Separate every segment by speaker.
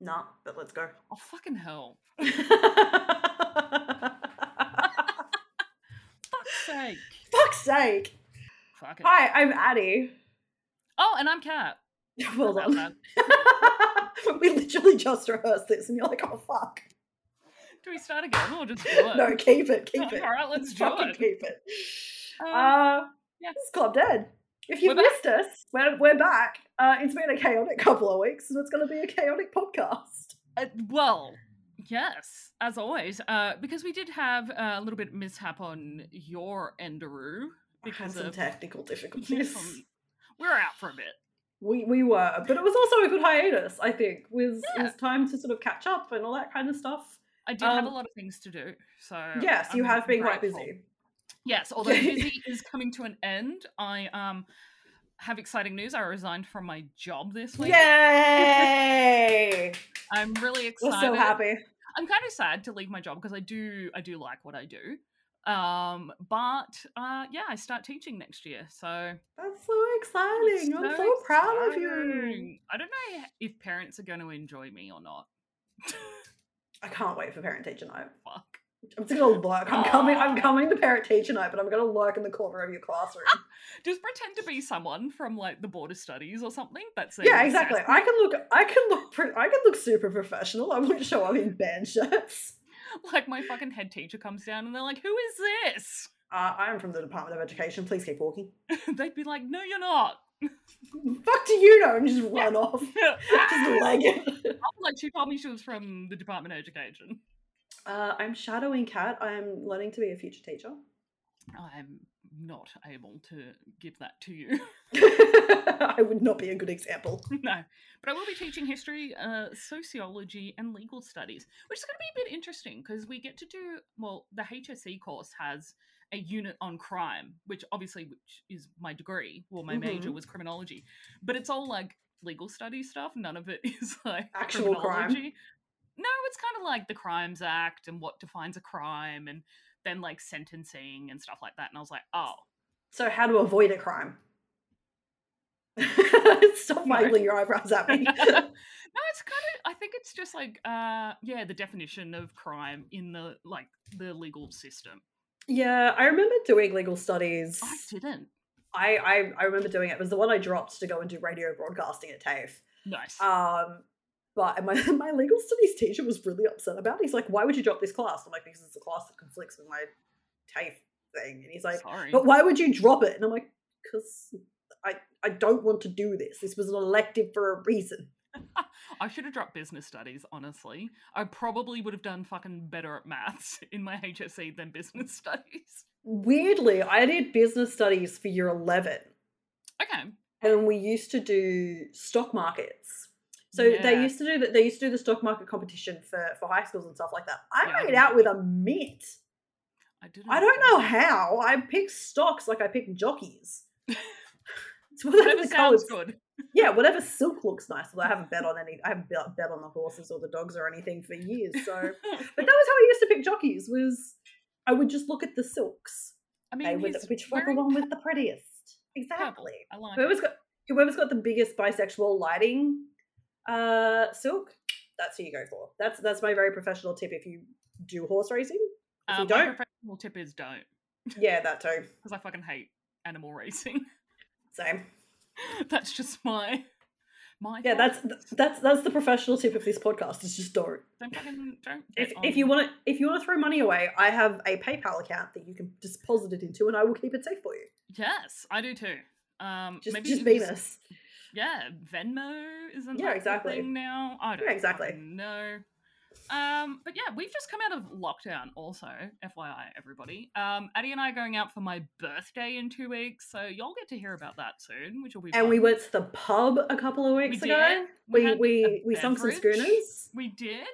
Speaker 1: Nah, but let's go.
Speaker 2: Oh, fucking hell. Fuck's sake.
Speaker 1: Fuck's sake.
Speaker 2: Fuck it.
Speaker 1: Hi, I'm Addie.
Speaker 2: Oh, and I'm Kat.
Speaker 1: Well
Speaker 2: That
Speaker 1: done.
Speaker 2: bad.
Speaker 1: we literally just rehearsed this and you're like, oh fuck.
Speaker 2: Do we start again or just do it? Oh,
Speaker 1: No, keep it, keep it.
Speaker 2: All right, let's do
Speaker 1: Fucking
Speaker 2: it.
Speaker 1: keep it.
Speaker 2: Um,
Speaker 1: Uh,
Speaker 2: yeah.
Speaker 1: This is Club Dead. If you've
Speaker 2: We're back.
Speaker 1: missed us, we're, we're back. Uh, it's been a chaotic couple of weeks and it's going to be a chaotic podcast.
Speaker 2: Uh, well, yes, as always, uh, because we did have uh, a little bit of mishap on your Enderoo because
Speaker 1: some
Speaker 2: of
Speaker 1: technical
Speaker 2: yeah,
Speaker 1: difficulties.
Speaker 2: um, we're out for a bit.
Speaker 1: We, we were, but it was also a good hiatus, I think, with,
Speaker 2: Yeah.
Speaker 1: with time to sort of catch up and all that kind of stuff.
Speaker 2: I did have a
Speaker 1: Um,
Speaker 2: lot of things to do, so
Speaker 1: yes, you
Speaker 2: I'm
Speaker 1: have been quite
Speaker 2: grateful.
Speaker 1: busy.
Speaker 2: Yes, although busy is coming to an end, I um have exciting news. I resigned from my job this week.
Speaker 1: Yay!
Speaker 2: I'm really
Speaker 1: We're
Speaker 2: excited.
Speaker 1: so happy.
Speaker 2: I'm kind of sad to leave my job because I do I do like what I do. Um, but uh, yeah, I start teaching next year, so
Speaker 1: That's so exciting. I'm so proud of you.
Speaker 2: exciting. I don't know if parents are going to enjoy me or not.
Speaker 1: I can't wait for parent teacher night.
Speaker 2: Fuck.
Speaker 1: I'm just gonna lurk. I'm coming. I'm
Speaker 2: Ah.
Speaker 1: coming to parent teacher night, but I'm gonna lurk in the corner of your classroom.
Speaker 2: Just pretend to be someone from like the border studies or something. That's
Speaker 1: yeah, exactly. I can look. I can look. Pre- I can look super professional. I won't show up in band shirts.
Speaker 2: Like my fucking head teacher comes down and they're like, "Who is this?"
Speaker 1: Uh, I am from the Department of Education. Please keep walking.
Speaker 2: They'd be like, "No, you're not."
Speaker 1: Fuck do you know? And just run off. Just
Speaker 2: like
Speaker 1: leg it.
Speaker 2: she told me she was from the Department of Education.
Speaker 1: Uh, I'm shadowing Kat. I'm learning to be a future teacher.
Speaker 2: I'm not able to give that to you.
Speaker 1: I would not be a good example.
Speaker 2: no, but I will be teaching history, uh, sociology, and legal studies, which is going to be a bit interesting because we get to do well. The HSE course has a unit on crime, which obviously, which is my degree. Well, my major
Speaker 1: Mhm.
Speaker 2: was criminology, but it's all like legal study stuff. None of it is like
Speaker 1: Actual crime?
Speaker 2: criminology. No, it's kind of like the Crimes Act and what defines a crime, and then like sentencing and stuff like that. And I was like, oh,
Speaker 1: So, how to avoid a crime? Stop
Speaker 2: No.
Speaker 1: wiggling your eyebrows at
Speaker 2: no,
Speaker 1: me.
Speaker 2: it's kind of. I think it's just like, uh, yeah, the definition of crime in the like the legal system.
Speaker 1: yeah, I remember doing legal studies.
Speaker 2: I didn't.
Speaker 1: I, I, I remember doing it. It was the one I dropped to go and do radio broadcasting at TAFE.
Speaker 2: Nice.
Speaker 1: Um, but my, my legal studies teacher was really upset about it. He's like, why would you drop this class? I'm like, because it's a class that conflicts with my TAFE thing. And he's like,
Speaker 2: Sorry.
Speaker 1: but why would you drop it? And I'm like, because I, I don't want to do this. This was an elective for a reason.
Speaker 2: I should have dropped business studies. Honestly, I probably would have done fucking better at maths in my HSE than business studies.
Speaker 1: Weirdly, I did business studies for year 11
Speaker 2: Okay.
Speaker 1: and we used to do stock markets. So they
Speaker 2: Yeah.
Speaker 1: used to do that. They used to do the stock market competition for, for high schools and stuff like that.
Speaker 2: Yeah,
Speaker 1: I
Speaker 2: I
Speaker 1: made
Speaker 2: remember
Speaker 1: out with a mitt.
Speaker 2: I didn't.
Speaker 1: I don't know how. I picked stocks like I picked jockeys. It's whatever,
Speaker 2: Whatever
Speaker 1: the
Speaker 2: sounds
Speaker 1: colors.
Speaker 2: good.
Speaker 1: Yeah, whatever silk looks nice. Although I haven't bet on any. I haven't bet bet on the horses or the dogs or anything for years. So, but that was how I used to pick jockeys. Was I would just look at the silks.
Speaker 2: I
Speaker 1: They
Speaker 2: mean,
Speaker 1: would,
Speaker 2: he's
Speaker 1: which was the
Speaker 2: wearing
Speaker 1: one with the prettiest.
Speaker 2: purple.
Speaker 1: Exactly.
Speaker 2: I like.
Speaker 1: Whoever's
Speaker 2: it.
Speaker 1: got whoever's got the biggest bisexual lighting uh silk, that's who you go for. That's that's my very professional tip if you do horse racing. If
Speaker 2: Uh,
Speaker 1: you
Speaker 2: my
Speaker 1: don't,
Speaker 2: professional tip is don't,
Speaker 1: yeah, that too.
Speaker 2: because I fucking hate animal racing.
Speaker 1: Same.
Speaker 2: that's just my my.
Speaker 1: Yeah,
Speaker 2: thought.
Speaker 1: that's that's that's the professional tip of this podcast. Is just don't.
Speaker 2: Don't fucking don't.
Speaker 1: If,
Speaker 2: bet
Speaker 1: if you
Speaker 2: on-
Speaker 1: want to if you want to throw money away, I have a PayPal account that you can just deposit it into, and I will keep it safe for you.
Speaker 2: yes, I do too. Um,
Speaker 1: Just
Speaker 2: maybe
Speaker 1: just
Speaker 2: you
Speaker 1: beam
Speaker 2: s-
Speaker 1: us.
Speaker 2: Yeah, Venmo isn't
Speaker 1: Yeah,
Speaker 2: that the
Speaker 1: exactly.
Speaker 2: thing now. I don't.
Speaker 1: exactly.
Speaker 2: No. Um, but yeah, we've just come out of lockdown. Also, FYI, everybody. Um, Addie and I are going out for my birthday in two weeks, so y'all get to hear about that soon, which will be.
Speaker 1: And
Speaker 2: fun.
Speaker 1: we went to the pub a couple of weeks
Speaker 2: did.
Speaker 1: ago.
Speaker 2: We
Speaker 1: We
Speaker 2: had
Speaker 1: we
Speaker 2: a
Speaker 1: we sunk some
Speaker 2: beverage.
Speaker 1: schooners.
Speaker 2: We did.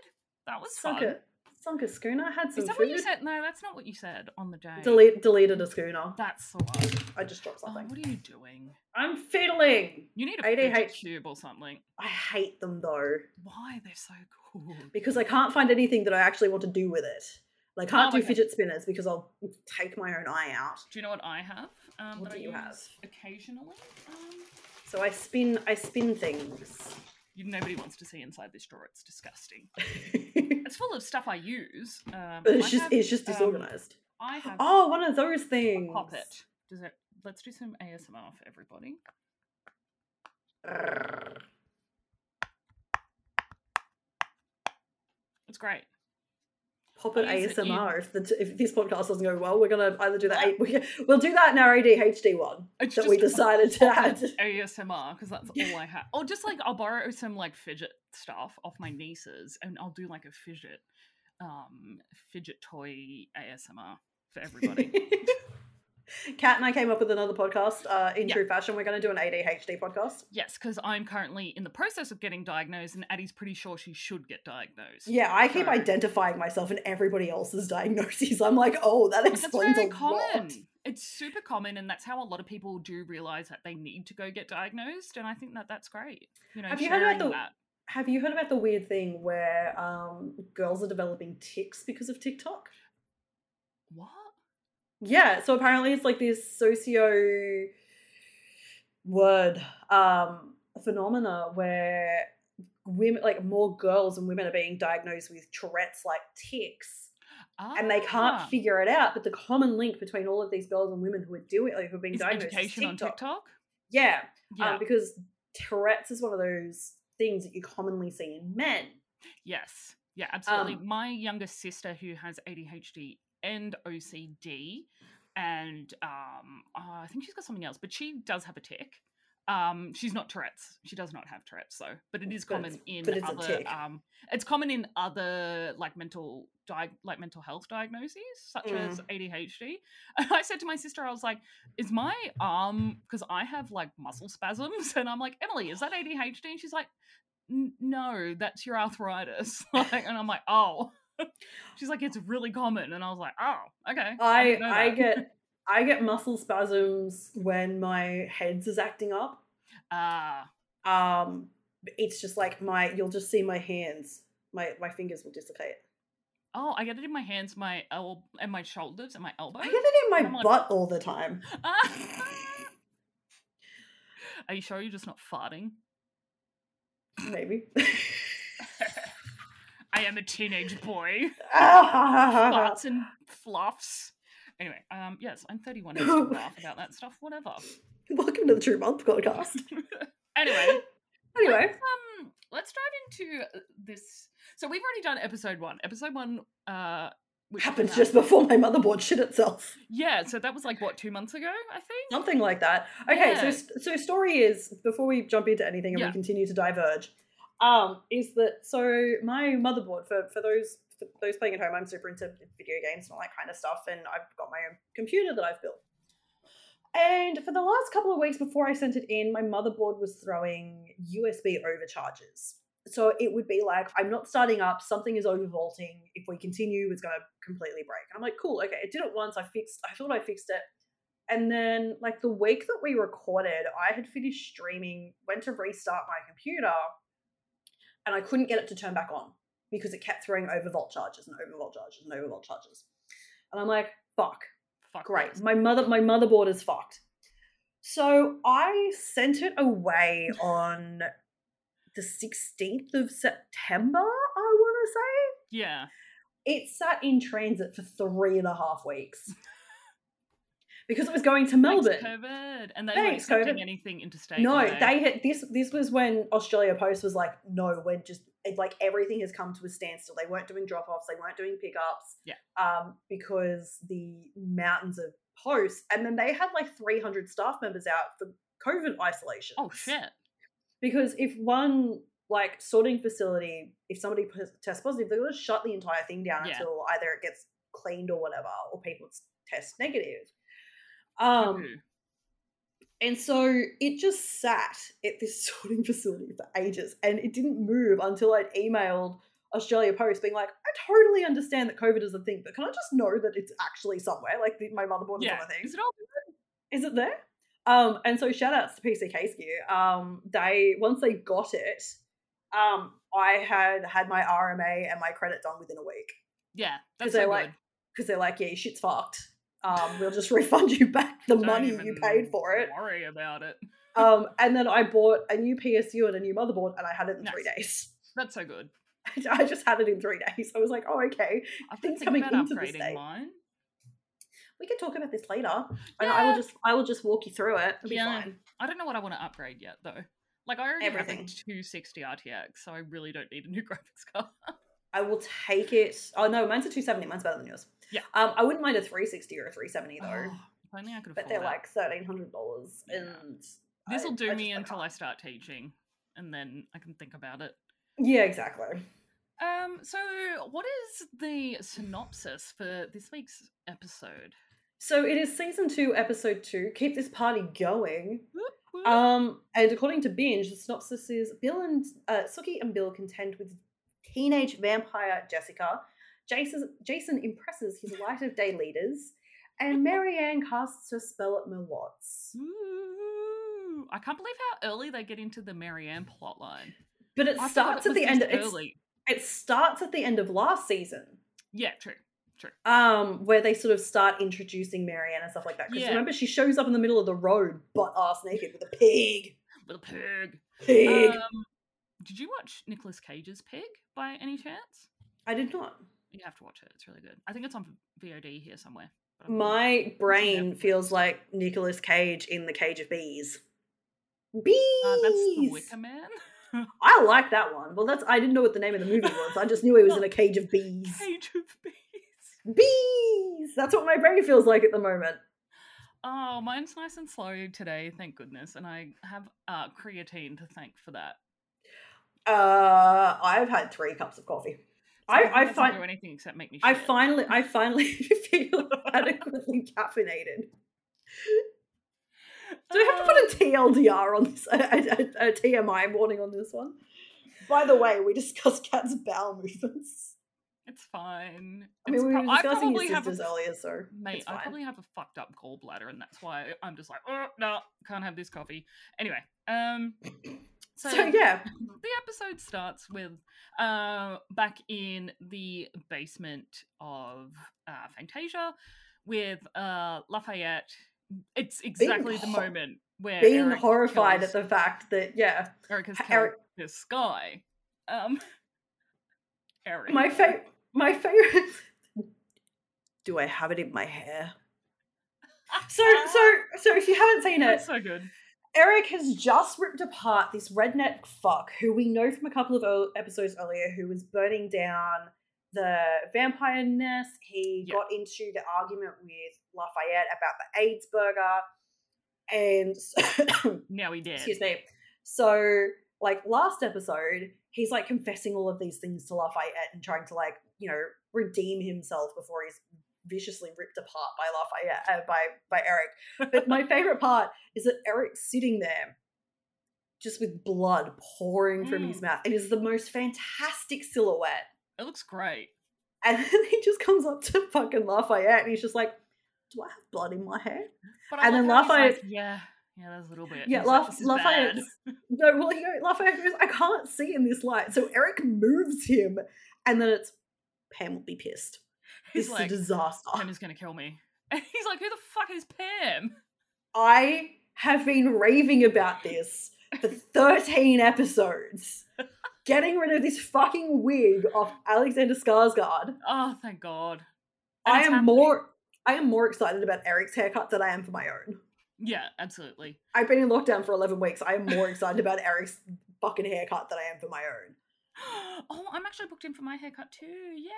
Speaker 2: That was
Speaker 1: sunk
Speaker 2: fun.
Speaker 1: a sunk a schooner. Had some
Speaker 2: Is that
Speaker 1: food.
Speaker 2: what you said? No, that's not what you said on the day.
Speaker 1: Delete deleted a schooner.
Speaker 2: That's the one.
Speaker 1: I just dropped
Speaker 2: Oh,
Speaker 1: something.
Speaker 2: what are you doing?
Speaker 1: I'm fiddling.
Speaker 2: You need a
Speaker 1: ADH.
Speaker 2: fidget cube or something.
Speaker 1: I hate them though
Speaker 2: Why they're so cool?
Speaker 1: because I can't find anything that I actually want to do with it. Like I can't
Speaker 2: Oh,
Speaker 1: do
Speaker 2: okay.
Speaker 1: fidget spinners because I'll take my own eye out.
Speaker 2: Do you know what I have? Um,
Speaker 1: What
Speaker 2: that I
Speaker 1: do you
Speaker 2: use
Speaker 1: have?
Speaker 2: Occasionally, um,
Speaker 1: So I spin I spin things.
Speaker 2: You, nobody wants to see inside this drawer. It's disgusting. It's full of stuff I use. Um,
Speaker 1: But
Speaker 2: I
Speaker 1: it's just
Speaker 2: have,
Speaker 1: it's just
Speaker 2: um,
Speaker 1: disorganized.
Speaker 2: I have
Speaker 1: Oh, one of those
Speaker 2: a
Speaker 1: things.
Speaker 2: poppet. Does it? Let's do some ASMR for everybody.
Speaker 1: Grrr.
Speaker 2: It's great.
Speaker 1: Poppet
Speaker 2: What is it? You-
Speaker 1: ASMR. If, the t- if this podcast doesn't go well, we're gonna either do that. we We'll do that in our ADHD one
Speaker 2: It's
Speaker 1: that we
Speaker 2: just
Speaker 1: decided to add.
Speaker 2: poppet ASMR because that's all I have. Or just like I'll borrow some like fidget stuff off my nieces, and I'll do like a fidget, um, fidget toy ASMR for everybody.
Speaker 1: Kat and I came up with another podcast. Uh, in
Speaker 2: Yeah.
Speaker 1: true fashion, we're gonna do an ADHD podcast.
Speaker 2: Yes, because I'm currently in the process of getting diagnosed, and Addie's pretty sure she should get diagnosed.
Speaker 1: Yeah, I keep
Speaker 2: So-
Speaker 1: identifying myself in everybody else's diagnoses. I'm like, oh, that
Speaker 2: That's
Speaker 1: explains
Speaker 2: very
Speaker 1: a
Speaker 2: common.
Speaker 1: lot.
Speaker 2: It's super common, and that's how a lot of people do realize that they need to go get diagnosed. And I think that that's great. You know,
Speaker 1: Have you
Speaker 2: sharing
Speaker 1: heard about the-
Speaker 2: that.
Speaker 1: Have you heard about the weird thing where um, girls are developing tics because of TikTok?
Speaker 2: What?
Speaker 1: Yeah, so apparently it's like this socio word um phenomena where women like more girls and women are being diagnosed with Tourette's like tics and they
Speaker 2: Ah,
Speaker 1: can't figure it out. But the common link between all of these girls and women who are doing like who are being
Speaker 2: is
Speaker 1: diagnosed
Speaker 2: education
Speaker 1: is
Speaker 2: on
Speaker 1: TikTok.
Speaker 2: TikTok.
Speaker 1: Yeah,
Speaker 2: Yeah.
Speaker 1: Um, because Tourette's is one of those things that you commonly see in men.
Speaker 2: yes. Yeah. Absolutely.
Speaker 1: um,
Speaker 2: My younger sister, who has ADHD and OCD, and um, uh, I think she's got something else, but she does have a tick. Um, she's not Tourette's. She does not have Tourette's, though. But it is
Speaker 1: But
Speaker 2: common
Speaker 1: it's-
Speaker 2: in
Speaker 1: but it's a
Speaker 2: other.
Speaker 1: tick.
Speaker 2: Um, it's common in other like mental di- like mental health diagnoses, such as
Speaker 1: Mm.
Speaker 2: ADHD. And I said to my sister, I was like, "Is my arm? Because I have like muscle spasms." And I'm like, "Emily, is that ADHD?" And she's like, "N- "No, that's your arthritis." like, and I'm like, "Oh." She's like, it's really common, and I was like, oh, okay.
Speaker 1: I
Speaker 2: didn't know
Speaker 1: I
Speaker 2: that."
Speaker 1: get I get muscle spasms when my heads is acting up.
Speaker 2: Ah,
Speaker 1: Um, it's just like my you'll just see my hands, my my fingers will dislocate.
Speaker 2: Oh, I get it in my hands, my el- and my shoulders and my elbow.
Speaker 1: I get it in my
Speaker 2: I'm like-
Speaker 1: butt all the time.
Speaker 2: Ah! Are you sure you're just not farting?
Speaker 1: Maybe.
Speaker 2: I am a teenage boy.
Speaker 1: Ah.
Speaker 2: Farts and fluffs. Anyway, um, yes, I'm 31 and still laugh about that stuff. Whatever.
Speaker 1: Welcome to the True Month podcast.
Speaker 2: Anyway,
Speaker 1: Anyway,
Speaker 2: let's, um, let's dive into uh, this. So we've already done episode one. Episode one, uh, which came
Speaker 1: happened
Speaker 2: out-
Speaker 1: just before my motherboard shit itself.
Speaker 2: Yeah, so that was like what two months ago, I think.
Speaker 1: Something like that. Okay,
Speaker 2: Yeah.
Speaker 1: so so story is before we jump into anything and
Speaker 2: Yeah.
Speaker 1: we continue to diverge, um, is that so my motherboard for for those for those playing at home, I'm super into video games and all that kind of stuff, and I've got my own computer that I've built. And for the last couple of weeks before I sent it in, my motherboard was throwing USB overcharges. So it would be like, I'm not starting up, something is overvolting. If we continue, it's going to completely break. And I'm like, cool, okay, I did it once, I fixed, I thought I fixed it. And then, like, the week that we recorded, I had finished streaming, went to restart my computer, and I couldn't get it to turn back on because it kept throwing overvolt charges and overvolt charges and overvolt charges. And I'm like, fuck
Speaker 2: Fuck
Speaker 1: great.
Speaker 2: knows.
Speaker 1: My mother my motherboard is fucked. So I sent it away on the 16th of September, I wanna say.
Speaker 2: Yeah.
Speaker 1: It sat in transit for three and a half weeks. Because it was going to Melbourne.
Speaker 2: Thanks, COVID. And they
Speaker 1: Thanks,
Speaker 2: weren't accepting
Speaker 1: COVID.
Speaker 2: anything interstate.
Speaker 1: No,
Speaker 2: were
Speaker 1: they had this. This was when Australia Post was like, no, we're just it's like everything has come to a standstill. They weren't doing drop offs, they weren't doing pickups,
Speaker 2: Yeah.
Speaker 1: um, because the mountains of posts, and then they had like three hundred staff members out for COVID isolation.
Speaker 2: Oh shit.
Speaker 1: Because if one like sorting facility, if somebody pos- tests positive, they're going to shut the entire thing down
Speaker 2: Yeah.
Speaker 1: until either it gets cleaned or whatever, or people s- test negative. Um.
Speaker 2: Poo-poo.
Speaker 1: And so it just sat at this sorting facility for ages and it didn't move until I'd emailed Australia Post being like, I totally understand that COVID is a thing, but can I just know that it's actually somewhere? Like the, my motherboard is
Speaker 2: yeah.
Speaker 1: on a thing.
Speaker 2: Is it all?
Speaker 1: Is it there? Um, and so shout outs to PC Case Gear. Um, they once they got it, um, I had had my RMA and my credit done within a week.
Speaker 2: Yeah. That's
Speaker 1: Because
Speaker 2: so
Speaker 1: they're
Speaker 2: good.
Speaker 1: like, because they're like, yeah, your shit's fucked. Um, we'll just refund you back the
Speaker 2: Don't
Speaker 1: money you
Speaker 2: even
Speaker 1: paid for it.
Speaker 2: Worry about it.
Speaker 1: Um, and then I bought a new PSU and a new motherboard, and I had it in three
Speaker 2: Nice.
Speaker 1: days.
Speaker 2: That's so good.
Speaker 1: I just had it in three days. I was like, oh, okay.
Speaker 2: I've been
Speaker 1: Things
Speaker 2: thinking
Speaker 1: coming
Speaker 2: about
Speaker 1: into this
Speaker 2: upgrading
Speaker 1: day.
Speaker 2: mine.
Speaker 1: We can talk about this later. And I will
Speaker 2: Yeah.
Speaker 1: just I will just walk you through it. It'll be
Speaker 2: Yeah.
Speaker 1: fine.
Speaker 2: I don't know what I want to upgrade yet though. Like I already
Speaker 1: Everything.
Speaker 2: have a 260 RTX, so I really don't need a new graphics card.
Speaker 1: I will take it. Oh no, mine's a 270. Mine's better than yours.
Speaker 2: Yeah.
Speaker 1: Um, I wouldn't mind a 360 or a 370 though.
Speaker 2: Oh, if only I could
Speaker 1: but
Speaker 2: afford
Speaker 1: they're
Speaker 2: it.
Speaker 1: like thirteen hundred dollars,
Speaker 2: Yeah.
Speaker 1: and
Speaker 2: this will
Speaker 1: I-
Speaker 2: do
Speaker 1: I
Speaker 2: me
Speaker 1: just- I
Speaker 2: until I
Speaker 1: can't.
Speaker 2: start teaching, and then I can think about it.
Speaker 1: Yeah, exactly.
Speaker 2: Um, so what is the synopsis for this week's episode?
Speaker 1: So it is season two, episode two. Keep this party going.
Speaker 2: Whoop, whoop.
Speaker 1: Um, and according to Binge, the synopsis is Bill and uh, Suki and Bill contend with teenage vampire Jessica. Jason Jason impresses his light of day leaders, and Marianne casts her spell at Merlot's.
Speaker 2: Ooh, I can't believe how early they get into the Marianne plotline.
Speaker 1: But it
Speaker 2: I forgot
Speaker 1: starts
Speaker 2: it
Speaker 1: at
Speaker 2: was
Speaker 1: the end.
Speaker 2: this
Speaker 1: It's,
Speaker 2: early.
Speaker 1: it starts at the end of last season.
Speaker 2: Yeah, true.
Speaker 1: um, where they sort of start introducing Marianne and stuff like that. Because
Speaker 2: Yeah.
Speaker 1: remember, she shows up in the middle of the road, butt ass naked, with a pig.
Speaker 2: With a pig.
Speaker 1: Pig.
Speaker 2: Um, did you watch Nicolas Cage's Pig by any chance?
Speaker 1: I did not.
Speaker 2: You have to watch it. It's really good. I think it's on VOD here somewhere. but I'm-
Speaker 1: My brain
Speaker 2: Netflix.
Speaker 1: feels like Nicolas Cage in the Cage of Bees. Bees.
Speaker 2: Uh, that's the Wicker Man.
Speaker 1: I like that one. Well, that's I didn't know what the name of the movie was. I just knew he was in a cage of bees.
Speaker 2: Cage of Bees.
Speaker 1: Bees. That's what my brain feels like at the moment.
Speaker 2: Oh, mine's nice and slow today, thank goodness. And I have uh, creatine to thank for that.
Speaker 1: Uh, I've had three cups of coffee.
Speaker 2: So
Speaker 1: I,
Speaker 2: think
Speaker 1: I
Speaker 2: doesn't
Speaker 1: find
Speaker 2: do anything except make me.
Speaker 1: I
Speaker 2: shit.
Speaker 1: finally, I finally feel adequately caffeinated. Do we have to
Speaker 2: Uh.
Speaker 1: put a TLDR on this? A, a- a- a TMI warning on this one? By the way, we discussed Cat's bowel movements.
Speaker 2: It's fine.
Speaker 1: I mean,
Speaker 2: It's
Speaker 1: we
Speaker 2: prob-
Speaker 1: were discussing
Speaker 2: probably
Speaker 1: his
Speaker 2: have
Speaker 1: sisters
Speaker 2: a,
Speaker 1: earlier, so
Speaker 2: mate.
Speaker 1: it's
Speaker 2: I
Speaker 1: fine.
Speaker 2: probably have a fucked up gallbladder, and that's why I'm just like, oh no, can't have this coffee. Anyway, um,
Speaker 1: so, yeah,
Speaker 2: the episode starts with uh, back in the basement of uh, Fantasia with uh, Lafayette. It's exactly the
Speaker 1: hor-
Speaker 2: moment where
Speaker 1: being
Speaker 2: Eric
Speaker 1: horrified
Speaker 2: kills-
Speaker 1: at the fact that yeah,
Speaker 2: Eric has
Speaker 1: Ha-
Speaker 2: killed
Speaker 1: Eric-
Speaker 2: this guy. Um, Eric,
Speaker 1: my fa- my favorite. Do I have it in my hair? So
Speaker 2: Uh,
Speaker 1: so so if you haven't seen it,
Speaker 2: That's so good.
Speaker 1: Eric has just ripped apart this redneck fuck who we know from a couple of earl- episodes earlier who was burning down the vampire nest. He
Speaker 2: Yeah.
Speaker 1: got into the argument with Lafayette about the AIDS burger. And so-
Speaker 2: Now he did.
Speaker 1: excuse me. So, like last episode, he's like confessing all of these things to Lafayette and trying to like, you know, redeem himself before he's viciously ripped apart by Lafayette uh, by by Eric. But my favorite part is that Eric's sitting there just with blood pouring from his mouth. It is the most fantastic silhouette.
Speaker 2: It looks great.
Speaker 1: And then he just comes up to fucking Lafayette and he's just like, Do I have blood in my hair?
Speaker 2: But I
Speaker 1: And then
Speaker 2: like how he's like,
Speaker 1: Lafayette-
Speaker 2: yeah, yeah, there's a little bit.
Speaker 1: Yeah,
Speaker 2: He's like,
Speaker 1: Laf-
Speaker 2: "This is
Speaker 1: Lafayette.
Speaker 2: bad."
Speaker 1: No, well, you know, Lafayette goes, I can't see in this light. So Eric moves him, and then it's Pam will be pissed.
Speaker 2: He's
Speaker 1: This
Speaker 2: like,
Speaker 1: is a disaster.
Speaker 2: Pam is gonna kill me. And he's like, who the fuck is Pam?
Speaker 1: I have been raving about this for 13 episodes. Getting rid of this fucking wig off Alexander Skarsgård.
Speaker 2: Oh, thank God. And
Speaker 1: I am
Speaker 2: it's happening.
Speaker 1: more I am more excited about Eric's haircut than I am for my own.
Speaker 2: Yeah, absolutely.
Speaker 1: I've been in lockdown for 11 weeks. I am more excited about Eric's fucking haircut than I am for my own.
Speaker 2: Oh, I'm actually booked in for my haircut too. Yay!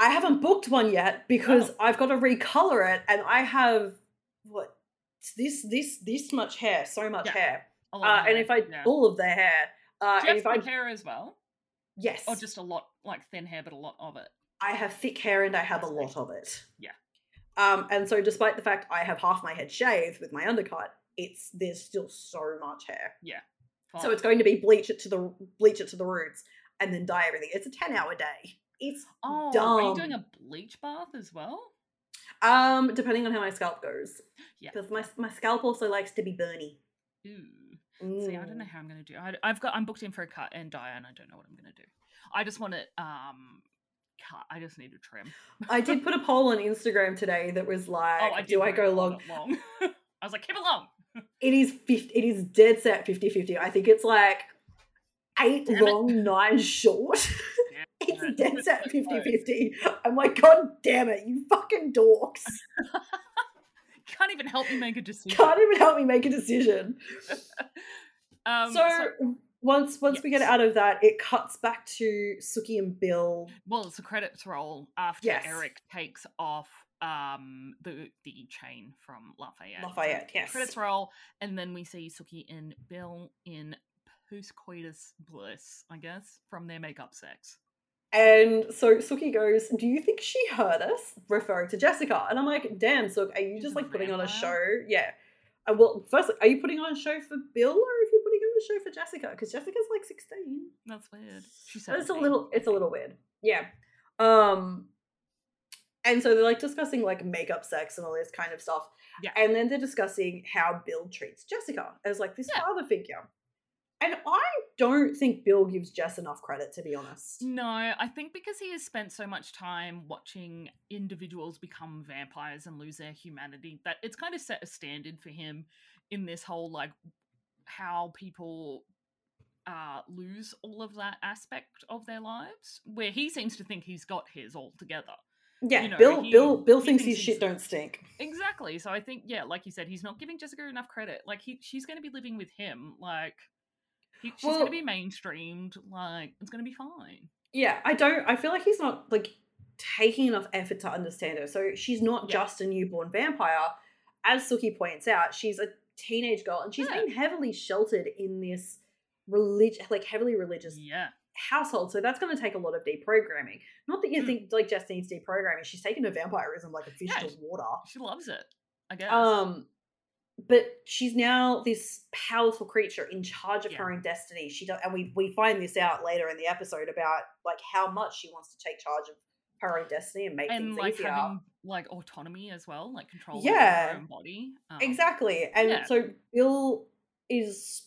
Speaker 1: I haven't booked one yet
Speaker 2: Oh.
Speaker 1: because I've got to recolor it, and I have what this this this much hair, so much
Speaker 2: Yeah,
Speaker 1: hair,
Speaker 2: A lot
Speaker 1: uh,
Speaker 2: of
Speaker 1: and
Speaker 2: hair,
Speaker 1: if I
Speaker 2: yeah.
Speaker 1: all of the hair, uh,
Speaker 2: Do you have
Speaker 1: and if I
Speaker 2: thick hair as well,
Speaker 1: yes,
Speaker 2: or just a lot like thin hair, but a lot of it.
Speaker 1: I have thick hair and I have a lot of it.
Speaker 2: Yeah.
Speaker 1: Um, and so despite the fact I have half my head shaved with my undercut, it's there's still so much hair. So
Speaker 2: Fine.
Speaker 1: it's going to be bleach it to the bleach it to the roots and then dye everything. It's a ten hour day. It's
Speaker 2: oh, are you doing a
Speaker 1: dumb.
Speaker 2: bleach bath as well?
Speaker 1: um depending on how my scalp goes
Speaker 2: Yeah.
Speaker 1: because my my scalp also likes to be burny.
Speaker 2: Ooh. See, I
Speaker 1: Mm.
Speaker 2: don't know how I'm going to do. I, I've got I'm booked in for a cut and dye, and I don't know what I'm going to do. I just want to um cut. I just need to trim.
Speaker 1: I did put a poll on Instagram today that was like,
Speaker 2: oh, I did
Speaker 1: do I
Speaker 2: vote
Speaker 1: go
Speaker 2: for
Speaker 1: long?
Speaker 2: it Long. I was like, keep it long.
Speaker 1: it is 50, it is dead set 50 50. I think it's like eight
Speaker 2: Damn it.
Speaker 1: long, nine short.
Speaker 2: Damn it.
Speaker 1: it's dead set
Speaker 2: So
Speaker 1: 50
Speaker 2: close.
Speaker 1: 50. I'm like, God damn it, you fucking dorks.
Speaker 2: Can't even help you make a decision.
Speaker 1: Can't even help me make a decision.
Speaker 2: Um,
Speaker 1: so, once once we get
Speaker 2: Yes.
Speaker 1: out of that, it cuts back to Suki and Bill.
Speaker 2: Well, it's a credits roll after
Speaker 1: Yes.
Speaker 2: Eric takes off um the the chain from Lafayette. So
Speaker 1: Lafayette,
Speaker 2: it's a
Speaker 1: yes.
Speaker 2: Credits roll, and then we see Suki and Bill in post coitus bliss, I guess, from their makeup sex.
Speaker 1: And so Suki goes, Do you think she heard us? Referring to Jessica. And I'm like, Damn, Sook, are you
Speaker 2: She's
Speaker 1: just
Speaker 2: a
Speaker 1: like putting on a
Speaker 2: vampire?
Speaker 1: show? Yeah. Uh, well, firstly, are you putting on a show for Bill or if you are putting on a show for Jessica? Because Jessica's like 16.
Speaker 2: That's weird. She said
Speaker 1: But it's a little it's a little weird. Yeah. Um and so they're like discussing like makeup sex and all this kind of stuff.
Speaker 2: Yeah.
Speaker 1: And then they're discussing how Bill treats Jessica as like this
Speaker 2: Yeah.
Speaker 1: father figure. And I don't think Bill gives Jess enough credit, to be honest.
Speaker 2: No, I think because he has spent so much time watching individuals become vampires and lose their humanity, that it's kind of set a standard for him in this whole like how people uh, lose all of that aspect of their lives, where he seems to think he's got his all together.
Speaker 1: Yeah,
Speaker 2: you know,
Speaker 1: Bill
Speaker 2: he-
Speaker 1: Bill Bill
Speaker 2: he
Speaker 1: thinks
Speaker 2: thinks
Speaker 1: his shit
Speaker 2: he's-
Speaker 1: don't stink.
Speaker 2: Exactly. So I think, yeah, like you said, he's not giving Jessica enough credit. Like he, she's going to be living with him. Like he, she's going
Speaker 1: Well-
Speaker 2: to be mainstreamed. Like it's going to be fine.
Speaker 1: Yeah, I don't I feel like he's not like taking enough effort to understand her. So she's not
Speaker 2: Yeah.
Speaker 1: just a newborn vampire. As Suki points out, she's a teenage girl and she's
Speaker 2: Yeah.
Speaker 1: been heavily sheltered in this religious like heavily religious
Speaker 2: Yeah.
Speaker 1: household. So that's gonna take a lot of deprogramming. Not that you
Speaker 2: Mm.
Speaker 1: think like Jess needs deprogramming, she's taken her vampirism like a fish
Speaker 2: Yeah,
Speaker 1: to water.
Speaker 2: She loves it. I guess.
Speaker 1: Um, but she's now this powerful creature in charge of
Speaker 2: Yeah.
Speaker 1: her own destiny. She does, and we we find this out later in the episode about like how much she wants to take charge of her own destiny and make
Speaker 2: and
Speaker 1: things
Speaker 2: like
Speaker 1: easier.
Speaker 2: having like autonomy as well, like control
Speaker 1: Yeah.
Speaker 2: over your own body. Um,
Speaker 1: Exactly, and
Speaker 2: yeah.
Speaker 1: so Bill is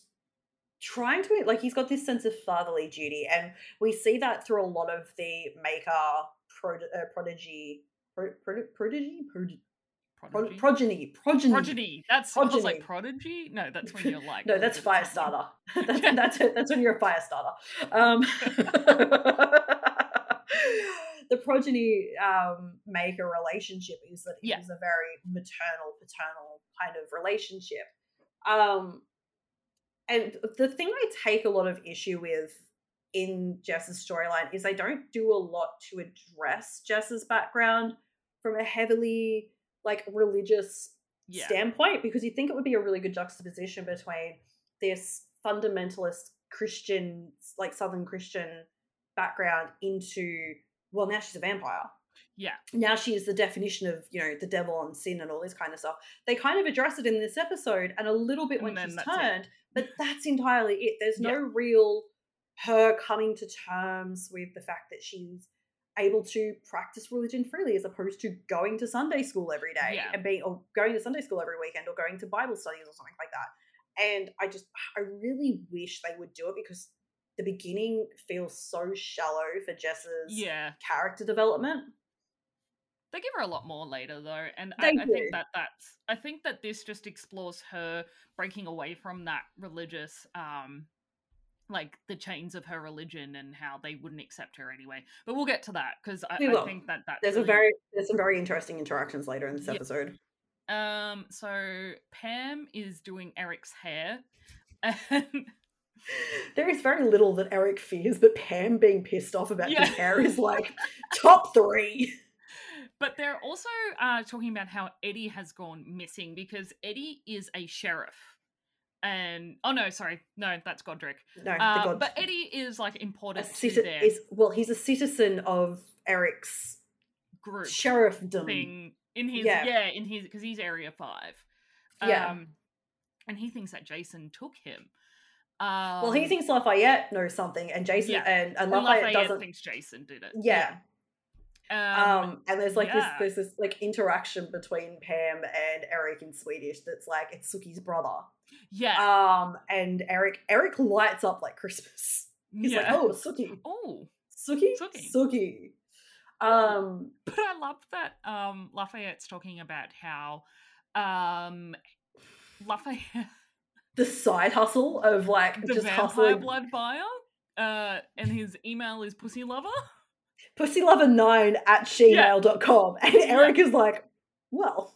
Speaker 1: trying to like he's got this sense of fatherly duty, and we see that through a lot of the maker prod- uh, prodigy. Pro- pro- prodigy, prod- pro-
Speaker 2: Prodigy.
Speaker 1: progeny, progeny,
Speaker 2: Prodigy. That's I was like
Speaker 1: Progeny.
Speaker 2: prodigy. No, that's when you're like
Speaker 1: no, that's
Speaker 2: really good at something.
Speaker 1: Firestarter. that's that's it. That's when you're a Firestarter. Um, the progeny um, maker relationship is that it is
Speaker 2: Yeah.
Speaker 1: a very maternal paternal kind of relationship. Um, and the thing I take a lot of issue with in Jess's storyline is they don't do a lot to address Jess's background from a heavily like religious
Speaker 2: Yeah.
Speaker 1: standpoint because you think it would be a really good juxtaposition between this fundamentalist Christian, like Southern Christian background into, well, now she's a vampire.
Speaker 2: Yeah.
Speaker 1: Now she is the definition of, you know, the devil and sin and all this kind of stuff. They kind of address it in this episode and a little bit
Speaker 2: And
Speaker 1: when
Speaker 2: then
Speaker 1: she's
Speaker 2: that's it.
Speaker 1: turned, but that's entirely it. There's no
Speaker 2: Yeah.
Speaker 1: real her coming to terms with the fact that she's able to practice religion freely as opposed to going to Sunday school every day
Speaker 2: Yeah.
Speaker 1: and being or going to Sunday school every weekend or going to Bible studies or something like that. And I just I really wish they would do it because the beginning feels so shallow for Jess's
Speaker 2: Yeah.
Speaker 1: character development.
Speaker 2: They give her a lot more later though, and
Speaker 1: They
Speaker 2: I, I
Speaker 1: do.
Speaker 2: think that that's I think that this just explores her breaking away from that religious um like the chains of her religion and how they wouldn't accept her anyway. But we'll get to that because I,
Speaker 1: We
Speaker 2: I
Speaker 1: will.
Speaker 2: think that that
Speaker 1: There's a
Speaker 2: really-
Speaker 1: very there's some very interesting interactions later in this
Speaker 2: Mm-hmm. Yeah.
Speaker 1: episode.
Speaker 2: Um, so Pam is doing Eric's hair. um, And
Speaker 1: There is very little that Eric fears, but Pam being pissed off about
Speaker 2: Yeah.
Speaker 1: his hair is like top three.
Speaker 2: but they're also uh, talking about how Eddie has gone missing because Eddie is a sheriff. And oh no, sorry, no, that's Godric.
Speaker 1: No, the
Speaker 2: Uh,
Speaker 1: god.
Speaker 2: but Eddie is like
Speaker 1: a
Speaker 2: important to
Speaker 1: citi-
Speaker 2: their
Speaker 1: is well, he's a citizen of Eric's
Speaker 2: group
Speaker 1: sheriffdom.
Speaker 2: thing in his
Speaker 1: Yeah.
Speaker 2: yeah, in his because he's Area Five.
Speaker 1: Yeah.
Speaker 2: Um, and he thinks that Jason took him. Um,
Speaker 1: Well, he thinks Lafayette knows something, and Jason
Speaker 2: yeah,
Speaker 1: and, and
Speaker 2: and
Speaker 1: Lafayette,
Speaker 2: Lafayette,
Speaker 1: doesn't.
Speaker 2: thinks Jason did it.
Speaker 1: yeah.
Speaker 2: Yeah.
Speaker 1: Um, and there's like
Speaker 2: yeah.
Speaker 1: this, there's this like interaction between Pam and Eric in Swedish that's like it's Suki's brother.
Speaker 2: yeah.
Speaker 1: Um, and Eric, Eric lights up like Christmas. He's like, oh, Suki,
Speaker 2: Oh,
Speaker 1: Suki,
Speaker 2: Suki.
Speaker 1: Suki. Um,
Speaker 2: but I love that um, Lafayette's talking about how um, Lafayette,
Speaker 1: The side hustle of like
Speaker 2: the
Speaker 1: just
Speaker 2: vampire
Speaker 1: hustling.
Speaker 2: blood buyer, uh, and his email is pussy lover.
Speaker 1: pussylover9 at
Speaker 2: Yeah.
Speaker 1: gmail.com. And Eric is like, well,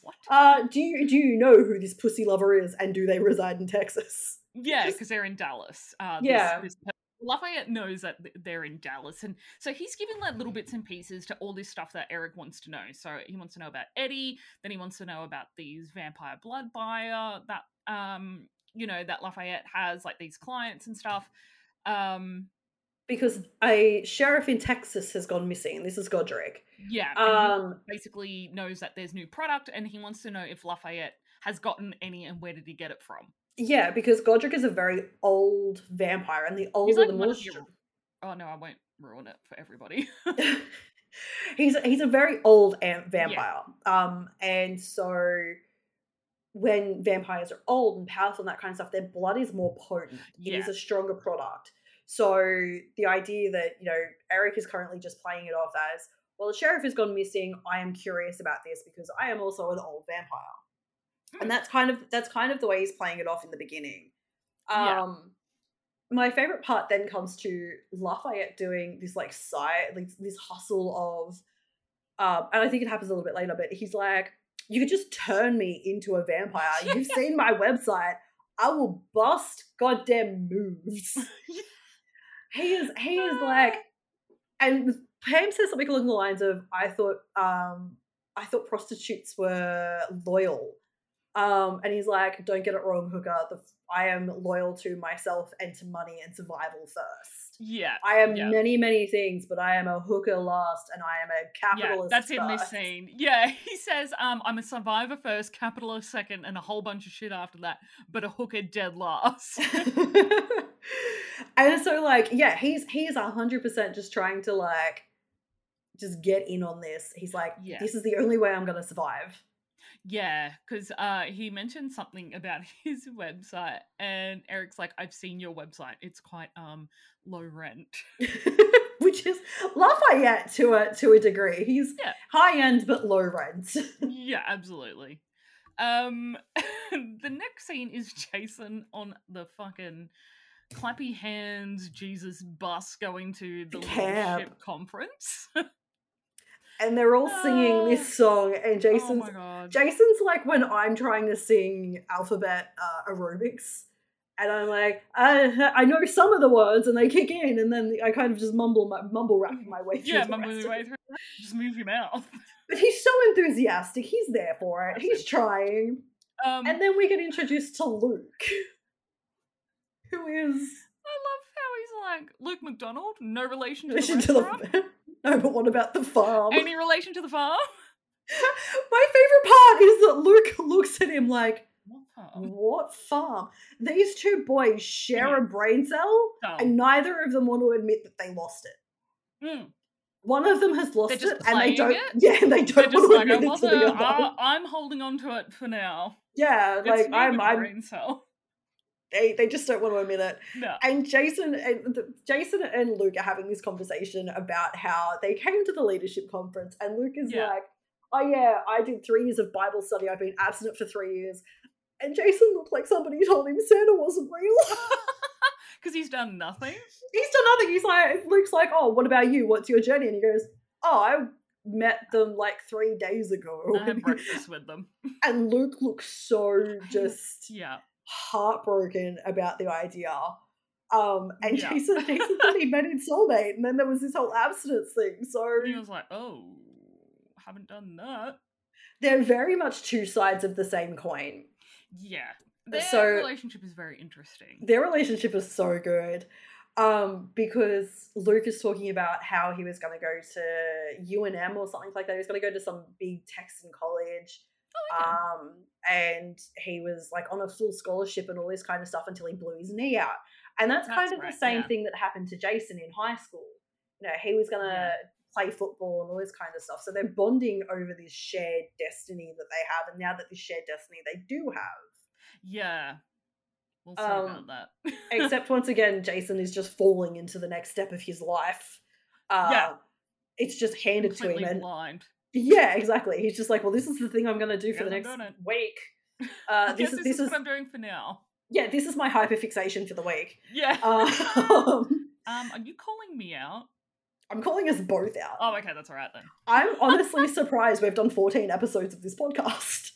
Speaker 2: What?
Speaker 1: uh, do you do you know who this pussy lover is and do they reside in Texas?
Speaker 2: Yeah,
Speaker 1: Just-
Speaker 2: because they're in Dallas. Uh,
Speaker 1: Yeah.
Speaker 2: This, this per- Lafayette knows that th- they're in Dallas, and so he's giving like little bits and pieces to all this stuff that Eric wants to know. So he wants to know about Eddie, then he wants to know about these vampire blood buyer that um you know that Lafayette has like these clients and stuff. Um
Speaker 1: Because a sheriff in Texas has gone missing. This is Godric.
Speaker 2: yeah, and
Speaker 1: Um,
Speaker 2: he basically knows that there's new product, and he wants to know if Lafayette has gotten any and where did he get it from.
Speaker 1: yeah, because Godric is a very old vampire, and the older
Speaker 2: like
Speaker 1: the
Speaker 2: one
Speaker 1: more
Speaker 2: of the
Speaker 1: str-
Speaker 2: Oh no, I won't ruin it for everybody.
Speaker 1: he's he's a very old am- vampire. Um, and so when vampires are old and powerful and that kind of stuff, their blood is more potent. It is
Speaker 2: Yeah.
Speaker 1: a stronger product. So the idea that you know Eric is currently just playing it off as well, the sheriff has gone missing. I am curious about this because I am also an old vampire,
Speaker 2: Hmm.
Speaker 1: and that's kind of that's kind of the way he's playing it off in the beginning. Um,
Speaker 2: Yeah.
Speaker 1: my favorite part then comes to Lafayette doing this like side like this hustle of um and I think it happens a little bit later, but he's like, You could just turn me into a vampire. You've seen my website. I will bust goddamn moves.
Speaker 2: Yeah.
Speaker 1: he is he is like and Pam says something along the lines of I thought um I thought prostitutes were loyal. Um, and he's like, "Don't get it wrong, hooker. The, I am loyal to myself and to money and survival first.
Speaker 2: yeah,
Speaker 1: I am
Speaker 2: Yeah.
Speaker 1: many, many things, but I am a hooker last, and I am a capitalist."
Speaker 2: Yeah, that's in this
Speaker 1: first."
Speaker 2: scene. Yeah, he says, um, "I'm a survivor first, capitalist second, and a whole bunch of shit after that, but a hooker dead last."
Speaker 1: and so, like, yeah, he's he's hundred percent just trying to like just get in on this. He's like,
Speaker 2: Yeah.
Speaker 1: "This is the only way I'm gonna survive."
Speaker 2: yeah, because uh, he mentioned something about his website, and Eric's like, "I've seen your website. It's quite um low rent."
Speaker 1: Which is Lafayette to a to a degree. He's
Speaker 2: Yeah.
Speaker 1: high end but low rent.
Speaker 2: yeah, absolutely. Um, the next scene is Jason on the fucking clappy hands Jesus bus going to the,
Speaker 1: The
Speaker 2: little ship
Speaker 1: cab.
Speaker 2: conference. Oh
Speaker 1: and they're all singing this song, and
Speaker 2: Ah. oh
Speaker 1: Jason's
Speaker 2: my god.
Speaker 1: Jason's like when I'm trying to sing alphabet uh, aerobics, and I'm like, uh, I know some of the words, and they kick in, and then I kind of just mumble my, mumble rap my way
Speaker 2: Mm-hmm.
Speaker 1: through.
Speaker 2: yeah,
Speaker 1: the
Speaker 2: mumble
Speaker 1: rest
Speaker 2: your
Speaker 1: of it.
Speaker 2: way through. Just move your mouth.
Speaker 1: But he's so enthusiastic. He's there for it. He's trying,
Speaker 2: Um,
Speaker 1: and then we get introduced to Luke, who is
Speaker 2: I love how he's like Luke McDonald, no relation to the
Speaker 1: listen to
Speaker 2: restaurant,
Speaker 1: the no, but what about the farm?
Speaker 2: any relation to the farm.
Speaker 1: my favorite part is that Luke looks at him like.
Speaker 2: What farm?
Speaker 1: What farm? These two boys share
Speaker 2: Mm-hmm.
Speaker 1: a brain cell,
Speaker 2: Dumb.
Speaker 1: and neither of them want to admit that they lost it.
Speaker 2: Mm.
Speaker 1: One of them has lost
Speaker 2: just
Speaker 1: it, and they
Speaker 2: playing
Speaker 1: don't.
Speaker 2: it?
Speaker 1: Yeah, and they
Speaker 2: They're
Speaker 1: don't
Speaker 2: just like
Speaker 1: want to
Speaker 2: I
Speaker 1: admit it to
Speaker 2: wasn't. uh,
Speaker 1: the other.
Speaker 2: I, I'm holding on to it for now.
Speaker 1: yeah,
Speaker 2: It's
Speaker 1: like
Speaker 2: me
Speaker 1: I'm.
Speaker 2: with a
Speaker 1: I'm.
Speaker 2: brain cell.
Speaker 1: They, they just don't want to admit it.
Speaker 2: No.
Speaker 1: And Jason and the, Jason and Luke are having this conversation about how they came to the leadership conference, and Luke is
Speaker 2: Yeah.
Speaker 1: like, "Oh yeah, I did three years of Bible study. I've been absent for three years." And Jason looked like somebody told him Santa wasn't real.
Speaker 2: Because he's done nothing.
Speaker 1: he's done nothing. He's like, Luke's like, oh, what about you? What's your journey? And he goes, oh, I met them like three days ago.
Speaker 2: I had breakfast with them.
Speaker 1: and Luke looks so just
Speaker 2: Yeah.
Speaker 1: heartbroken about the idea. Um, and
Speaker 2: Yeah.
Speaker 1: Jason, Jason said he met his soulmate, and then there was this whole abstinence thing. So
Speaker 2: And he was like, oh, haven't done that.
Speaker 1: they're very much two sides of the same coin.
Speaker 2: Yeah. Their
Speaker 1: So-
Speaker 2: relationship is very interesting.
Speaker 1: their relationship is so good um because luke is talking about how he was going to go to unm or something like that he was going to go to some big texan college
Speaker 2: Oh, okay.
Speaker 1: um and he was like on a full scholarship and all this kind of stuff until he blew his knee out and that's,
Speaker 2: That's
Speaker 1: kind of
Speaker 2: right,
Speaker 1: the same
Speaker 2: yeah.
Speaker 1: thing that happened to jason in high school you know he was going to
Speaker 2: Yeah.
Speaker 1: play football and all this kind of stuff so they're bonding over this shared destiny that they have and now that this shared destiny they do have
Speaker 2: Yeah. We'll see
Speaker 1: Um,
Speaker 2: about that.
Speaker 1: Except once again, Jason is just falling into the next step of his life. Uh,
Speaker 2: Yeah.
Speaker 1: It's just handed to him.
Speaker 2: completely
Speaker 1: And
Speaker 2: blind.
Speaker 1: yeah, exactly. He's just like, well, this is the thing I'm going to do for the
Speaker 2: Guess I'm doing it."
Speaker 1: next week. Uh,
Speaker 2: Yes,
Speaker 1: this
Speaker 2: this,
Speaker 1: is this
Speaker 2: is
Speaker 1: is
Speaker 2: what I'm doing for now.
Speaker 1: yeah, this is my hyperfixation for the week.
Speaker 2: Yeah.
Speaker 1: Uh,
Speaker 2: um, are you calling me out?
Speaker 1: I'm calling us both out.
Speaker 2: Oh, okay, that's all right then.
Speaker 1: I'm honestly surprised we've done 14 episodes of this podcast.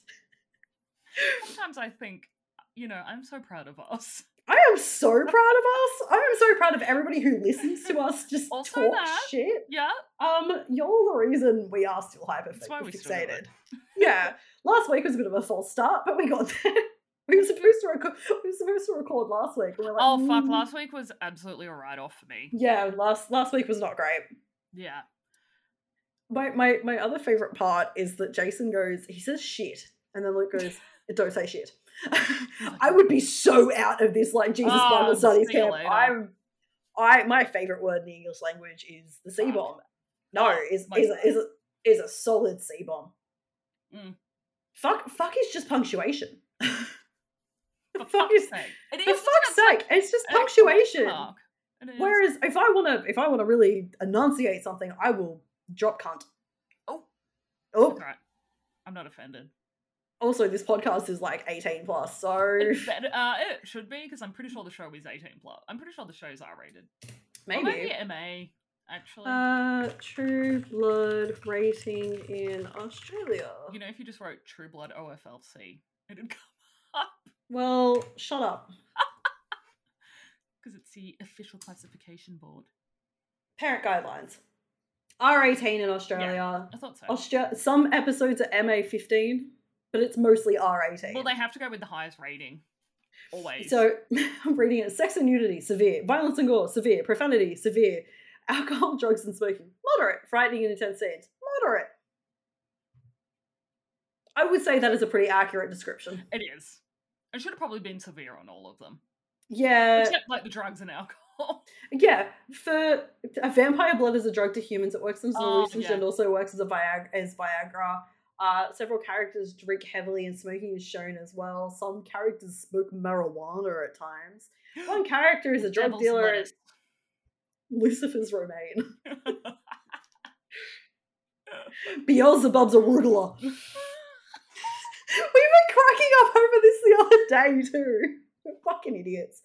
Speaker 2: Sometimes I think, you know, I'm so proud of us.
Speaker 1: I am so proud of us. I am so proud of everybody who listens to us just
Speaker 2: Also
Speaker 1: talk
Speaker 2: that.
Speaker 1: shit.
Speaker 2: Yeah.
Speaker 1: Um, you're the reason we are still hyper
Speaker 2: That's why we still do
Speaker 1: fixated.
Speaker 2: it.
Speaker 1: yeah, last week was a bit of a false start, but we got there. We were supposed to record. We were supposed to record last week. and we were like,
Speaker 2: Oh fuck,
Speaker 1: "Mm,
Speaker 2: last week was absolutely a write off for me.
Speaker 1: Yeah, last last week was not great.
Speaker 2: Yeah.
Speaker 1: My my my other favorite part is that Jason goes. He says shit, and then Luke goes, "Don't say shit." I would be so out of this like Jesus
Speaker 2: Oh,
Speaker 1: Bible studies
Speaker 2: see you
Speaker 1: camp.
Speaker 2: later.
Speaker 1: I'm, I my favorite word in the English language is the C
Speaker 2: Fuck.
Speaker 1: bomb. No,
Speaker 2: Oh,
Speaker 1: is
Speaker 2: my
Speaker 1: is a, is a, is a solid C bomb.
Speaker 2: Mm.
Speaker 1: Fuck fuck is just punctuation.
Speaker 2: For
Speaker 1: fuck
Speaker 2: fuck's
Speaker 1: is-
Speaker 2: sake. It
Speaker 1: For
Speaker 2: is
Speaker 1: fuck's sake, it's just
Speaker 2: an
Speaker 1: punctuation.
Speaker 2: fuck. It is.
Speaker 1: Whereas if I wanna if I wanna really enunciate something, I will drop cunt.
Speaker 2: Oh.
Speaker 1: Oh.
Speaker 2: That's right. I'm not offended.
Speaker 1: Also, this podcast is like eighteen plus, so
Speaker 2: It's better- uh, it should be because I'm pretty sure the show is 18 plus. I'm pretty sure the show's R rated. Or
Speaker 1: maybe.
Speaker 2: MA. Actually,
Speaker 1: Uh, True Blood rating in Australia.
Speaker 2: you know, if you just wrote True Blood OFLC, it'd come up
Speaker 1: Well, shut up.
Speaker 2: because it's the official classification board.
Speaker 1: Parent guidelines. R eighteen in Australia.
Speaker 2: I thought so.
Speaker 1: Austra- some episodes are MA fifteen, but it's mostly R eighteen.
Speaker 2: Well, they have to go with the highest rating. Always.
Speaker 1: So I'm reading it. Sex and nudity, severe. Violence and gore, severe. Profanity, severe. Alcohol, drugs, and smoking, moderate. Frightening and intense scenes, moderate. I would say that is a pretty accurate description.
Speaker 2: it is. It should have probably been severe on all of them,
Speaker 1: Yeah,
Speaker 2: except like the drugs and alcohol.
Speaker 1: yeah. For a vampire blood is a drug to humans. It works as an
Speaker 2: Oh,
Speaker 1: hallucinogen.
Speaker 2: yeah.
Speaker 1: and Also works as a Viagra. As Viagra. Uh, several characters drink heavily and smoking is shown as well. Some characters smoke marijuana at times. One character is a drug
Speaker 2: Devil's
Speaker 1: dealer.
Speaker 2: lettuce.
Speaker 1: Lucifer's romaine. Beelzebub's a roodler. we were cracking up over this the other day too. We're fucking idiots.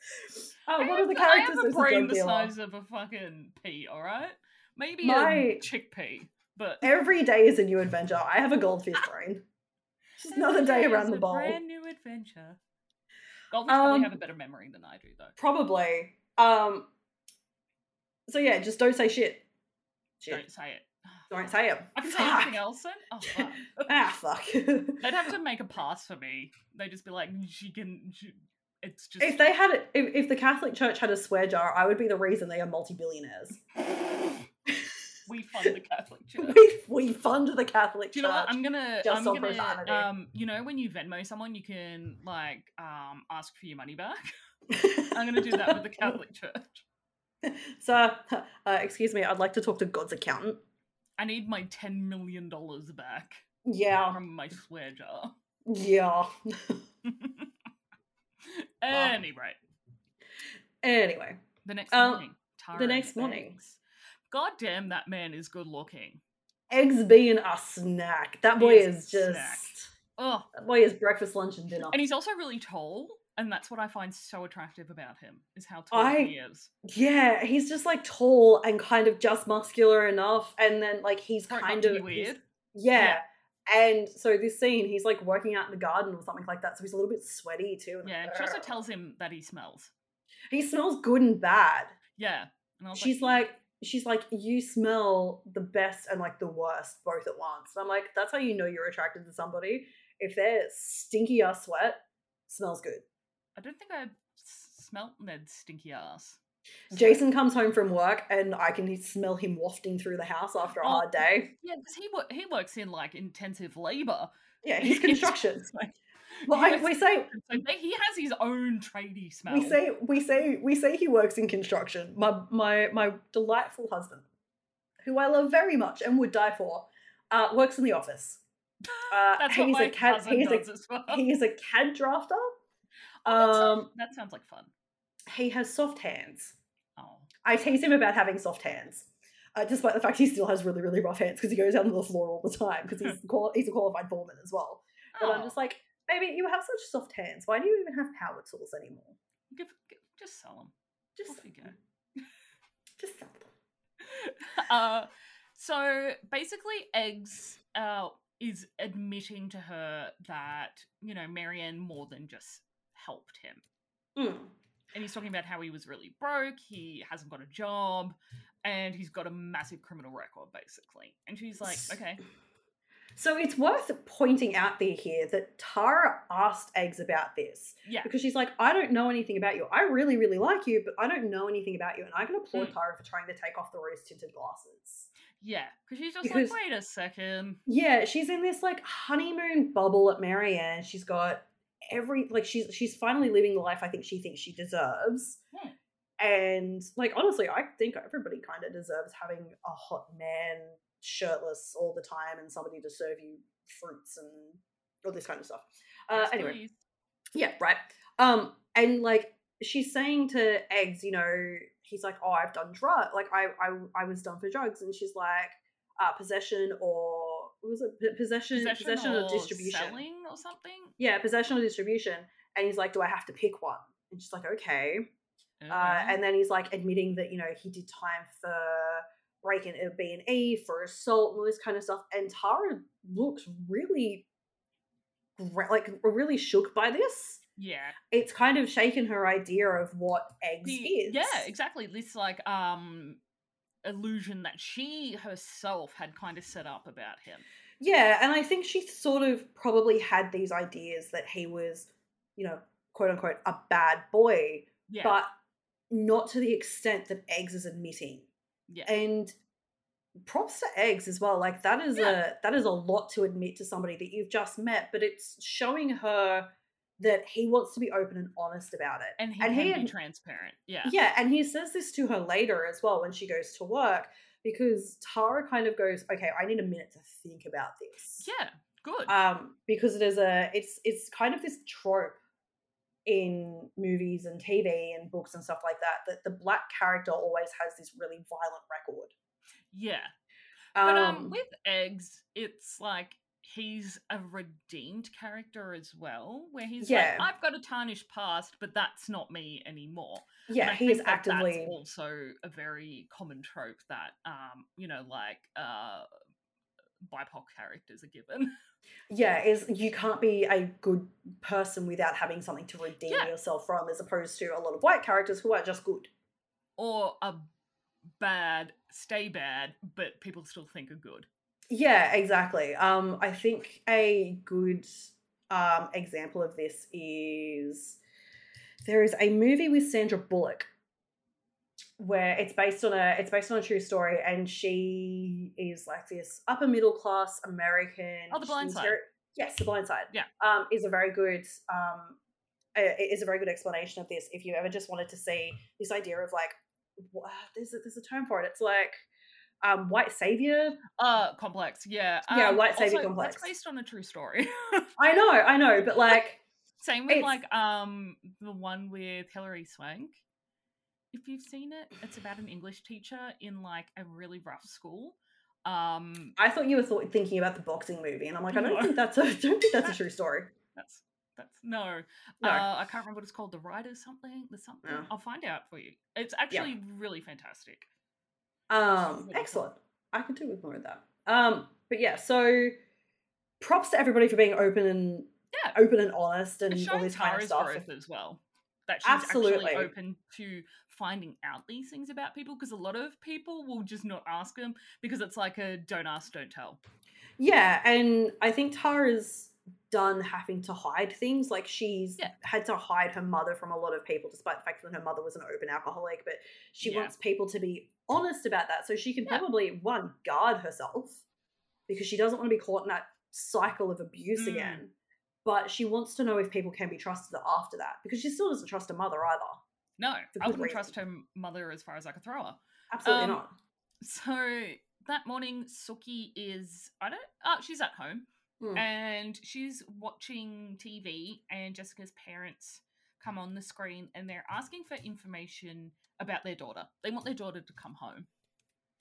Speaker 1: Uh,
Speaker 2: I
Speaker 1: one
Speaker 2: have
Speaker 1: of the
Speaker 2: a- I have
Speaker 1: characters
Speaker 2: a
Speaker 1: is a
Speaker 2: brain
Speaker 1: drug
Speaker 2: the
Speaker 1: dealer.
Speaker 2: size of a fucking pea. All right, maybe
Speaker 1: My-
Speaker 2: a chickpea, but
Speaker 1: Every day is a new adventure. I have a goldfish brain. It's Just another
Speaker 2: Every
Speaker 1: day
Speaker 2: is
Speaker 1: around the
Speaker 2: a
Speaker 1: bowl.
Speaker 2: Brand new adventure. Goldfish probably have
Speaker 1: Um,
Speaker 2: a better memory than I do, though.
Speaker 1: Probably. Um. So yeah, just don't say shit. Shit.
Speaker 2: Don't say it. Ah,
Speaker 1: Don't,
Speaker 2: fuck.
Speaker 1: say it.
Speaker 2: I can say
Speaker 1: fuck.
Speaker 2: anything else then. Oh, fuck.
Speaker 1: Ah, fuck.
Speaker 2: They'd have to make a pass for me. They'd just be like, she can. She, it's just.
Speaker 1: if they had, a, if, if the Catholic Church had a swear jar, I would be the reason they are multi-billionaires.
Speaker 2: we fund the Catholic Church.
Speaker 1: we, we fund the Catholic
Speaker 2: Do you know what?
Speaker 1: Church.
Speaker 2: I'm gonna.
Speaker 1: just
Speaker 2: I'm
Speaker 1: on
Speaker 2: gonna.
Speaker 1: profanity.
Speaker 2: Um, you know, when you Venmo someone, you can like um ask for your money back. I'm gonna do that with the Catholic Church.
Speaker 1: so, uh, excuse me, I'd like to talk to God's accountant.
Speaker 2: I need my ten million dollars back
Speaker 1: Yeah,
Speaker 2: from my swear jar.
Speaker 1: yeah.
Speaker 2: anyway,
Speaker 1: Anyway,
Speaker 2: the next
Speaker 1: Um,
Speaker 2: morning, Tara
Speaker 1: next morning.
Speaker 2: begs, God damn, that man is good looking.
Speaker 1: eggs being a snack. That boy
Speaker 2: He is a
Speaker 1: is just.
Speaker 2: snack. Oh,
Speaker 1: That boy is breakfast, lunch, and dinner.
Speaker 2: and he's also really tall, and that's what I find so attractive about him is how tall
Speaker 1: I-
Speaker 2: he is.
Speaker 1: yeah, he's just like tall and kind of just muscular enough, and then like he's
Speaker 2: For it not
Speaker 1: kind
Speaker 2: to
Speaker 1: of
Speaker 2: be
Speaker 1: he's-
Speaker 2: weird.
Speaker 1: Yeah. And so this scene, he's like working out in the garden or something like that. So he's a little bit sweaty too. and
Speaker 2: Yeah, she also
Speaker 1: Ugh.
Speaker 2: tells him that he smells.
Speaker 1: he smells good and bad.
Speaker 2: Yeah, and I was
Speaker 1: she's like, she's like you smell the best and like the worst both at once and i'm like that's how you know you're attracted to somebody if their stinky ass sweat smells good
Speaker 2: I don't think I smelt Ned's stinky ass.
Speaker 1: jason comes home from work and i can smell him wafting through the house after a
Speaker 2: Oh.
Speaker 1: hard day
Speaker 2: Yeah, because he wo- he works in like intensive labor.
Speaker 1: yeah he's
Speaker 2: It's
Speaker 1: construction
Speaker 2: just like-
Speaker 1: well
Speaker 2: he
Speaker 1: I,
Speaker 2: works
Speaker 1: we
Speaker 2: in
Speaker 1: say
Speaker 2: construction, so he has his own tradie smell.
Speaker 1: we say we say we say he works in construction my my my delightful husband who i love very much and would die for uh, works in the office uh,
Speaker 2: That's what
Speaker 1: he's
Speaker 2: my
Speaker 1: a cat
Speaker 2: cousin
Speaker 1: he's a
Speaker 2: does as well. Oh,
Speaker 1: he is a CAD drafter.
Speaker 2: That sounds-
Speaker 1: Um,
Speaker 2: that sounds like fun.
Speaker 1: he has soft hands.
Speaker 2: Oh,
Speaker 1: I tease him about having soft hands, uh, despite the fact he still has really, really rough hands because he goes out on the floor all the time because he's, quali- he's a qualified foreman as well. But I'm
Speaker 2: Oh,
Speaker 1: just like, Maybe you have such soft hands. Why do you even have power tools anymore?
Speaker 2: Give, give, just sell them.
Speaker 1: Just,
Speaker 2: Off you go.
Speaker 1: just sell them.
Speaker 2: uh, so basically, Eggs uh, is admitting to her that, you know, Marianne more than just helped him.
Speaker 1: Mm.
Speaker 2: And he's talking about how he was really broke, he hasn't got a job, and he's got a massive criminal record, basically. And she's like, okay.
Speaker 1: So it's worth pointing out there here that Tara asked Eggs about this
Speaker 2: Yeah.
Speaker 1: because she's like, I don't know anything about you. I really, really like you, but I don't know anything about you. And I can applaud
Speaker 2: Mm.
Speaker 1: Tara for trying to take off the rose tinted glasses.
Speaker 2: Yeah. Because she's just
Speaker 1: Because-
Speaker 2: like, wait a second.
Speaker 1: Yeah, she's in this like honeymoon bubble at Marianne. She's got every like she's she's finally living the life I think she thinks she deserves.
Speaker 2: Hmm.
Speaker 1: And like honestly, I think everybody kind of deserves having a hot man shirtless all the time and somebody to serve you fruits and all this kind of stuff. Uh,
Speaker 2: Yes,
Speaker 1: anyway,
Speaker 2: please.
Speaker 1: yeah, right. Um, and like she's saying to Eggs, you know, he's like, "Oh, I've done drug. Like, I, I, I was done for drugs," and she's like, uh, "Possession or what was it? P- Possession, possession, or, distribution?
Speaker 2: selling or something.
Speaker 1: Yeah, possession or distribution." And he's like, "Do I have to pick one?" And she's like, "Okay." Uh,
Speaker 2: Okay.
Speaker 1: and then he's like admitting that you know he did time for breaking a B and E for assault and all this kind of stuff. And Tara looks really, gra- like really shook by this
Speaker 2: yeah.
Speaker 1: it's kind of shaken her idea of what eggs
Speaker 2: the-
Speaker 1: is.
Speaker 2: yeah exactly this like um illusion that she herself had kind of set up about him
Speaker 1: Yeah, and I think she sort of probably had these ideas that he was, you know, quote unquote, a bad boy,
Speaker 2: yeah
Speaker 1: but not to the extent that eggs is admitting.
Speaker 2: yeah
Speaker 1: And props to eggs as well. Like that is
Speaker 2: Yeah.
Speaker 1: a that is a lot to admit to somebody that you've just met, but it's showing her that he wants to be open and honest about it.
Speaker 2: and he
Speaker 1: and
Speaker 2: can
Speaker 1: he
Speaker 2: be
Speaker 1: had-
Speaker 2: transparent yeah
Speaker 1: Yeah, and he says this to her later as well when she goes to work because Tara kind of goes, "Okay, I need a minute to think about this."
Speaker 2: yeah good
Speaker 1: Um, because there's a it's it's kind of this trope in movies and TV and books and stuff like that that the black character always has this really violent record.
Speaker 2: yeah but um,
Speaker 1: Um,
Speaker 2: with eggs it's like he's a redeemed character as well where he's
Speaker 1: Yeah.
Speaker 2: like i've got a tarnished past but that's not me anymore And
Speaker 1: yeah,
Speaker 2: I
Speaker 1: he is
Speaker 2: think that
Speaker 1: actively
Speaker 2: That's also a very common trope that, um, you know, like uh, BIPOC characters are given.
Speaker 1: yeah is you can't be a good person without having something to redeem
Speaker 2: Yeah.
Speaker 1: yourself from, as opposed to a lot of white characters who are just good.
Speaker 2: or a bad stay bad, but people still think are good.
Speaker 1: Yeah, exactly. Um, I think a good um, example of this is there is a movie with Sandra Bullock where it's based on a it's based on a true story, and she is like this upper middle class American.
Speaker 2: Oh, The
Speaker 1: she's
Speaker 2: Blind
Speaker 1: this
Speaker 2: Side.
Speaker 1: very- yes, The Blind Side.
Speaker 2: Yeah.
Speaker 1: um, is a very good um, uh, is a very good explanation of this. If you ever just wanted to see this idea of like, wha- there's a, there's a term for it. It's like um, white savior
Speaker 2: Uh, complex, yeah,
Speaker 1: Mm. Yeah,
Speaker 2: um,
Speaker 1: white savior
Speaker 2: also,
Speaker 1: complex.
Speaker 2: That's based on a true story.
Speaker 1: I know, I know, but like,
Speaker 2: Same with
Speaker 1: It's-
Speaker 2: like um the one with Hilary Swank. If you've seen it, it's about an English teacher in like a really rough school. Um,
Speaker 1: I thought you were thought, thinking about the boxing movie, and I'm like, I don't
Speaker 2: No.
Speaker 1: think that's a, I don't think that's a true story.
Speaker 2: that's that's no.
Speaker 1: No,
Speaker 2: Uh, I can't remember what it's called. The Writer's something. The something.
Speaker 1: No.
Speaker 2: I'll find out for you. It's actually really fantastic.
Speaker 1: um,
Speaker 2: really
Speaker 1: excellent. I could do with more of that. Um, but yeah, so props to everybody for being open and
Speaker 2: Yeah.
Speaker 1: open and honest and
Speaker 2: It's
Speaker 1: all
Speaker 2: showing
Speaker 1: this kind of
Speaker 2: Tara's
Speaker 1: stuff.
Speaker 2: growth as well. That she's
Speaker 1: Absolutely.
Speaker 2: actually open to finding out these things about people because a lot of people will just not ask them because it's like a don't ask, don't tell.
Speaker 1: Yeah, and I think Tara's done having to hide things. Like she's
Speaker 2: Yeah.
Speaker 1: had to hide her mother from a lot of people, despite the fact that her mother was an open alcoholic. But she
Speaker 2: Yeah.
Speaker 1: wants people to be honest about that, so she can
Speaker 2: Yeah.
Speaker 1: probably one guard herself because she doesn't want to be caught in that cycle of abuse
Speaker 2: Mm.
Speaker 1: again. But she wants to know if people can be trusted after that because she still doesn't trust her mother either.
Speaker 2: No,
Speaker 1: For
Speaker 2: I
Speaker 1: good
Speaker 2: wouldn't trust her mother as far as I could throw her.
Speaker 1: Absolutely
Speaker 2: Um,
Speaker 1: not.
Speaker 2: So that morning, Suki is I don't. Oh, she's at home.
Speaker 1: Mm.
Speaker 2: and she's watching TV, and Jessica's parents come on the screen and they're asking for information about their daughter. They want their daughter to come home.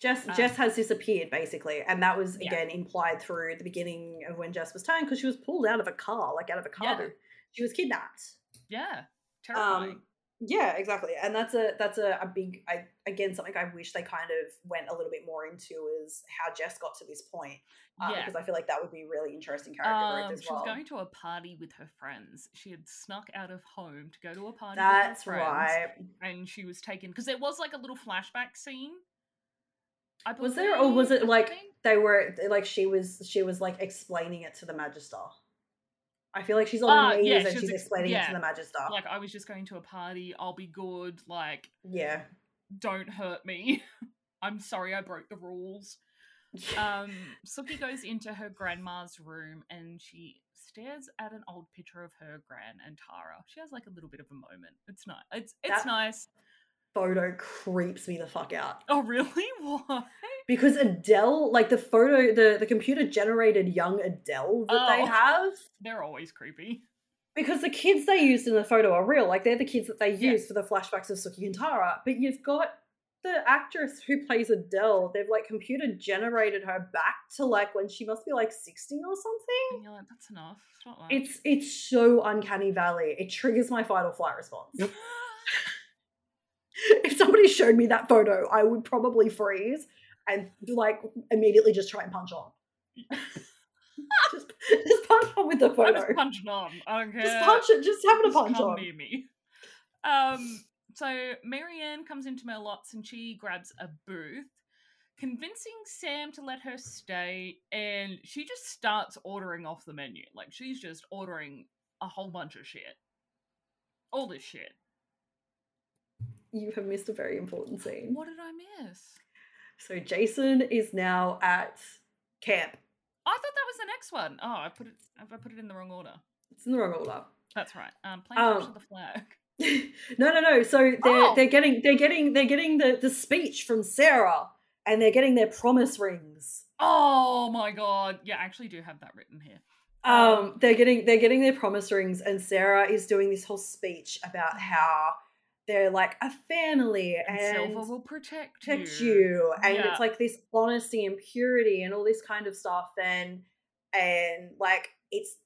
Speaker 1: Jess
Speaker 2: Uh,
Speaker 1: Jess has disappeared basically, and that was
Speaker 2: Yeah.
Speaker 1: again implied through the beginning of when Jess was turned because she was pulled out of a car, like out of a car
Speaker 2: Yeah.
Speaker 1: boot. She was kidnapped.
Speaker 2: Yeah. Terrifying.
Speaker 1: Um, yeah, exactly, and that's a that's a, a big I, again something I wish they kind of went a little bit more into is how Jess got to this point uh, because
Speaker 2: yeah.
Speaker 1: I feel like that would be really interesting character growth
Speaker 2: Um,
Speaker 1: as
Speaker 2: she
Speaker 1: well.
Speaker 2: was going to a party with her friends. She had snuck out of home to go to a party
Speaker 1: that's
Speaker 2: with her friends,
Speaker 1: right.
Speaker 2: and she was taken because there was like a little flashback scene. I
Speaker 1: Was there, or was
Speaker 2: believe,
Speaker 1: it,
Speaker 2: I
Speaker 1: like,
Speaker 2: think.
Speaker 1: They were they- like she was she was like explaining it to the Magister. I feel like she's on
Speaker 2: Ah,
Speaker 1: her knees
Speaker 2: yeah, she
Speaker 1: and
Speaker 2: was
Speaker 1: she's
Speaker 2: ex-
Speaker 1: explaining it
Speaker 2: yeah.
Speaker 1: to the Magister.
Speaker 2: like I was just going to a party? I'll be good. Like
Speaker 1: yeah.
Speaker 2: don't hurt me. I'm sorry I broke the rules. Um, Suki goes into her grandma's room and she stares at an old picture of her gran and Tara. She has like a little bit of a moment. It's nice. It's it's
Speaker 1: That-
Speaker 2: nice.
Speaker 1: photo creeps me the fuck out
Speaker 2: Oh really? What?
Speaker 1: because Adele, like the photo, the the computer generated young Adele that they
Speaker 2: Oh.
Speaker 1: have.
Speaker 2: They're always creepy.
Speaker 1: Because the kids they used in the photo are real, like they're the kids that they
Speaker 2: Yeah.
Speaker 1: use for the flashbacks of Suki and Tara. But you've got the actress who plays Adele. They've like computer generated her back to like when she must be like sixty or something.
Speaker 2: And you're like, that's enough. It's not like
Speaker 1: It's it's so uncanny valley. It triggers my fight or flight response. if somebody showed me that photo, I would probably freeze and like immediately just try and punch on. just, just punch on with the
Speaker 2: I'm
Speaker 1: photo.
Speaker 2: just punching on. I don't care.
Speaker 1: Just punch it. Just having a
Speaker 2: Just
Speaker 1: punch
Speaker 2: come
Speaker 1: on.
Speaker 2: near me. Um, so Marianne comes into Merlot's and she grabs a booth, convincing Sam to let her stay, and she just starts ordering off the menu. Like she's just ordering a whole bunch of shit. All this shit.
Speaker 1: You have missed a very important scene.
Speaker 2: What did I miss?
Speaker 1: So Jason is now at camp.
Speaker 2: I thought that was the next one. Oh, I put it. I put it in the wrong order.
Speaker 1: It's in the wrong order.
Speaker 2: That's right. Um, playing Capture
Speaker 1: Um,
Speaker 2: the flag.
Speaker 1: no, no, no. So they're
Speaker 2: Oh.
Speaker 1: they're getting they're getting they're getting the the speech from Sarah, and they're getting their promise rings.
Speaker 2: Oh my god! Yeah, I actually do have that written here.
Speaker 1: um they're getting they're getting their promise rings and sarah is doing this whole speech about how they're like a family and,
Speaker 2: And, Silver will protect,
Speaker 1: protect
Speaker 2: you.
Speaker 1: you and
Speaker 2: Yeah.
Speaker 1: it's like this honesty and purity and all this kind of stuff and and like it's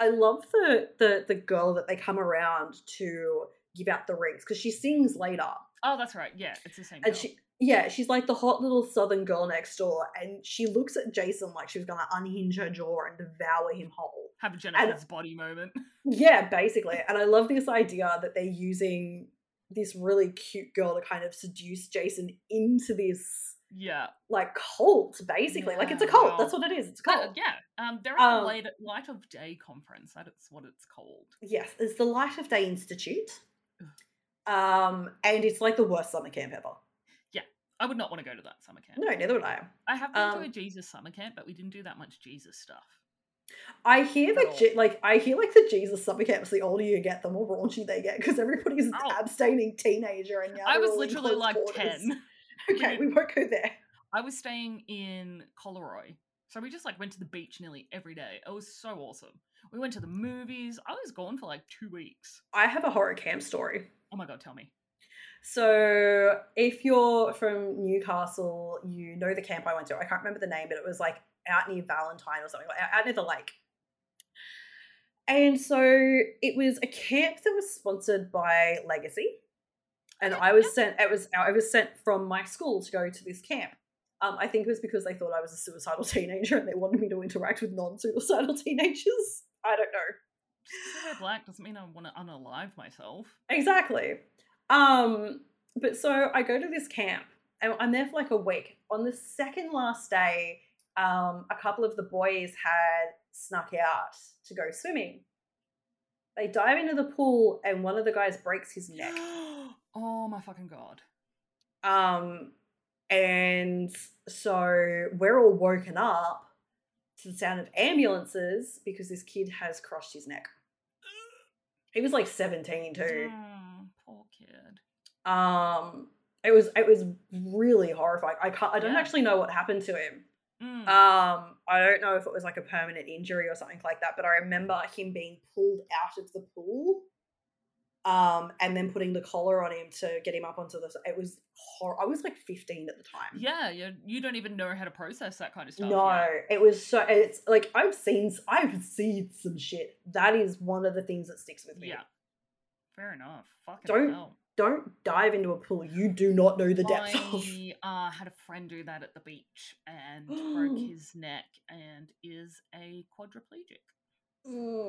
Speaker 1: i love the the the girl that they come around to give out the rings because she sings later
Speaker 2: Oh, that's right. Yeah, it's the same. girl.
Speaker 1: and she yeah she's like the hot little southern girl next door and she looks at jason like she was gonna unhinge her jaw and devour him whole
Speaker 2: have a Jennifer's body moment.
Speaker 1: Yeah, basically. And I love this idea that they're using this really cute girl to kind of seduce Jason into this
Speaker 2: Yeah,
Speaker 1: like cult, basically. Like it's a
Speaker 2: Yeah,
Speaker 1: cult.
Speaker 2: wow.
Speaker 1: That's what it is. It's a
Speaker 2: Uh,
Speaker 1: cult.
Speaker 2: yeah. Um, they're at
Speaker 1: Um,
Speaker 2: the late, light of day conference. That's what it's called.
Speaker 1: Yes, it's the Light of Day Institute.
Speaker 2: Ugh.
Speaker 1: Um, and it's like the worst summer camp ever.
Speaker 2: I would not want to go to that summer camp.
Speaker 1: No, neither would I.
Speaker 2: I have been
Speaker 1: um,
Speaker 2: to a Jesus summer camp, but we didn't do that much Jesus stuff.
Speaker 1: I hear
Speaker 2: Not
Speaker 1: that,
Speaker 2: all.
Speaker 1: Je- like, I hear like the Jesus summer camps. The older you get, the more raunchy they get because everybody's an
Speaker 2: Oh.
Speaker 1: abstaining teenager. And now
Speaker 2: I
Speaker 1: they're
Speaker 2: was
Speaker 1: all in
Speaker 2: literally
Speaker 1: close
Speaker 2: like
Speaker 1: quarters.
Speaker 2: ten.
Speaker 1: Okay, we won't go there.
Speaker 2: I was staying in Coleroy, so we just like went to the beach nearly every day. It was so awesome. We went to the movies. I was gone for like two weeks.
Speaker 1: I have a horror camp story.
Speaker 2: Oh my god, tell me.
Speaker 1: So if you're from Newcastle, you know the camp I went to. I can't remember the name, but it was like out near Valentine or something, like out- out near the lake. And so it was a camp that was sponsored by Legacy, and I was sent. It was I was sent from my school to go to this camp. Um, I think it was because they thought I was a suicidal teenager and they wanted me to interact with non-suicidal teenagers. I don't know.
Speaker 2: Just 'cause I wear black doesn't mean I want to unalive myself.
Speaker 1: Exactly. Um, but so I go to this camp and I'm there for like a week. On the second last day, um, a couple of the boys had snuck out to go swimming. They dive into the pool and one of the guys breaks his neck.
Speaker 2: oh my fucking god.
Speaker 1: Um, and so we're all woken up to the sound of ambulances because this kid has crushed his neck. He was like 17 too.
Speaker 2: Mm, poor kid.
Speaker 1: um it was it was really horrifying i can't i don't
Speaker 2: Yeah.
Speaker 1: actually know what happened to him
Speaker 2: Mm.
Speaker 1: um i don't know if it was like a permanent injury or something like that but i remember him being pulled out of the pool um, and then putting the collar on him to get him up onto the. It was hor- I was like 15 at the time.
Speaker 2: Yeah, you you don't even know how to process that kind of stuff.
Speaker 1: No,
Speaker 2: yeah.
Speaker 1: it was so. It's like I've seen, I've seen some shit. That is one of the things that sticks with me.
Speaker 2: Yeah. Fair enough. Fucking
Speaker 1: Don't
Speaker 2: hell.
Speaker 1: Don't dive into a pool you do not know the depth of.
Speaker 2: I uh, had a friend do that at the beach and broke his neck and is a quadriplegic.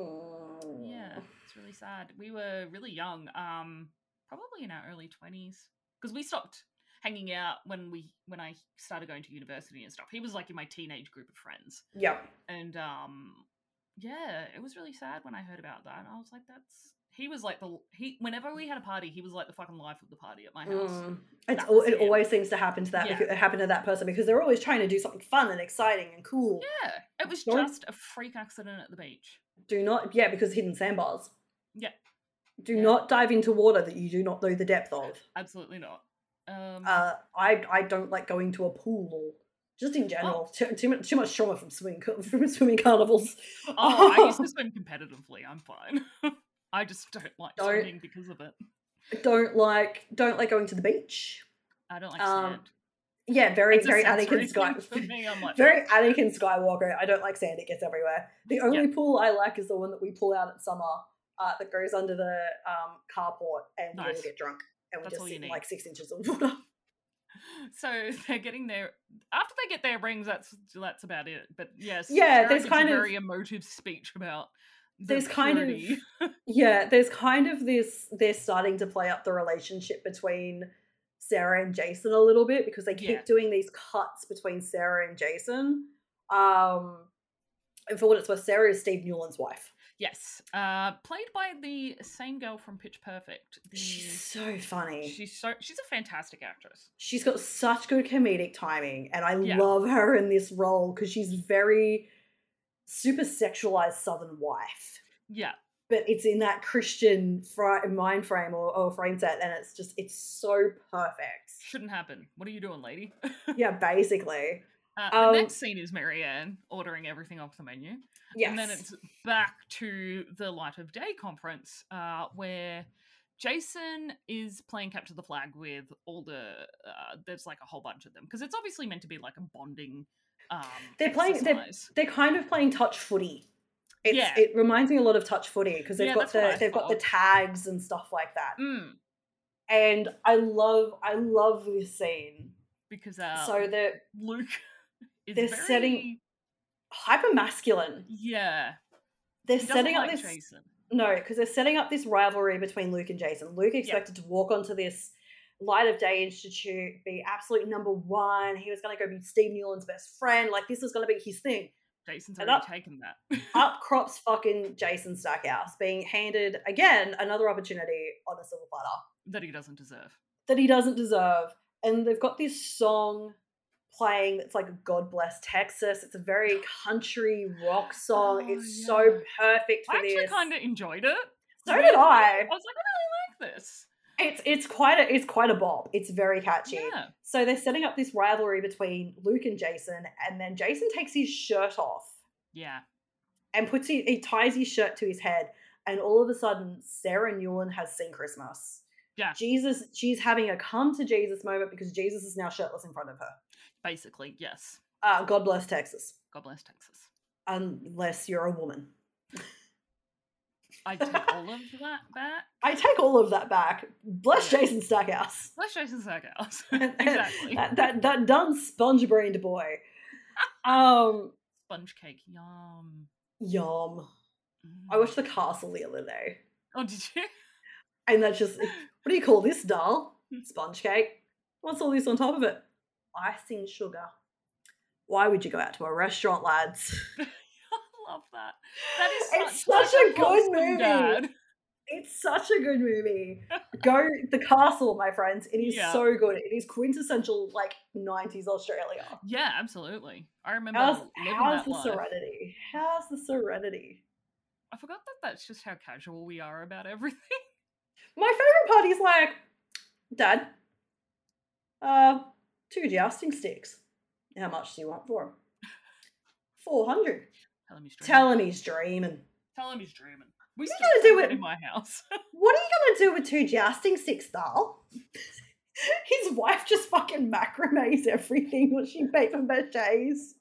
Speaker 2: Yeah, it's really sad. We were really young, um, probably in our early twenties, because we stopped hanging out when we when I started going to university and stuff. He was like in my teenage group of friends,
Speaker 1: Yeah.
Speaker 2: and um, yeah, it was really sad when I heard about that. I was like, that's he was like the he. Whenever we had a party, he was like the fucking life of the party at my house.
Speaker 1: Mm. It's,
Speaker 2: That
Speaker 1: al-
Speaker 2: was
Speaker 1: it
Speaker 2: him.
Speaker 1: always seems to happen to that.
Speaker 2: Yeah.
Speaker 1: becau- it happened to that person because they're always trying to do something fun and exciting and cool.
Speaker 2: Yeah, it was
Speaker 1: Don't-
Speaker 2: just a freak accident at the beach.
Speaker 1: Do not, yeah, because hidden sandbars.
Speaker 2: Yeah.
Speaker 1: Do
Speaker 2: Yeah.
Speaker 1: not dive into water that you do not know the depth of.
Speaker 2: Absolutely not. Um,
Speaker 1: Uh, I I don't like going to a pool or just
Speaker 2: Oh.
Speaker 1: in general. Too, too much too much trauma from swimming car- from swimming carnivals.
Speaker 2: oh, I used to swim competitively. I'm fine. I just don't like
Speaker 1: Don't-
Speaker 2: swimming because of it.
Speaker 1: Don't like don't like going to the beach.
Speaker 2: I don't like
Speaker 1: Um,
Speaker 2: sand.
Speaker 1: Yeah, very
Speaker 2: It's a
Speaker 1: very
Speaker 2: sensory
Speaker 1: Anakin Sky.
Speaker 2: thing for me. I'm like,
Speaker 1: Very
Speaker 2: "Ugh."
Speaker 1: Anakin Skywalker. I don't like sand; it gets everywhere. The only pool I like is the one that we pull out at summer uh, that goes under the um, carport, and we
Speaker 2: Nice.
Speaker 1: all get drunk and we
Speaker 2: That's all
Speaker 1: just
Speaker 2: you
Speaker 1: sit in
Speaker 2: need.
Speaker 1: like six inches of water.
Speaker 2: So they're getting their after they get their rings. That's that's about it. But yes,
Speaker 1: Yeah,
Speaker 2: Sarah
Speaker 1: there's
Speaker 2: gives a
Speaker 1: kind of-
Speaker 2: very emotive speech about the
Speaker 1: There's kind of-
Speaker 2: purity.
Speaker 1: yeah, there's kind of this. They're starting to play up the relationship between Sarah and Jason a little bit because they keep
Speaker 2: Yeah.
Speaker 1: doing these cuts between Sarah and Jason. Um, and for what it's worth, Sarah is Steve Newland's wife.
Speaker 2: yes, uh, played by the same girl from Pitch Perfect. The-
Speaker 1: She's so funny.
Speaker 2: she's so she's a fantastic actress.
Speaker 1: she's got such good comedic timing and i
Speaker 2: Yeah.
Speaker 1: love her in this role because she's very super sexualized southern wife
Speaker 2: Yeah,
Speaker 1: but it's in that christian fri- mind frame or, or frame set and it's just it's so perfect
Speaker 2: shouldn't happen. What are you doing, lady?
Speaker 1: yeah basically
Speaker 2: Uh, the
Speaker 1: Um,
Speaker 2: next scene is Marianne ordering everything off the menu.
Speaker 1: yes
Speaker 2: And then it's back to the Light of Day conference uh, where Jason is playing Capture the Flag with all the. Uh, there's like a whole bunch of them because it's obviously meant to be like a bonding. Um,
Speaker 1: They're playing- they're-
Speaker 2: exercise.
Speaker 1: they're kind of playing touch footy it's,
Speaker 2: Yeah.
Speaker 1: it reminds me a lot of touch footy because they've
Speaker 2: Yeah,
Speaker 1: got
Speaker 2: that's what
Speaker 1: the
Speaker 2: I
Speaker 1: they've got the
Speaker 2: thought.
Speaker 1: tags and stuff like that
Speaker 2: Mm,
Speaker 1: and i love i love this scene
Speaker 2: because uh,
Speaker 1: so they're
Speaker 2: Luke is
Speaker 1: they're
Speaker 2: very,
Speaker 1: setting- hyper masculine
Speaker 2: Yeah,
Speaker 1: they're
Speaker 2: he doesn't
Speaker 1: setting up
Speaker 2: like
Speaker 1: this
Speaker 2: Jason.
Speaker 1: No, because they're setting up this rivalry between Luke and Jason. Luke expected to walk onto this Light of Day Institute, be absolute number one. He was going to go be Steve Newland's best friend. Like, this was going to be his thing.
Speaker 2: Jason's
Speaker 1: and
Speaker 2: already
Speaker 1: up-
Speaker 2: taken that.
Speaker 1: Up crops fucking Jason Stackhouse, being handed again another opportunity on a silver platter
Speaker 2: that he doesn't deserve.
Speaker 1: that he doesn't deserve. And they've got this song playing that's like God Bless Texas. It's a very country rock song.
Speaker 2: Oh,
Speaker 1: it's
Speaker 2: yeah.
Speaker 1: so perfect for
Speaker 2: I actually
Speaker 1: this.
Speaker 2: kind of enjoyed it.
Speaker 1: So did I.
Speaker 2: I was like, I really like this.
Speaker 1: It's it's quite a it's quite a bop. It's very catchy.
Speaker 2: Yeah.
Speaker 1: So they're setting up this rivalry between Luke and Jason, and then Jason takes his shirt off
Speaker 2: Yeah.
Speaker 1: and puts his, he ties his shirt to his head, and all of a sudden Sarah Newland has seen Christmas.
Speaker 2: Yeah.
Speaker 1: Jesus, she's having a come to Jesus moment because Jesus is now shirtless in front of her.
Speaker 2: Basically, yes.
Speaker 1: Uh, God bless Texas,
Speaker 2: God bless Texas.
Speaker 1: unless you're a woman.
Speaker 2: I take all of that back.
Speaker 1: I take all of that back. Bless
Speaker 2: Yeah.
Speaker 1: Jason Stackhouse.
Speaker 2: Bless Jason Stackhouse.
Speaker 1: And- and
Speaker 2: exactly.
Speaker 1: That that that done sponge brained boy. Um,
Speaker 2: Sponge cake. Yum.
Speaker 1: yum. I
Speaker 2: Mm.
Speaker 1: watched The Castle the other day,
Speaker 2: Oh, did you?
Speaker 1: and that's just what do you call this doll?
Speaker 2: Hmm.
Speaker 1: Sponge cake. What's all this on top of it? Icing sugar. Why would you go out to a restaurant, lads?
Speaker 2: I love that. That is such,
Speaker 1: It's such a good
Speaker 2: wholesome
Speaker 1: movie.
Speaker 2: dad.
Speaker 1: It's such a good movie. Go The Castle, my friends. It is
Speaker 2: Yeah.
Speaker 1: so good. It is quintessential like 90s Australia.
Speaker 2: Yeah, absolutely. I remember
Speaker 1: How's,
Speaker 2: living
Speaker 1: how's
Speaker 2: that
Speaker 1: the
Speaker 2: life.
Speaker 1: serenity? How's the serenity?
Speaker 2: I forgot that that's just how casual we are about everything.
Speaker 1: My favorite part is like, Dad, uh, two jousting sticks. How much do you want for them? 400.
Speaker 2: Tell him he's dreaming.
Speaker 1: Tell him
Speaker 2: Tell him he's
Speaker 1: he's dreaming.
Speaker 2: dreaming. We
Speaker 1: What
Speaker 2: still
Speaker 1: are you
Speaker 2: do
Speaker 1: gonna do
Speaker 2: it
Speaker 1: with-
Speaker 2: in my house.
Speaker 1: What are you gonna do with two jousting six style? His wife just fucking macrames everything, or she paper maches.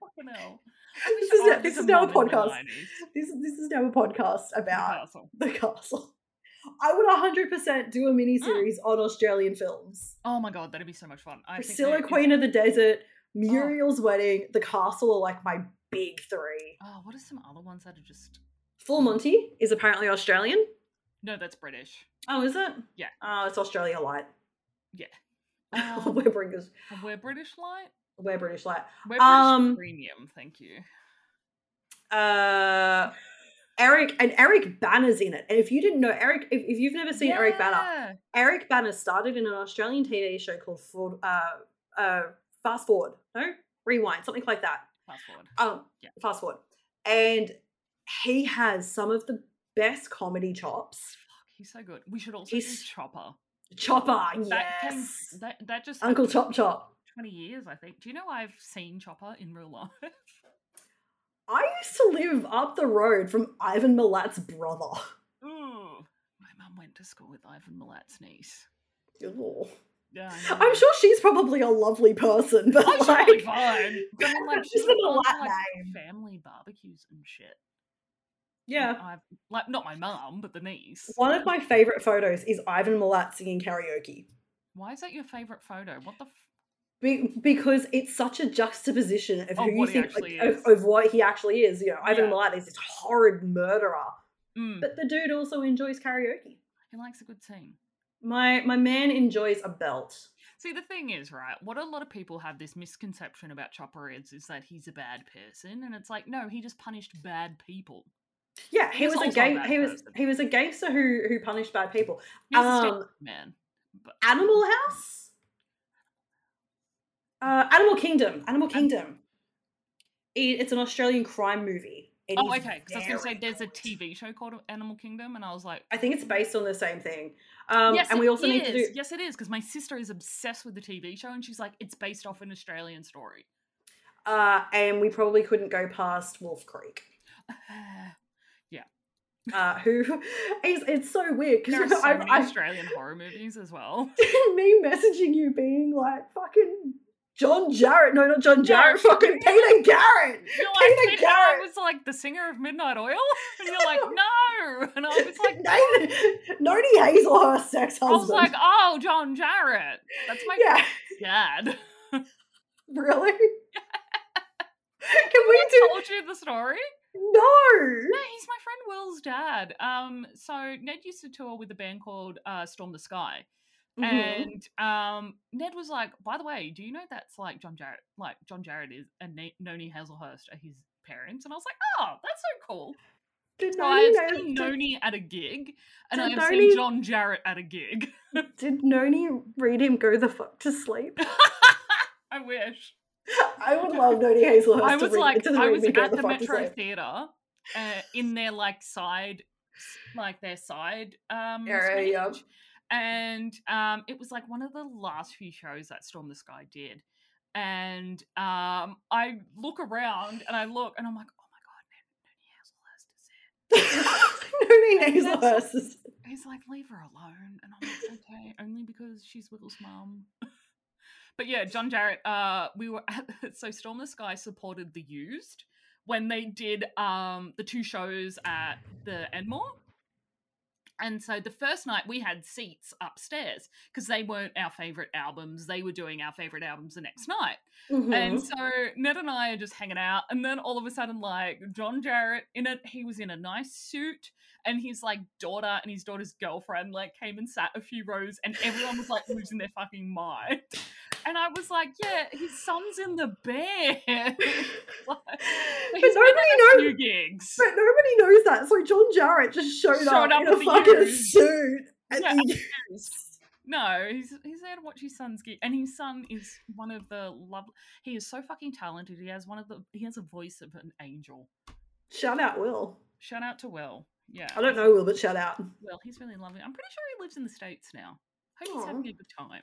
Speaker 2: Fucking hell.
Speaker 1: This is,
Speaker 2: I
Speaker 1: this
Speaker 2: was
Speaker 1: is now a
Speaker 2: mum in the
Speaker 1: podcast.
Speaker 2: 90s.
Speaker 1: This is this is now a podcast about
Speaker 2: Newcastle.
Speaker 1: the castle. I would hundred percent do a mini series on Australian films.
Speaker 2: Oh my god, that'd be so much fun. I think
Speaker 1: Priscilla,
Speaker 2: there is-
Speaker 1: Queen of the Desert, Muriel's Wedding, The Castle are like my big three.
Speaker 2: Oh, what are some other ones that are just?
Speaker 1: Full Monty is apparently Australian.
Speaker 2: No, that's British.
Speaker 1: Oh, is it?
Speaker 2: Yeah.
Speaker 1: Oh, it's Australia Light.
Speaker 2: Um,
Speaker 1: we're British.
Speaker 2: we're British light.
Speaker 1: We're British Light.
Speaker 2: We're British
Speaker 1: Um,
Speaker 2: premium. Thank you.
Speaker 1: Uh, Eric and Eric Banner's in it. And if you didn't know Eric, if, if you've never seen Eric Banner,
Speaker 2: Yeah.
Speaker 1: Eric Banner started in an Australian TV show called Ford, uh, uh, Fast Forward. No, Rewind, something like that.
Speaker 2: Fast forward.
Speaker 1: um
Speaker 2: Yeah.
Speaker 1: fast forward and he has some of the best comedy chops
Speaker 2: He's so good. We should also
Speaker 1: He's-
Speaker 2: do Chopper.
Speaker 1: chopper
Speaker 2: That came.
Speaker 1: yes
Speaker 2: That that just
Speaker 1: uncle
Speaker 2: happened
Speaker 1: chop chop
Speaker 2: Twenty years, I think. Do you know I've seen Chopper in real life?
Speaker 1: i used to live up the road from ivan milat's brother
Speaker 2: Ooh. My mum went to school with Ivan Milat's niece.
Speaker 1: Ooh.
Speaker 2: Yeah, I know.
Speaker 1: i'm sure she's probably a lovely person but
Speaker 2: I'm
Speaker 1: like
Speaker 2: totally fine. But I'm like,
Speaker 1: It's
Speaker 2: she
Speaker 1: just
Speaker 2: would
Speaker 1: an
Speaker 2: have gone to,
Speaker 1: Milat
Speaker 2: like, family barbecues and shit.
Speaker 1: yeah
Speaker 2: I've, like not my mum, but the niece.
Speaker 1: one of my favorite photos is ivan milat singing karaoke
Speaker 2: Why is that your favorite photo? What the? F-
Speaker 1: Be- because it's such a juxtaposition of
Speaker 2: Of
Speaker 1: who you
Speaker 2: what he
Speaker 1: think
Speaker 2: actually
Speaker 1: like, of,
Speaker 2: is.
Speaker 1: of what he actually is you know ivan
Speaker 2: Yeah.
Speaker 1: milat is this horrid murderer
Speaker 2: Mm,
Speaker 1: but the dude also enjoys karaoke
Speaker 2: he likes a good sing.
Speaker 1: My my man enjoys a belt.
Speaker 2: See, the thing is, right? What a lot of people have this misconception about Chopper is, is that he's a bad person, and it's like, no, he just punished bad people.
Speaker 1: Yeah,
Speaker 2: He
Speaker 1: he
Speaker 2: was
Speaker 1: was a
Speaker 2: also a
Speaker 1: gang.
Speaker 2: bad
Speaker 1: He was
Speaker 2: person.
Speaker 1: he was a gangster who who punished bad people.
Speaker 2: He's a stand-
Speaker 1: Um,
Speaker 2: man. But
Speaker 1: Animal House, uh, Animal Kingdom, Animal Kingdom. It, it's an Australian crime movie. It
Speaker 2: oh,
Speaker 1: is
Speaker 2: okay. Because I was going to say,
Speaker 1: very
Speaker 2: there's a
Speaker 1: good.
Speaker 2: TV show called Animal Kingdom, and I was like,
Speaker 1: I think it's based on the same thing. Um,
Speaker 2: yes,
Speaker 1: and we
Speaker 2: it
Speaker 1: also need to do.
Speaker 2: is. Yes, it is. Because my sister is obsessed with the TV show, and she's like, it's based off an Australian story.
Speaker 1: Uh, and we probably couldn't go past Wolf Creek. Uh, who is it's so weird
Speaker 2: there are
Speaker 1: because
Speaker 2: so
Speaker 1: I've,
Speaker 2: many
Speaker 1: I've
Speaker 2: Australian horror movies as well.
Speaker 1: me messaging you being like fucking John Jarrett, no, not John Jarrett, fucking Peter Garrett.
Speaker 2: You're
Speaker 1: Peter
Speaker 2: like, Peter
Speaker 1: Garrett.
Speaker 2: was like the singer of Midnight Oil, and you're like, no, and I was like,
Speaker 1: Nathan, Noni Hazelhurst, sex husband.
Speaker 2: I was like, oh, John Jarrett, that's my
Speaker 1: yeah,
Speaker 2: dad.
Speaker 1: really? Can we do?
Speaker 2: Told you the story.
Speaker 1: No.
Speaker 2: No, he's my friend Will's dad. Um, so Ned used to tour with a band called uh, Storm the Sky,
Speaker 1: Mhm.
Speaker 2: and um, Ned was like, by the way, do you know that's like John Jarrett? Like John Jarrett is and Na- Noni Hazelhurst are his parents, and I was like, oh, that's so cool.
Speaker 1: Did
Speaker 2: So I've
Speaker 1: Noni,
Speaker 2: seen
Speaker 1: know, did,
Speaker 2: Noni at a gig, and
Speaker 1: so
Speaker 2: I've
Speaker 1: Noni-
Speaker 2: seen John Jarrett at a gig.
Speaker 1: did Noni read him go the fuck to sleep?
Speaker 2: I wish.
Speaker 1: I would love Noni Hazelhurst.
Speaker 2: I
Speaker 1: to
Speaker 2: was
Speaker 1: read,
Speaker 2: like,
Speaker 1: to
Speaker 2: I
Speaker 1: read
Speaker 2: was
Speaker 1: me go
Speaker 2: at the
Speaker 1: fuck to
Speaker 2: Metro
Speaker 1: sleep.
Speaker 2: Theatre, uh, in their like side, like their side um
Speaker 1: Area, yeah.
Speaker 2: stage, and um, it was like one of the last few shows that Storm the Sky did, and um, I look around and I look and I'm like, oh my god, Nan- Nanny Hazelhurst is there.
Speaker 1: Noni
Speaker 2: And that's-
Speaker 1: Hazelhurst. is-
Speaker 2: He's like, leave her alone, and I'm like, okay, only because she's Wiggle's mum. But yeah, John Jarrett, uh, we were at, so Storm the Sky supported the used when they did um the two shows at the Enmore. And so the first night we had seats upstairs because they weren't our favorite albums. They were doing our favorite albums the next night. And
Speaker 1: Mhm.
Speaker 2: so Ned and I are just hanging out, and then all of a sudden, like John Jarrett in it, he was in a nice suit, and his like daughter and his daughter's girlfriend like came and sat a few rows, and everyone was like losing their fucking mind. And I was like, yeah, his son's in the band. like,
Speaker 1: But
Speaker 2: he's been
Speaker 1: nobody
Speaker 2: at a
Speaker 1: knows.
Speaker 2: few gigs.
Speaker 1: But nobody knows that. So John Jarrett just showed,
Speaker 2: Showed
Speaker 1: up,
Speaker 2: up
Speaker 1: in
Speaker 2: at
Speaker 1: a
Speaker 2: the
Speaker 1: fucking
Speaker 2: Euros.
Speaker 1: suit at
Speaker 2: Yeah,
Speaker 1: the
Speaker 2: at
Speaker 1: Euros.
Speaker 2: No, he's he's there to watch his son's gig, and his son is one of the love. He is so fucking talented. He has one of the he has a voice of an angel.
Speaker 1: Shout out Will.
Speaker 2: Shout out to Will. Yeah.
Speaker 1: I don't know Will, but shout out. Me
Speaker 2: Will, he's really lovely. I'm pretty sure he lives in the States now. Hope he's having
Speaker 1: Aw.
Speaker 2: a good time.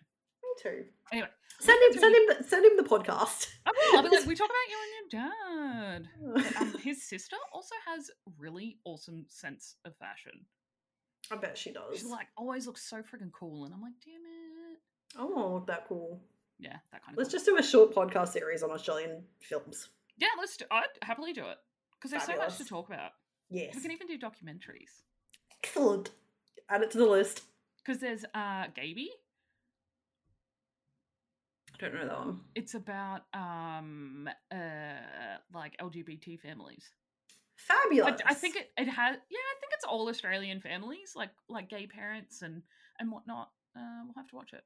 Speaker 1: too.
Speaker 2: Anyway,
Speaker 1: Send him send him the, send him the podcast.
Speaker 2: I will. I'll be like, we talk about you and your dad.
Speaker 1: Oh,
Speaker 2: But, um, his sister also has really awesome sense of fashion.
Speaker 1: I bet she does.
Speaker 2: She like always looks so freaking cool, and I'm like, damn it.
Speaker 1: oh, that cool.
Speaker 2: Yeah, that kind of.
Speaker 1: Let's
Speaker 2: cool.
Speaker 1: just do a short podcast series on Australian films.
Speaker 2: yeah, let's. Do, I'd happily do it because there's so much to
Speaker 1: Fabulous.
Speaker 2: talk about.
Speaker 1: Yes.
Speaker 2: We can even do documentaries
Speaker 1: Excellent. Add it to the list.
Speaker 2: because there's uh Gaby.
Speaker 1: I don't know that one.
Speaker 2: It's about um uh like LGBT families. I,
Speaker 1: Fabulous.
Speaker 2: I think it, it has yeah, I think it's all Australian families, like like gay parents and and whatnot. Uh, we'll have to watch it.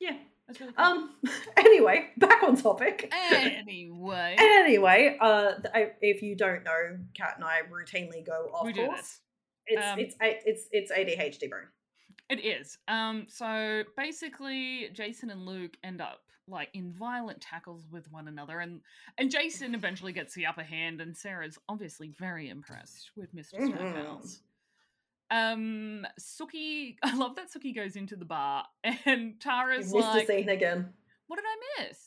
Speaker 1: Yeah.
Speaker 2: That's really cool.
Speaker 1: Um. Anyway, back on topic.
Speaker 2: anyway,
Speaker 1: anyway, uh, th- I, if you don't know, Kat and I routinely go off
Speaker 2: we do
Speaker 1: course.
Speaker 2: this.
Speaker 1: It's
Speaker 2: Um,
Speaker 1: it's a- it's it's ADHD brain.
Speaker 2: It is. Um, so basically, Jason and Luke end up like in violent tackles with one another, and and Jason eventually gets the upper hand, and Sarah's obviously very impressed with Mister
Speaker 1: Mhm.
Speaker 2: Snowhouse. Um, Suki, I love that Suki goes into the bar, and
Speaker 1: You've
Speaker 2: Tara's
Speaker 1: missed
Speaker 2: like,
Speaker 1: the scene again.
Speaker 2: "What did I miss?"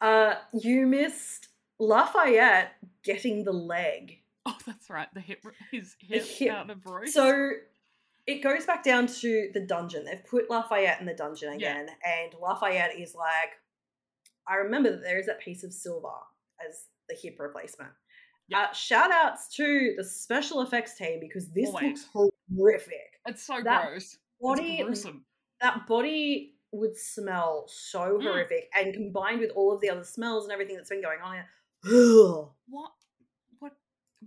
Speaker 1: Uh, you missed Lafayette getting the leg.
Speaker 2: Oh, that's right, the hip, his hip,
Speaker 1: hip.
Speaker 2: out of Bruce.
Speaker 1: So it goes back down to the dungeon. They've put Lafayette in the dungeon
Speaker 2: Yeah.
Speaker 1: again, and Lafayette is like, I remember that there is that piece of silver as the hip replacement.
Speaker 2: Yeah.
Speaker 1: Uh, shout outs to the special effects team because this
Speaker 2: Always.
Speaker 1: looks horrific.
Speaker 2: it's so
Speaker 1: that
Speaker 2: gross.
Speaker 1: Body,
Speaker 2: it's gruesome.
Speaker 1: that body would smell so
Speaker 2: Mm.
Speaker 1: horrific, and combined with all of the other smells and everything that's been going on, ugh,
Speaker 2: What? What?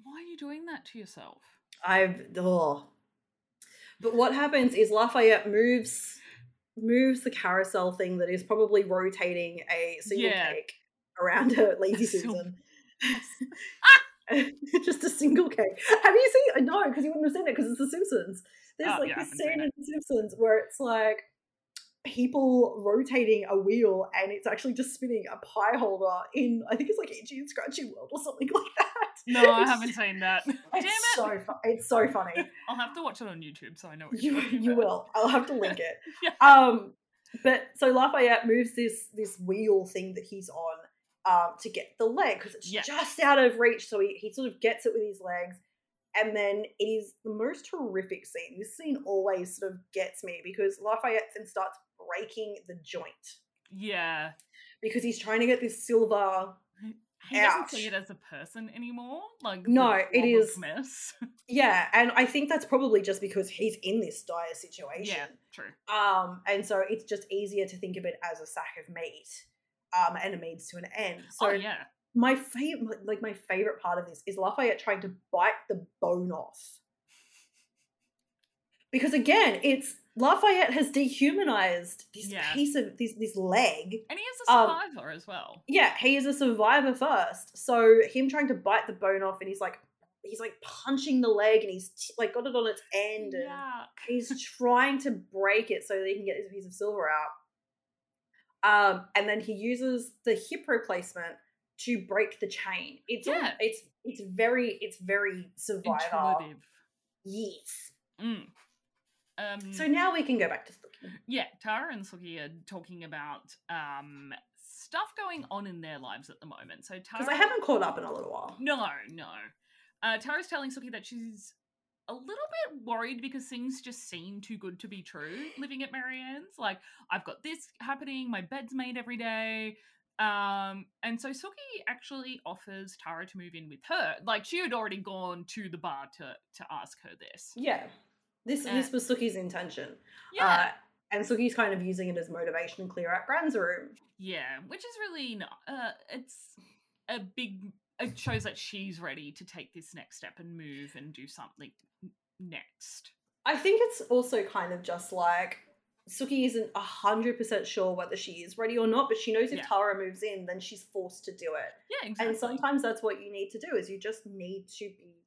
Speaker 2: Why are you doing that to yourself?
Speaker 1: I've oh. But what happens is Lafayette moves moves the carousel thing that is probably rotating a single
Speaker 2: Yeah.
Speaker 1: cake around her lazy
Speaker 2: A single-
Speaker 1: Susan. Just a single cake. Have you seen? No, because you wouldn't have seen it because it's The Simpsons. There's
Speaker 2: Oh,
Speaker 1: like
Speaker 2: yeah, I
Speaker 1: this
Speaker 2: haven't seen
Speaker 1: scene
Speaker 2: it.
Speaker 1: in The Simpsons where it's like people rotating a wheel and it's actually just spinning a pie holder in I think it's like Itchy and Scratchy World or something like that.
Speaker 2: No, I
Speaker 1: It's-
Speaker 2: haven't seen that. Damn
Speaker 1: It's
Speaker 2: it!
Speaker 1: so fu- it's so funny.
Speaker 2: I'll have to watch it on YouTube so I know what
Speaker 1: you
Speaker 2: Oh, you're talking
Speaker 1: you
Speaker 2: about.
Speaker 1: will. I'll have to link it.
Speaker 2: Yeah.
Speaker 1: Um, but so Lafayette moves this this wheel thing that he's on um to get the leg because it's
Speaker 2: Yeah.
Speaker 1: just out of reach. So he, he sort of gets it with his legs, and then it is the most horrific scene. This scene always sort of gets me because Lafayette then starts breaking the joint
Speaker 2: Yeah.
Speaker 1: because he's trying to get this silver.
Speaker 2: He doesn't see it
Speaker 1: Ouch.
Speaker 2: as a person anymore. Like the
Speaker 1: No, it
Speaker 2: blob of
Speaker 1: is-
Speaker 2: mess.
Speaker 1: Yeah, and I think that's probably just because he's in this dire situation.
Speaker 2: yeah, true.
Speaker 1: Um, and so it's just easier to think of it as a sack of meat. Um, and a means to an end. So
Speaker 2: oh yeah,
Speaker 1: my favorite, like my favorite part of this is Lafayette trying to bite the bone off. Because again, it's Lafayette has dehumanized this
Speaker 2: Yeah.
Speaker 1: piece of this this leg.
Speaker 2: and he is a
Speaker 1: um,
Speaker 2: survivor as well.
Speaker 1: Yeah, he is a survivor first. So him trying to bite the bone off, and he's like, he's like punching the leg, and he's t- like got it on its end, and
Speaker 2: Yuck.
Speaker 1: he's trying to break it so that he can get his piece of silver out. Um, and then he uses the hip replacement to break the chain. It's all-
Speaker 2: Yeah.
Speaker 1: it's it's very it's very survivor.
Speaker 2: Intuitive.
Speaker 1: Yes.
Speaker 2: Mm. Um,
Speaker 1: So now we can go back to Snooki.
Speaker 2: yeah, Tara and Suki are talking about um, stuff going on in their lives at the moment. So Tara
Speaker 1: because I haven't caught up in a little while.
Speaker 2: No, no. Uh, Tara's telling Suki that she's a little bit worried because things just seem too good to be true living at Marianne's. Like, I've got this happening, my bed's made every day. Um, and so Suki actually offers Tara to move in with her. Like, she had already gone to the bar to, to ask her this.
Speaker 1: Yeah, this
Speaker 2: Uh,
Speaker 1: this was Suki's intention.
Speaker 2: Yeah.
Speaker 1: Uh, and Suki's kind of using it as motivation to clear out Gran's room.
Speaker 2: Yeah, which is really not. Uh, it's a big. It shows that she's ready to take this next step and move and do something n- next.
Speaker 1: I think it's also kind of just like Suki isn't hundred percent sure whether she is ready or not, but she knows if
Speaker 2: Yeah.
Speaker 1: Tara moves in, then she's forced to do it.
Speaker 2: Yeah, exactly.
Speaker 1: And sometimes that's what you need to do is you just need to be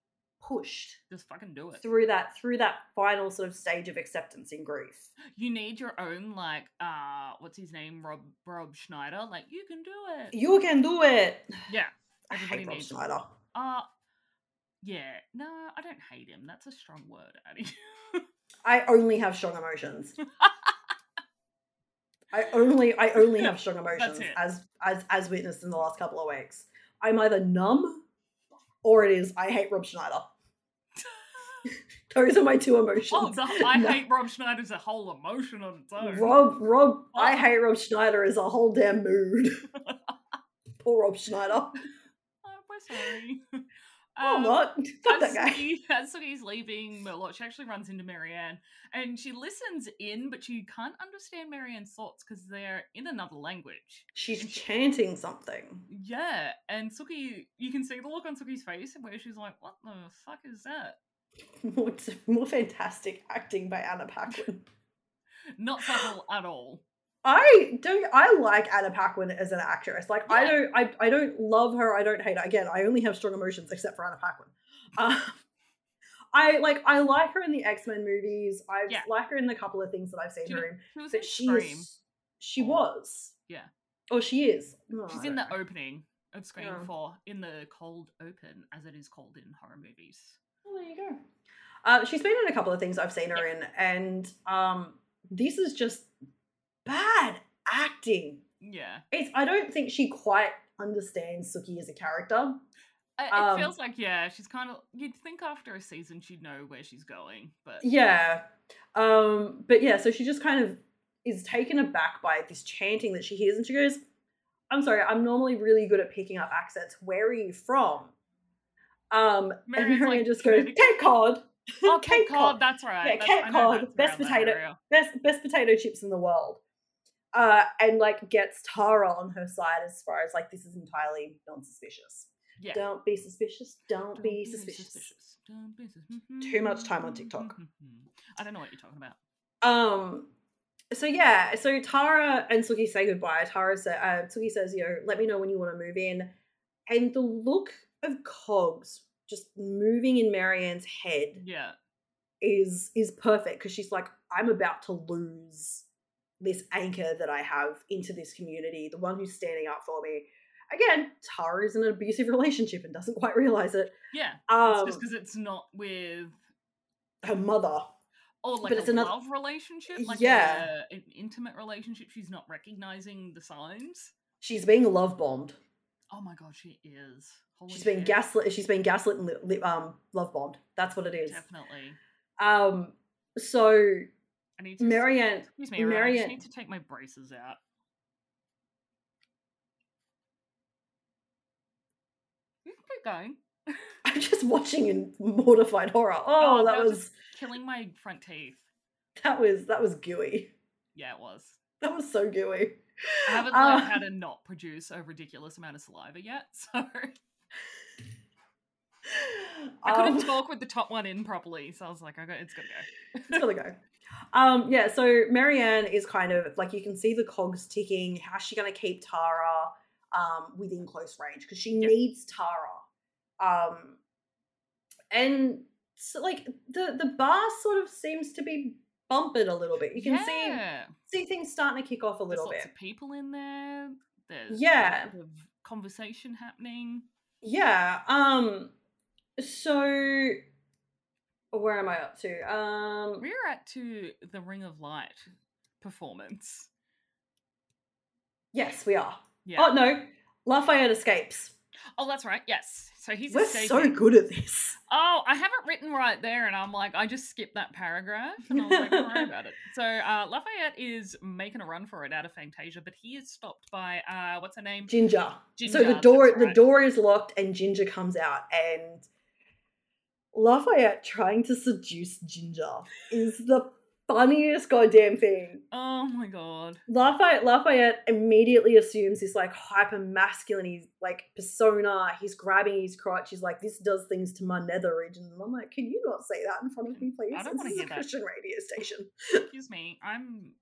Speaker 1: pushed
Speaker 2: just fucking do it.
Speaker 1: through that through that final sort of stage of acceptance in grief.
Speaker 2: You need your own like uh what's his name? Rob Rob Schneider. Like you can do it.
Speaker 1: You can do it.
Speaker 2: Yeah.
Speaker 1: I
Speaker 2: Everybody
Speaker 1: hate Rob
Speaker 2: needs-
Speaker 1: Schneider.
Speaker 2: Uh yeah. No, I don't hate him. That's a strong word, Addie.
Speaker 1: I only have strong emotions. I only I only have strong emotions
Speaker 2: it.
Speaker 1: as as as witnessed in the last couple of weeks. I'm either numb or it is I hate Rob Schneider. Those are my two emotions.
Speaker 2: Oh, the, I
Speaker 1: No.
Speaker 2: hate Rob Schneider's a whole emotion on its own.
Speaker 1: Rob, Rob, I
Speaker 2: Oh.
Speaker 1: hate Rob Schneider is a whole damn mood. Poor Rob Schneider.
Speaker 2: Oh, we're sorry.
Speaker 1: Oh,
Speaker 2: Um,
Speaker 1: not. Fuck that
Speaker 2: as,
Speaker 1: guy.
Speaker 2: he, as he's leaving Merlot, she actually runs into Marianne and she listens in, but she can't understand Marianne's thoughts because they're in another language.
Speaker 1: She's chanting something.
Speaker 2: Yeah, and Suki, you can see the look on Suki's face where she's like, "What the fuck is that?"
Speaker 1: More, more fantastic acting by Anna Paquin.
Speaker 2: Not subtle at all.
Speaker 1: I don't. I like Anna Paquin as an actress. Like I
Speaker 2: Yeah.
Speaker 1: don't. I, I don't love her. I don't hate her. Again, I only have strong emotions except for Anna Paquin. Um, I like. I like her in the X Men movies. I
Speaker 2: Yeah.
Speaker 1: like her in the couple of things that I've seen
Speaker 2: Do you
Speaker 1: her
Speaker 2: know- She
Speaker 1: in.
Speaker 2: was in
Speaker 1: But she
Speaker 2: Scream.
Speaker 1: is. She
Speaker 2: Or-
Speaker 1: was.
Speaker 2: yeah.
Speaker 1: Oh, she is. Oh,
Speaker 2: She's
Speaker 1: I
Speaker 2: in
Speaker 1: don't
Speaker 2: the
Speaker 1: know.
Speaker 2: opening of Scream
Speaker 1: Yeah.
Speaker 2: 4 in the cold open, as it is called in horror movies.
Speaker 1: Oh, there you go. Uh, she's been in a couple of things I've seen her in, and um, this is just bad acting.
Speaker 2: Yeah.
Speaker 1: It's. I don't think she quite understands Suki as a character.
Speaker 2: I- It
Speaker 1: Um,
Speaker 2: feels like, yeah, she's kind of. You'd think after a season she'd know where she's going, but.
Speaker 1: Yeah. Um, but yeah, so she just kind of is taken aback by this chanting that she hears and she goes, I'm sorry, I'm normally really good at picking up accents. Where are you from? Um, and
Speaker 2: Marianne's
Speaker 1: Marianne
Speaker 2: like,
Speaker 1: just goes,
Speaker 2: "Connecticut."
Speaker 1: Cape Cod,
Speaker 2: Oh,
Speaker 1: Cape
Speaker 2: Cape
Speaker 1: Cod.
Speaker 2: Cod, that's right.
Speaker 1: Yeah,
Speaker 2: that's-
Speaker 1: Cape
Speaker 2: I know
Speaker 1: Cod,
Speaker 2: that's around
Speaker 1: best
Speaker 2: that
Speaker 1: potato.
Speaker 2: area.
Speaker 1: best best potato chips in the world. Uh, and like gets Tara on her side as far as like this is entirely non-suspicious.
Speaker 2: Yeah.
Speaker 1: Don't be suspicious. Don't,
Speaker 2: Don't
Speaker 1: be, suspicious.
Speaker 2: Don't be sus- mm-hmm.
Speaker 1: Too much time on TikTok.
Speaker 2: I don't know what you're talking about.
Speaker 1: Um. So yeah, so Tara and Suki say goodbye. Tara sa uh, Suki says, "You know, let me know when you want to move in." And the look of Cogs just moving in Marianne's head
Speaker 2: Yeah.
Speaker 1: is is perfect because she's like, "I'm about to lose this anchor that I have into this community, the one who's standing up for me." Again, Tara is in an abusive relationship and doesn't quite realize it.
Speaker 2: Yeah. it's
Speaker 1: Um,
Speaker 2: just because it's not with.
Speaker 1: her mother,
Speaker 2: Or like
Speaker 1: but
Speaker 2: a
Speaker 1: it's another-
Speaker 2: love relationship, like
Speaker 1: Yeah.
Speaker 2: a, an intimate relationship. She's not recognizing the signs.
Speaker 1: she's being love bombed.
Speaker 2: Oh my god, she is. Holy
Speaker 1: She's been
Speaker 2: shit.
Speaker 1: gaslit. She's been gaslit and li- li- um, love bombed. That's what it is.
Speaker 2: Definitely.
Speaker 1: Um, so
Speaker 2: I need to.
Speaker 1: Marianne,
Speaker 2: Excuse me, everyone. I
Speaker 1: Marianne-
Speaker 2: just need to take my braces out. You can keep going.
Speaker 1: I'm just watching in mortified horror. Oh,
Speaker 2: Oh,
Speaker 1: that
Speaker 2: that
Speaker 1: was
Speaker 2: was- Killing my front teeth.
Speaker 1: that was that was gooey.
Speaker 2: Yeah, it was.
Speaker 1: That was so gooey.
Speaker 2: I haven't learned
Speaker 1: Uh,
Speaker 2: how to not produce a ridiculous amount of saliva yet, so I couldn't
Speaker 1: um,
Speaker 2: talk with the top one in properly. So I was like, I got it's gonna go.
Speaker 1: it's gotta go. Um, yeah, so Marianne is kind of like you can see the cogs ticking. How's she gonna keep Tara um within close range? Because she
Speaker 2: Yeah.
Speaker 1: needs Tara. Um and so like the the bar sort of seems to be bumping a little bit. You can see
Speaker 2: Yeah.
Speaker 1: see things starting to kick off a
Speaker 2: There's
Speaker 1: little
Speaker 2: lots
Speaker 1: bit.
Speaker 2: of people in there. There's
Speaker 1: Yeah.
Speaker 2: lots of conversation happening.
Speaker 1: Yeah. Um. So, where am I up to? Um.
Speaker 2: We're at to the Ring of Light performance.
Speaker 1: Yes, we are.
Speaker 2: Yeah.
Speaker 1: Oh no, Lafayette escapes.
Speaker 2: Oh, that's right. Yes. So he's
Speaker 1: We're
Speaker 2: escaping.
Speaker 1: so good at this.
Speaker 2: Oh, I have it written right there, and I'm like, I just skipped that paragraph, and I was like, don't worry about it. So uh, Lafayette is making a run for it out of Fantasia, but he is stopped by uh, what's her name?
Speaker 1: Ginger. so
Speaker 2: Ginger,
Speaker 1: the
Speaker 2: that's
Speaker 1: door the
Speaker 2: right.
Speaker 1: door is locked, and Ginger comes out, and Lafayette trying to seduce Ginger is the funniest goddamn thing.
Speaker 2: Oh my god.
Speaker 1: Lafayette, Lafayette immediately assumes this like hyper masculine he's like persona. He's grabbing his crotch. He's like, "This does things to my nether regions." And I'm like, "Can you not say that in front of me, please?
Speaker 2: I don't
Speaker 1: This
Speaker 2: wanna
Speaker 1: is
Speaker 2: hear
Speaker 1: a
Speaker 2: that."
Speaker 1: Christian radio station.
Speaker 2: Excuse me. I'm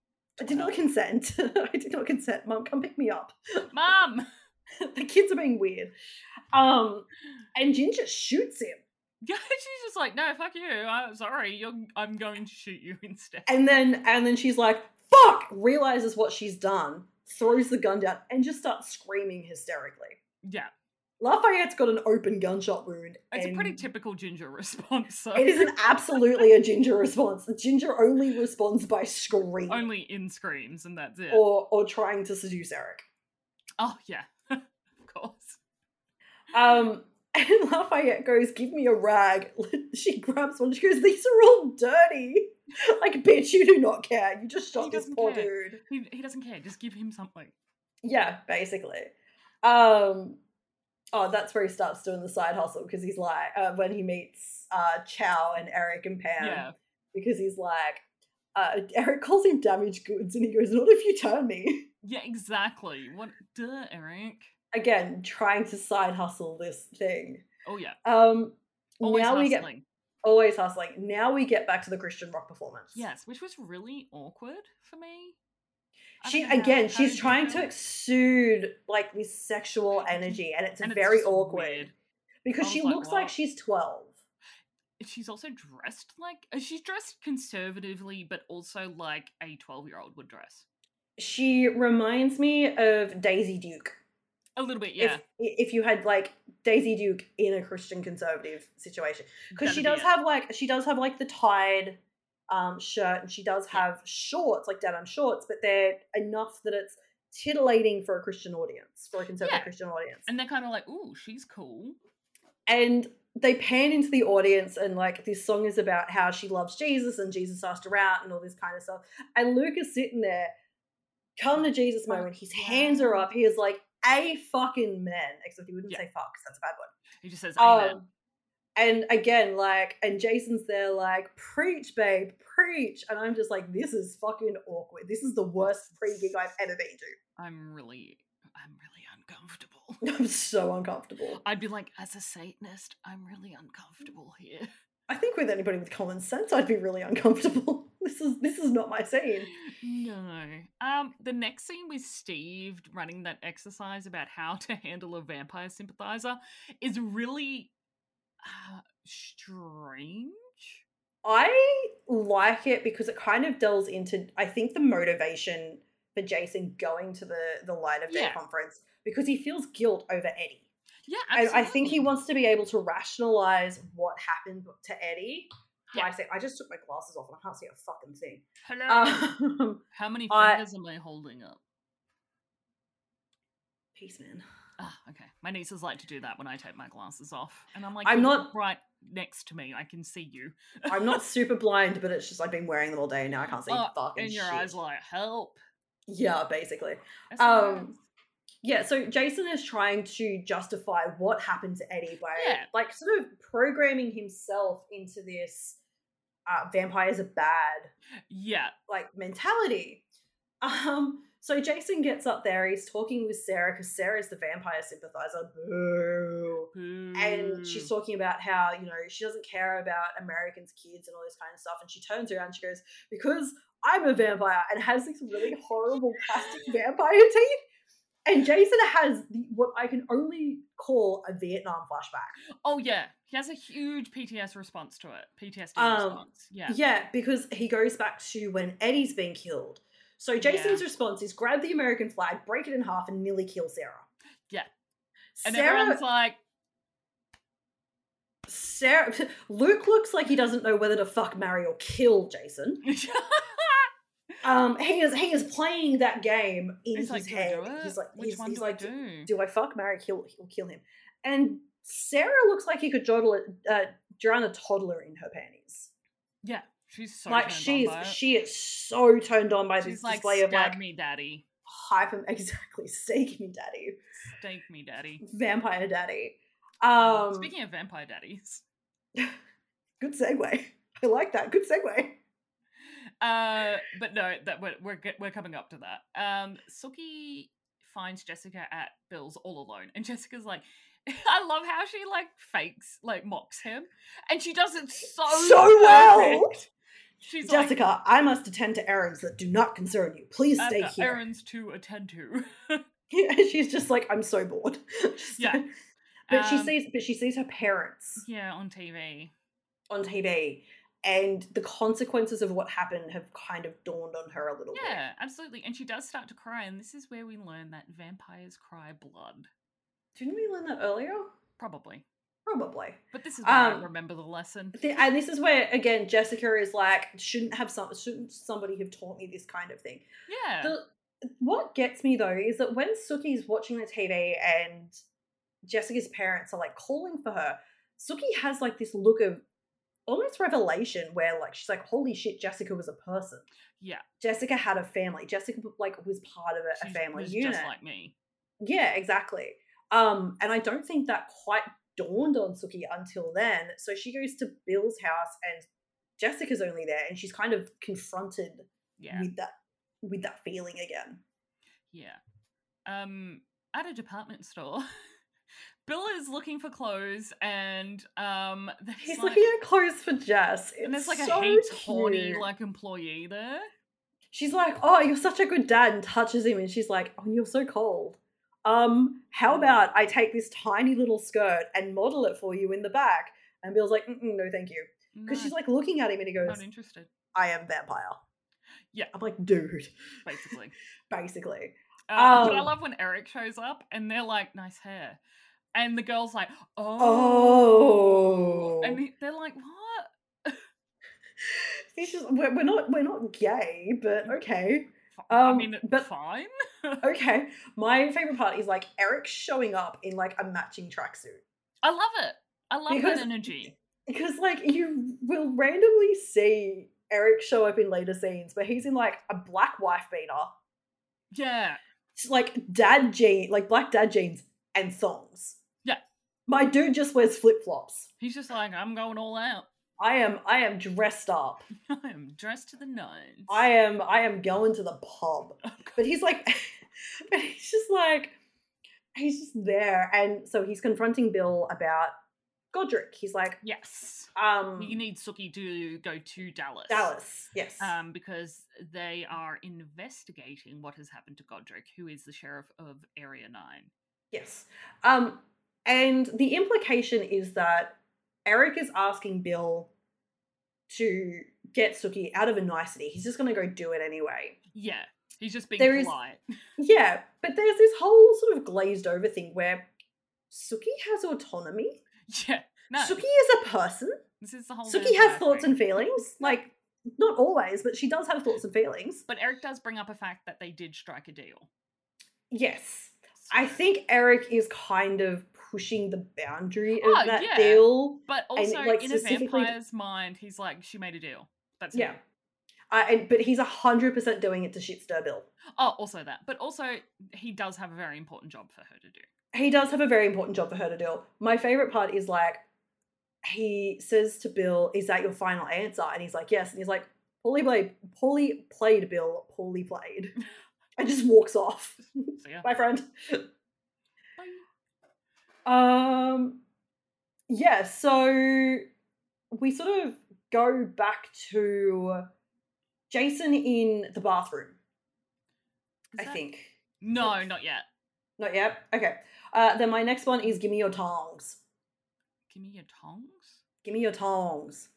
Speaker 1: I did not consent. I did not consent. Mom, come pick me up.
Speaker 2: mom.
Speaker 1: the kids are being weird." Um, and Ginger shoots him,
Speaker 2: Yeah, she's just like, no, fuck you. I'm sorry. You're, I'm going to shoot you instead.
Speaker 1: and then and then she's like, "Fuck!" Realizes what she's done, throws the gun down, and just starts screaming hysterically.
Speaker 2: yeah,
Speaker 1: Lafayette's got an open gunshot wound.
Speaker 2: it's a pretty
Speaker 1: and
Speaker 2: typical Ginger response. So
Speaker 1: It is an absolutely a ginger response. The ginger only responds by screaming
Speaker 2: only in screams, and that's it.
Speaker 1: or or trying to seduce Eric.
Speaker 2: oh yeah, of course.
Speaker 1: Um, And Lafayette goes, Give me a rag. She grabs one. She goes, These are all dirty. Like, bitch, you do not care. You just shot
Speaker 2: He
Speaker 1: this
Speaker 2: doesn't
Speaker 1: poor
Speaker 2: care.
Speaker 1: dude.
Speaker 2: He, he doesn't care. Just give him something.
Speaker 1: Yeah, basically. Um, oh, that's where he starts doing the side hustle because he's like, uh, when he meets uh, Chow and Eric and Pam,
Speaker 2: yeah.
Speaker 1: because he's like, uh, Eric calls him damaged goods and he goes, Not if you turn me.
Speaker 2: Yeah, exactly. What? Duh, Eric.
Speaker 1: Again, trying to side hustle this thing.
Speaker 2: Oh, yeah.
Speaker 1: Um,
Speaker 2: Always
Speaker 1: now we get
Speaker 2: hustling.
Speaker 1: always hustling. Now we get back to the Christian rock performance.
Speaker 2: Yes, which was really awkward for me. I um,
Speaker 1: She
Speaker 2: don't know
Speaker 1: again,
Speaker 2: how
Speaker 1: she's
Speaker 2: you
Speaker 1: trying
Speaker 2: do
Speaker 1: to
Speaker 2: that.
Speaker 1: exude like this sexual energy, and it's
Speaker 2: And it's
Speaker 1: very
Speaker 2: just
Speaker 1: awkward
Speaker 2: weird.
Speaker 1: because
Speaker 2: I
Speaker 1: she
Speaker 2: was like,
Speaker 1: looks like
Speaker 2: "What?"
Speaker 1: she's twelve.
Speaker 2: She's also dressed like uh, she's dressed conservatively, but also like a twelve-year-old would dress.
Speaker 1: She reminds me of Daisy Duke.
Speaker 2: A little bit, yeah.
Speaker 1: If, if you had like Daisy Duke in a Christian conservative situation, because she
Speaker 2: That'd
Speaker 1: does
Speaker 2: be it.
Speaker 1: have like she does have like the tied um, shirt, and she does have shorts like denim shorts, but they're enough that it's titillating for a Christian audience, for a conservative
Speaker 2: Yeah.
Speaker 1: Christian audience.
Speaker 2: and they're kind of like, "Ooh, she's cool."
Speaker 1: and they pan into the audience and like this song is about how she loves jesus and jesus asked her out and all this kind of stuff and luke is sitting there come to jesus moment his hands are up he is like a fucking man except he wouldn't
Speaker 2: Yeah.
Speaker 1: say fuck 'cause that's a bad word
Speaker 2: He just says, "Amen."
Speaker 1: um, and again like and jason's there like preach babe preach and i'm just like this is fucking awkward this is the worst pre-gig i've ever been to
Speaker 2: I'm really, I'm really uncomfortable.
Speaker 1: i'm so uncomfortable
Speaker 2: I'd be like, as a Satanist, I'm really uncomfortable here.
Speaker 1: I think with anybody with common sense, I'd be really uncomfortable. This is this is not my scene.
Speaker 2: No. Um, the next scene with Steve running that exercise about how to handle a vampire sympathizer is really uh, strange.
Speaker 1: I like it because it kind of delves into I think the motivation for Jason going to the the Light of Day
Speaker 2: Yeah.
Speaker 1: conference because he feels guilt over Eddie.
Speaker 2: Yeah,
Speaker 1: And I think he
Speaker 2: absolutely.
Speaker 1: wants to be able to rationalize what happened to Eddie.
Speaker 2: Yeah.
Speaker 1: I say I just took my glasses off and I can't see a fucking thing.
Speaker 2: Hello.
Speaker 1: Um,
Speaker 2: how many
Speaker 1: I-
Speaker 2: fingers am I holding up?
Speaker 1: peace, man.
Speaker 2: Ah, okay. My nieces like to do that when I take my glasses off, and I'm like,
Speaker 1: I'm
Speaker 2: "You're
Speaker 1: not-
Speaker 2: right next to me. I can see you,
Speaker 1: I'm not super blind, but it's just I've been wearing them all day and now I can't see
Speaker 2: Oh,
Speaker 1: fucking
Speaker 2: and your
Speaker 1: shit.
Speaker 2: eyes like help.
Speaker 1: yeah, basically.
Speaker 2: SOS."
Speaker 1: Um, Yeah, so Jason is trying to justify what happened to Eddie by
Speaker 2: Yeah.
Speaker 1: like sort of programming himself into this uh, vampires are bad
Speaker 2: yeah,
Speaker 1: like mentality. Um, so Jason gets up there, he's talking with Sarah because Sarah's the vampire sympathizer. Boo. And
Speaker 2: Boo.
Speaker 1: she's talking about how, you know, she doesn't care about Americans' kids and all this kind of stuff. And she turns around and she goes, Because I'm a vampire and has these really horrible plastic vampire teeth. And Jason has the, what I can only call a Vietnam flashback.
Speaker 2: Oh yeah, he has a huge PTS response to it. PTSD
Speaker 1: Um,
Speaker 2: response. Yeah.
Speaker 1: because he goes back to when Eddie's been killed. So Jason's response is grab the American flag, break it in half, and nearly kill Sarah.
Speaker 2: Yeah. And
Speaker 1: Sarah,
Speaker 2: everyone's like,
Speaker 1: Sarah, Luke looks like he doesn't know whether to fuck, marry, or kill Jason. Um, he is he is playing that game in
Speaker 2: he's
Speaker 1: his
Speaker 2: like, do I
Speaker 1: head.
Speaker 2: do it?
Speaker 1: He's like,
Speaker 2: which
Speaker 1: he's,
Speaker 2: one
Speaker 1: he's
Speaker 2: do
Speaker 1: like,
Speaker 2: I do?
Speaker 1: do I fuck, marry, kill, he'll kill him? And Sarah looks like he could jodle it, uh, drown a toddler in her panties.
Speaker 2: Yeah, she's so
Speaker 1: like
Speaker 2: turned on
Speaker 1: she's
Speaker 2: by it.
Speaker 1: she is so turned on by
Speaker 2: she's
Speaker 1: this
Speaker 2: like,
Speaker 1: display
Speaker 2: stab
Speaker 1: of like
Speaker 2: me, daddy,
Speaker 1: hyper exactly stake me daddy,
Speaker 2: stake me, daddy.
Speaker 1: vampire daddy. Um,
Speaker 2: Speaking of vampire daddies,
Speaker 1: good segue. I like that. Good segue.
Speaker 2: uh, but no, that we're we're, get, we're coming up to that. Um, Suki finds Jessica at Bill's all alone, and Jessica's like. I love how she like fakes, like mocks him, and she does it so
Speaker 1: So well!
Speaker 2: Oh, perfect. She's like,
Speaker 1: Jessica, I must attend to errands that do not concern you. Please
Speaker 2: I've
Speaker 1: stay
Speaker 2: got
Speaker 1: here.
Speaker 2: errands to attend to.
Speaker 1: Yeah, she's just like, I'm so bored. Just-
Speaker 2: Yeah.
Speaker 1: But she
Speaker 2: Um,
Speaker 1: sees but she sees her parents
Speaker 2: yeah, on TV. Mm-hmm.
Speaker 1: on TV and the consequences of what happened have kind of dawned on her a little bit.
Speaker 2: Yeah, absolutely. And she does start to cry, and this is where we learn that vampires cry blood,
Speaker 1: Didn't we learn that earlier?
Speaker 2: probably.
Speaker 1: Probably.
Speaker 2: But this is where I
Speaker 1: Um,
Speaker 2: remember the lesson.
Speaker 1: Th- And this is where again Jessica is like, shouldn't have some shouldn't somebody have taught me this kind of thing.
Speaker 2: Yeah,
Speaker 1: The, what gets me though is that when Suki's watching the TV and Jessica's parents are like calling for her, Suki has like this look of almost revelation where like she's like, holy shit, Jessica was a person.
Speaker 2: Yeah.
Speaker 1: Jessica had a family. Jessica like was part of a, a
Speaker 2: She
Speaker 1: family
Speaker 2: was
Speaker 1: unit.
Speaker 2: just like me.
Speaker 1: yeah, exactly. Um, and I don't think that quite dawned on Suki until then. So she goes to Bill's house and Jessica's only there and she's kind of confronted
Speaker 2: Yeah,
Speaker 1: with that with that feeling again.
Speaker 2: yeah. Um, at a department store, Bill is looking for clothes, and um, there's
Speaker 1: He's
Speaker 2: like,
Speaker 1: looking at clothes for Jess.
Speaker 2: and there's like
Speaker 1: It's
Speaker 2: a
Speaker 1: so
Speaker 2: hate horny
Speaker 1: cute.
Speaker 2: like employee there.
Speaker 1: she's like, "Oh, you're such a good dad," and touches him, and she's like, "Oh, you're so cold. Um,
Speaker 2: Mm.
Speaker 1: how about I take this tiny little skirt and model it for you in the back?" And Bill's like, Mm-mm, "No, thank you," because
Speaker 2: No,
Speaker 1: she's like looking at him, and he goes,
Speaker 2: not interested,
Speaker 1: "I am vampire."
Speaker 2: Yeah.
Speaker 1: I'm like, dude,
Speaker 2: basically.
Speaker 1: basically,
Speaker 2: Uh, But I
Speaker 1: Oh.
Speaker 2: love when Eric shows up, and they're like, "Nice hair," and the girl's like, "Oh,",
Speaker 1: Oh.
Speaker 2: and he- they're like, "What?"
Speaker 1: It's just- we're, we're not we're not gay, but
Speaker 2: Mm.
Speaker 1: okay.
Speaker 2: F- I
Speaker 1: Um,
Speaker 2: mean, it-
Speaker 1: but-
Speaker 2: fine.
Speaker 1: Okay, my favorite part is like Eric showing up in like a matching tracksuit.
Speaker 2: I love it. I love
Speaker 1: Because-
Speaker 2: that energy.
Speaker 1: because like you will randomly see Eric show up in later scenes, but he's in like a black wife beater,
Speaker 2: Yeah,
Speaker 1: s- like dad jeans, like black dad jeans and thongs.
Speaker 2: Yeah.
Speaker 1: my dude just wears flip flops.
Speaker 2: he's just like, "I'm going all out."
Speaker 1: I am, I am dressed up.
Speaker 2: I am dressed to the nines.
Speaker 1: I am, I am going to the
Speaker 2: Oh,
Speaker 1: pub. But he's like, but he's just like, he's just there, and so he's confronting Bill about Godric. He's like,
Speaker 2: yes.
Speaker 1: um,
Speaker 2: You need Suki to go to Dallas.
Speaker 1: Dallas, yes,
Speaker 2: Um, because they are investigating what has happened to Godric, who is the sheriff of Area 9.
Speaker 1: Yes. Um, and the implication is that Eric is asking Bill to get Suki out of a nicety. He's just going to go do it anyway.
Speaker 2: Yeah, he's just being
Speaker 1: There is-
Speaker 2: polite.
Speaker 1: Yeah, but there's this whole sort of glazed over thing where Suki has autonomy.
Speaker 2: Yeah, no,
Speaker 1: Suki is a person.
Speaker 2: this is the whole
Speaker 1: Suki has
Speaker 2: vampire
Speaker 1: thoughts
Speaker 2: thing.
Speaker 1: and feelings. Like, not always, but she does have thoughts and feelings.
Speaker 2: But Eric does bring up a fact that they did strike a deal.
Speaker 1: Yes. I
Speaker 2: so-
Speaker 1: think Eric is kind of pushing the boundary of
Speaker 2: Oh,
Speaker 1: that
Speaker 2: yeah.
Speaker 1: deal.
Speaker 2: But
Speaker 1: and it,
Speaker 2: also,
Speaker 1: like,
Speaker 2: in a
Speaker 1: specifically-
Speaker 2: vampire's mind, he's like, she made a deal. That's
Speaker 1: Yeah.
Speaker 2: it.
Speaker 1: Uh, and, but he's 100% doing it to shit stir Bill.
Speaker 2: Oh, also that. But also, he does have a very important job for her to do.
Speaker 1: he does have a very important job for her to do. My favorite part is like he says to Bill, "Is that your final answer?" And he's like, "Yes." And he's like, "Poorly played, poorly played, Bill, poorly played," and just walks off.
Speaker 2: So yeah.
Speaker 1: My friend.
Speaker 2: Bye.
Speaker 1: Um, yeah. So we sort of go back to Jason in the bathroom.
Speaker 2: Is
Speaker 1: I
Speaker 2: that-
Speaker 1: think
Speaker 2: No, not yet.
Speaker 1: not yet. Okay. Uh, then my next one is "Give me your tongs."
Speaker 2: Give me your tongs.
Speaker 1: Give me your tongs.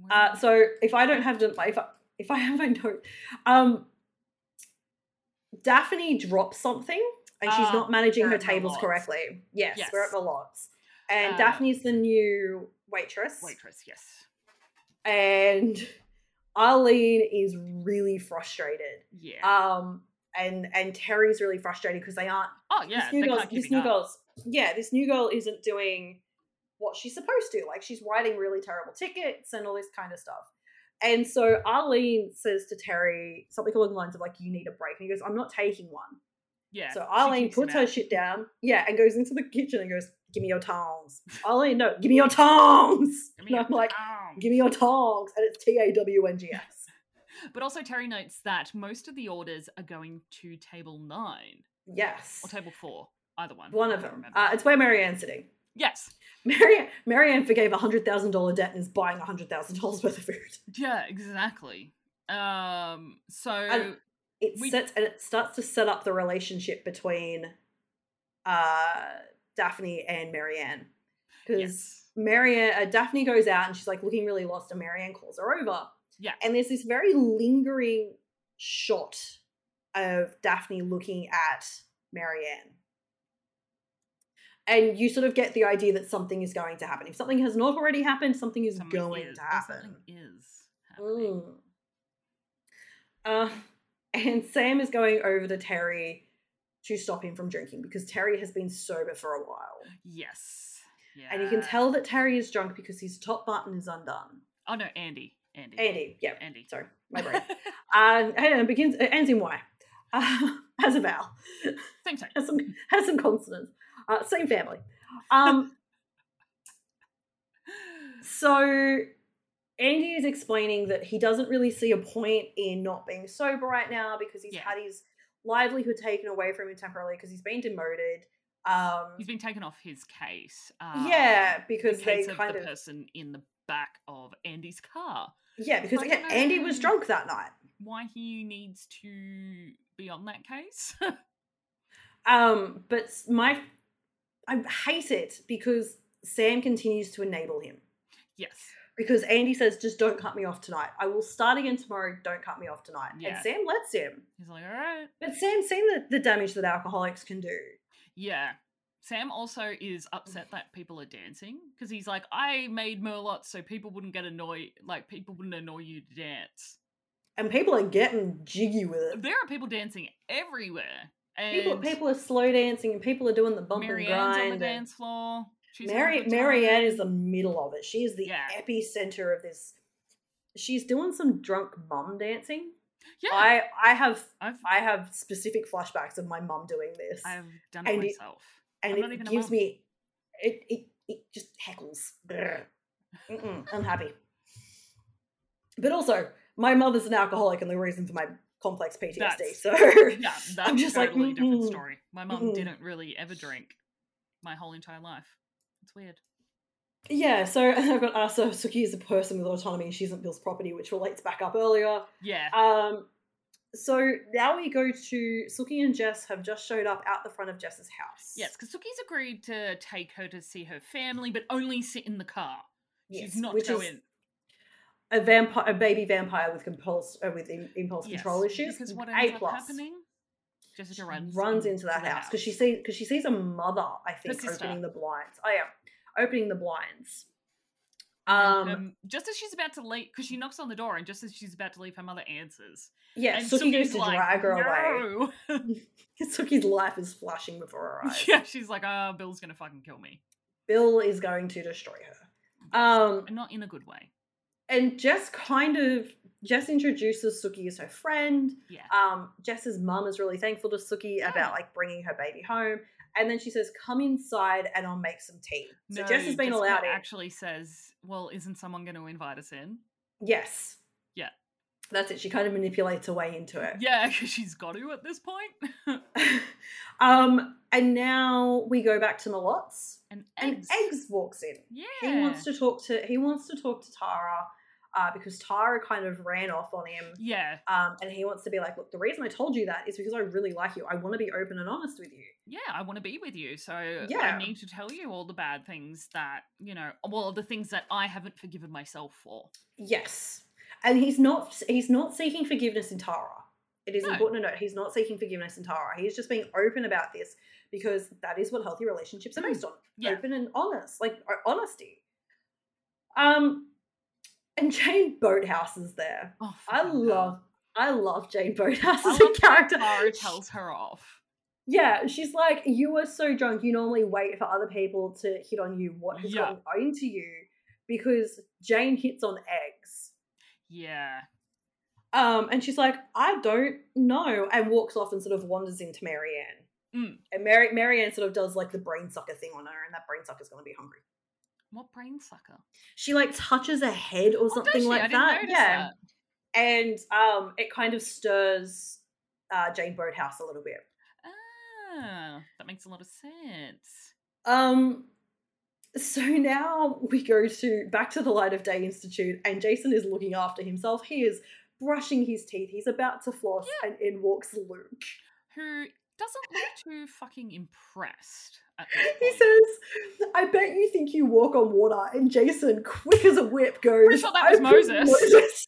Speaker 2: Where
Speaker 1: Uh,
Speaker 2: are-
Speaker 1: so if I don't have to, if I, if I have a note, um, Daphne drops something and she's
Speaker 2: Ah,
Speaker 1: not managing
Speaker 2: we're
Speaker 1: her
Speaker 2: at the
Speaker 1: tables
Speaker 2: lots.
Speaker 1: correctly. Yes, we're
Speaker 2: Yes.
Speaker 1: at the lots. And
Speaker 2: Uh,
Speaker 1: Daphne's the new waitress.
Speaker 2: waitress. Yes.
Speaker 1: And Arlene is really frustrated.
Speaker 2: Yeah.
Speaker 1: Um, and and Terry's really frustrated because they aren't.
Speaker 2: oh yeah.
Speaker 1: this new
Speaker 2: they
Speaker 1: girl's,
Speaker 2: can't keep
Speaker 1: this
Speaker 2: it
Speaker 1: new
Speaker 2: up.
Speaker 1: girl's, yeah, this new girl isn't doing what she's supposed to. Like she's writing really terrible tickets and all this kind of stuff. And so Arlene says to Terry something along the lines of like, "You need a break," and he goes, "I'm not taking one."
Speaker 2: Yeah.
Speaker 1: so
Speaker 2: she
Speaker 1: Arlene
Speaker 2: kicks him
Speaker 1: puts her
Speaker 2: out.
Speaker 1: shit down, yeah, and goes into the kitchen and goes, "Give me your tongs, Arlene. No, give me your tongs."
Speaker 2: Give
Speaker 1: And
Speaker 2: me your
Speaker 1: I'm like,
Speaker 2: tongs.
Speaker 1: "Give me your tongs," and it's T A W N G S.
Speaker 2: But also Terry notes that most of the orders are going to table nine
Speaker 1: Yes,
Speaker 2: or table four, either one.
Speaker 1: one
Speaker 2: I
Speaker 1: of
Speaker 2: can't
Speaker 1: them.
Speaker 2: remember.
Speaker 1: Uh, it's where Marianne's sitting.
Speaker 2: yes.
Speaker 1: Marianne, Marianne forgave a hundred thousand dollar debt and is buying a hundred thousand dollars worth of food.
Speaker 2: Yeah. Exactly. Um. So
Speaker 1: It
Speaker 2: We-
Speaker 1: sets and it starts to set up the relationship between uh, Daphne and Marianne because
Speaker 2: yes.
Speaker 1: Marianne uh, Daphne goes out and she's like looking really lost, and Marianne calls her over.
Speaker 2: Yeah.
Speaker 1: and there's this very lingering shot of Daphne looking at Marianne. And you sort of get the idea that something is going to happen. If something has not already happened, something is
Speaker 2: something
Speaker 1: going
Speaker 2: is-
Speaker 1: to
Speaker 2: or
Speaker 1: happen.
Speaker 2: Something is happening.
Speaker 1: Mm. Uh, and Sam is going over to Terry to stop him from drinking because Terry has been sober for a while.
Speaker 2: Yes. Yeah.
Speaker 1: And you can tell that Terry is drunk because his top button is undone.
Speaker 2: Oh no, Andy. Andy.
Speaker 1: Andy, yeah.
Speaker 2: Andy.
Speaker 1: Sorry, my brain. um, and it begins, it ends in Y. Uh, has a vowel,
Speaker 2: Same time.
Speaker 1: has some, has some consonants. Uh, same family. Um, So Andy is explaining that he doesn't really see a point in not being sober right now because he's
Speaker 2: Yeah.
Speaker 1: had his livelihood taken away from him temporarily because he's been demoted. Um,
Speaker 2: He's been taken off his case. Um,
Speaker 1: yeah, because
Speaker 2: the
Speaker 1: they
Speaker 2: case of
Speaker 1: kind
Speaker 2: the
Speaker 1: of
Speaker 2: person in the back of Andy's car.
Speaker 1: yeah, because
Speaker 2: I
Speaker 1: again,
Speaker 2: don't
Speaker 1: Andy was
Speaker 2: know.
Speaker 1: drunk that night.
Speaker 2: Why he needs to be on that case?
Speaker 1: Um, but s- my I hate it because Sam continues to enable him.
Speaker 2: yes.
Speaker 1: Because Andy says, just don't cut me off tonight. I will start again tomorrow. Don't cut me off tonight.
Speaker 2: Yeah.
Speaker 1: And Sam lets him.
Speaker 2: He's like, all right.
Speaker 1: But Sam's seen the, the damage that alcoholics can do.
Speaker 2: Yeah. Sam also is upset that people are dancing because he's like, I made merlots so people wouldn't get annoyed, like people wouldn't annoy you to dance.
Speaker 1: And people are getting jiggy with it.
Speaker 2: There are people dancing everywhere, and
Speaker 1: People, people are slow dancing and people are doing the bump
Speaker 2: Mary
Speaker 1: and
Speaker 2: Ann's
Speaker 1: grind.
Speaker 2: on the
Speaker 1: and
Speaker 2: dance floor. She's having a
Speaker 1: Mary,
Speaker 2: good
Speaker 1: Mary Ann
Speaker 2: time.
Speaker 1: is the middle of it. She is the
Speaker 2: Yeah.
Speaker 1: epicenter of this. She's doing some drunk mum dancing.
Speaker 2: Yeah,
Speaker 1: I, I have
Speaker 2: I, have
Speaker 1: I have specific flashbacks of my mum doing this.
Speaker 2: I've done it
Speaker 1: and it-
Speaker 2: myself.
Speaker 1: and
Speaker 2: I'm not
Speaker 1: it
Speaker 2: even a
Speaker 1: gives
Speaker 2: mum.
Speaker 1: me it, it it just heckles. Brr. Mm-mm, I'm happy. But also, my mother's an alcoholic and the reason for my complex PTSD.
Speaker 2: That's-
Speaker 1: so
Speaker 2: Yeah, that's
Speaker 1: I'm just like,
Speaker 2: totally a different
Speaker 1: "Mm-mm,
Speaker 2: story. My mum
Speaker 1: mm-mm."
Speaker 2: didn't really ever drink my whole entire life. It's weird.
Speaker 1: yeah, so I've got asked so Suki is a person with autonomy and she isn't Bill's property, which relates back up earlier.
Speaker 2: Yeah,
Speaker 1: Um so now we go to Suki and Jess have just showed up out the front of Jess's house.
Speaker 2: yes, because Suki's agreed to take her to see her family, but only sit in the car.
Speaker 1: Yes,
Speaker 2: She's not
Speaker 1: which
Speaker 2: go
Speaker 1: is
Speaker 2: in.
Speaker 1: a vampire, a baby vampire with compulse uh, with im- impulse
Speaker 2: Yes,
Speaker 1: control issues.
Speaker 2: Because what
Speaker 1: A
Speaker 2: ends up
Speaker 1: plus.
Speaker 2: happening? Jessica runs
Speaker 1: runs into that
Speaker 2: the
Speaker 1: house because she sees because she sees a mother, I think,
Speaker 2: sister.
Speaker 1: opening the blinds. Oh yeah, opening the blinds.
Speaker 2: And,
Speaker 1: Um,
Speaker 2: just as she's about to leave, because she knocks on the door, and just as she's about to leave, her mother answers.
Speaker 1: yeah,
Speaker 2: and
Speaker 1: Suki goes
Speaker 2: Suki's
Speaker 1: to
Speaker 2: like,
Speaker 1: drag her away.
Speaker 2: "No."
Speaker 1: Suki's life is flashing before her eyes.
Speaker 2: Yeah, she's like, "Ah, Bill's gonna fucking kill me,"
Speaker 1: Bill is going to destroy her. Um,
Speaker 2: and not in a good way.
Speaker 1: and Jess kind of Jess introduces Suki as her friend.
Speaker 2: Yeah,
Speaker 1: um, Jess's mum is really thankful to Suki
Speaker 2: Yeah.
Speaker 1: about like bringing her baby home, and then she says, "Come inside and I'll make some tea." So
Speaker 2: No,
Speaker 1: Jess has been
Speaker 2: Jessica
Speaker 1: allowed in.
Speaker 2: Actually, says, "Well, isn't someone going to invite us in?"
Speaker 1: yes.
Speaker 2: Yeah.
Speaker 1: That's it. She kind of manipulates her way into it.
Speaker 2: Yeah, because she's got to at this point.
Speaker 1: um, and now we go back to Malot's,
Speaker 2: And
Speaker 1: and
Speaker 2: eggs.
Speaker 1: Eggs walks in.
Speaker 2: Yeah.
Speaker 1: He wants to talk to he wants to talk to Tara, uh, because Tara kind of ran off on him.
Speaker 2: Yeah,
Speaker 1: Um, and he wants to be like, look, the reason I told you that is because I really like you. I want to be open and honest with you.
Speaker 2: yeah. I want to be with you, so
Speaker 1: Yeah.
Speaker 2: I need to tell you all the bad things that you know. Well, the things that I haven't forgiven myself for.
Speaker 1: Yes, and he's not he's not seeking forgiveness in Tara. It is
Speaker 2: No.
Speaker 1: important to note he's not seeking forgiveness in Tara. He's just being open about this because that is what healthy relationships are
Speaker 2: Mm,
Speaker 1: based on:
Speaker 2: yeah.
Speaker 1: open and honest, like o- honesty. Um, and Jane Boathouse is there.
Speaker 2: Oh,
Speaker 1: I
Speaker 2: fucking hell.
Speaker 1: love, I love Jane Boathouse
Speaker 2: I
Speaker 1: as a
Speaker 2: love how
Speaker 1: character.
Speaker 2: Tara tells her off.
Speaker 1: Yeah, she's like, you were so drunk. You normally wait for other people to hit on you. What has
Speaker 2: Yeah.
Speaker 1: gotten onto you? Because Jane hits on eggs.
Speaker 2: Yeah.
Speaker 1: Um, and she's like, I don't know, and walks off and sort of wanders into Marianne.
Speaker 2: Mm.
Speaker 1: And Mary Marianne sort of does like the brain sucker thing on her, and that brain sucker's gonna be hungry.
Speaker 2: What brain sucker?
Speaker 1: She like touches a head or
Speaker 2: Oh, does
Speaker 1: something
Speaker 2: she?
Speaker 1: like
Speaker 2: I didn't
Speaker 1: that.
Speaker 2: notice
Speaker 1: Yeah.
Speaker 2: that.
Speaker 1: And um it kind of stirs uh Jane Boathouse a little bit.
Speaker 2: Ah, that makes a lot of sense.
Speaker 1: Um so now we go to back to the Light of Day Institute, and Jason is looking after himself. He is brushing his teeth, he's about to floss, and in walks Luke.
Speaker 2: Who doesn't look too fucking impressed at this
Speaker 1: He
Speaker 2: point.
Speaker 1: says, I bet you think you walk on water. And Jason, quick as a whip, goes,
Speaker 2: Pretty sure that was
Speaker 1: "I'm
Speaker 2: Moses."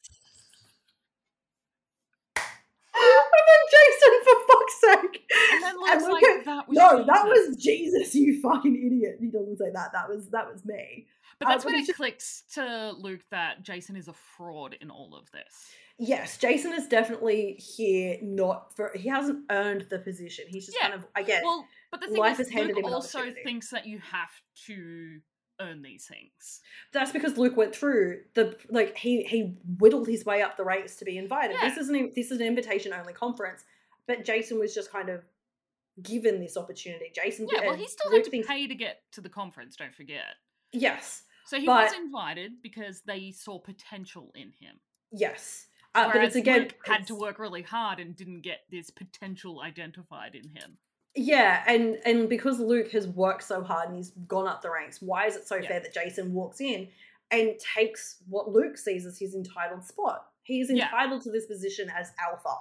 Speaker 1: and then Jason, for fuck's sake.
Speaker 2: and then
Speaker 1: and
Speaker 2: Luke's
Speaker 1: Luke
Speaker 2: like,
Speaker 1: goes,
Speaker 2: that was
Speaker 1: no, no, that
Speaker 2: Jesus.
Speaker 1: was Jesus, you fucking idiot. He doesn't say that. That was that was me.
Speaker 2: But
Speaker 1: uh,
Speaker 2: that's
Speaker 1: but
Speaker 2: when
Speaker 1: it's
Speaker 2: it clicks to Luke that Jason is a fraud in all of this.
Speaker 1: Yes, Jason is definitely here not for he hasn't earned the position. He's just
Speaker 2: Yeah.
Speaker 1: kind of again
Speaker 2: Well, but the thing
Speaker 1: Life
Speaker 2: is,
Speaker 1: has handed
Speaker 2: Luke
Speaker 1: him an
Speaker 2: also
Speaker 1: opportunity.
Speaker 2: thinks that you have to earn these things.
Speaker 1: that's because Luke went through the like he he whittled his way up the ranks to be invited.
Speaker 2: Yeah.
Speaker 1: This isn't a- this is an invitation only conference, but Jason was just kind of given this opportunity. Jason
Speaker 2: Yeah, well,
Speaker 1: and
Speaker 2: he still
Speaker 1: Luke
Speaker 2: had to
Speaker 1: thinks-
Speaker 2: pay to get to the conference. Don't forget.
Speaker 1: Yes,
Speaker 2: So he was
Speaker 1: But-
Speaker 2: invited because they saw potential in him.
Speaker 1: yes, uh, but
Speaker 2: whereas
Speaker 1: it's again
Speaker 2: Luke had to
Speaker 1: it's-
Speaker 2: work really hard and didn't get this potential identified in him.
Speaker 1: Yeah, and and because Luke has worked so hard and he's gone up the ranks, why is it so
Speaker 2: Yeah.
Speaker 1: fair that Jason walks in and takes what Luke sees as his entitled spot? He is
Speaker 2: Yeah.
Speaker 1: entitled to this position as alpha.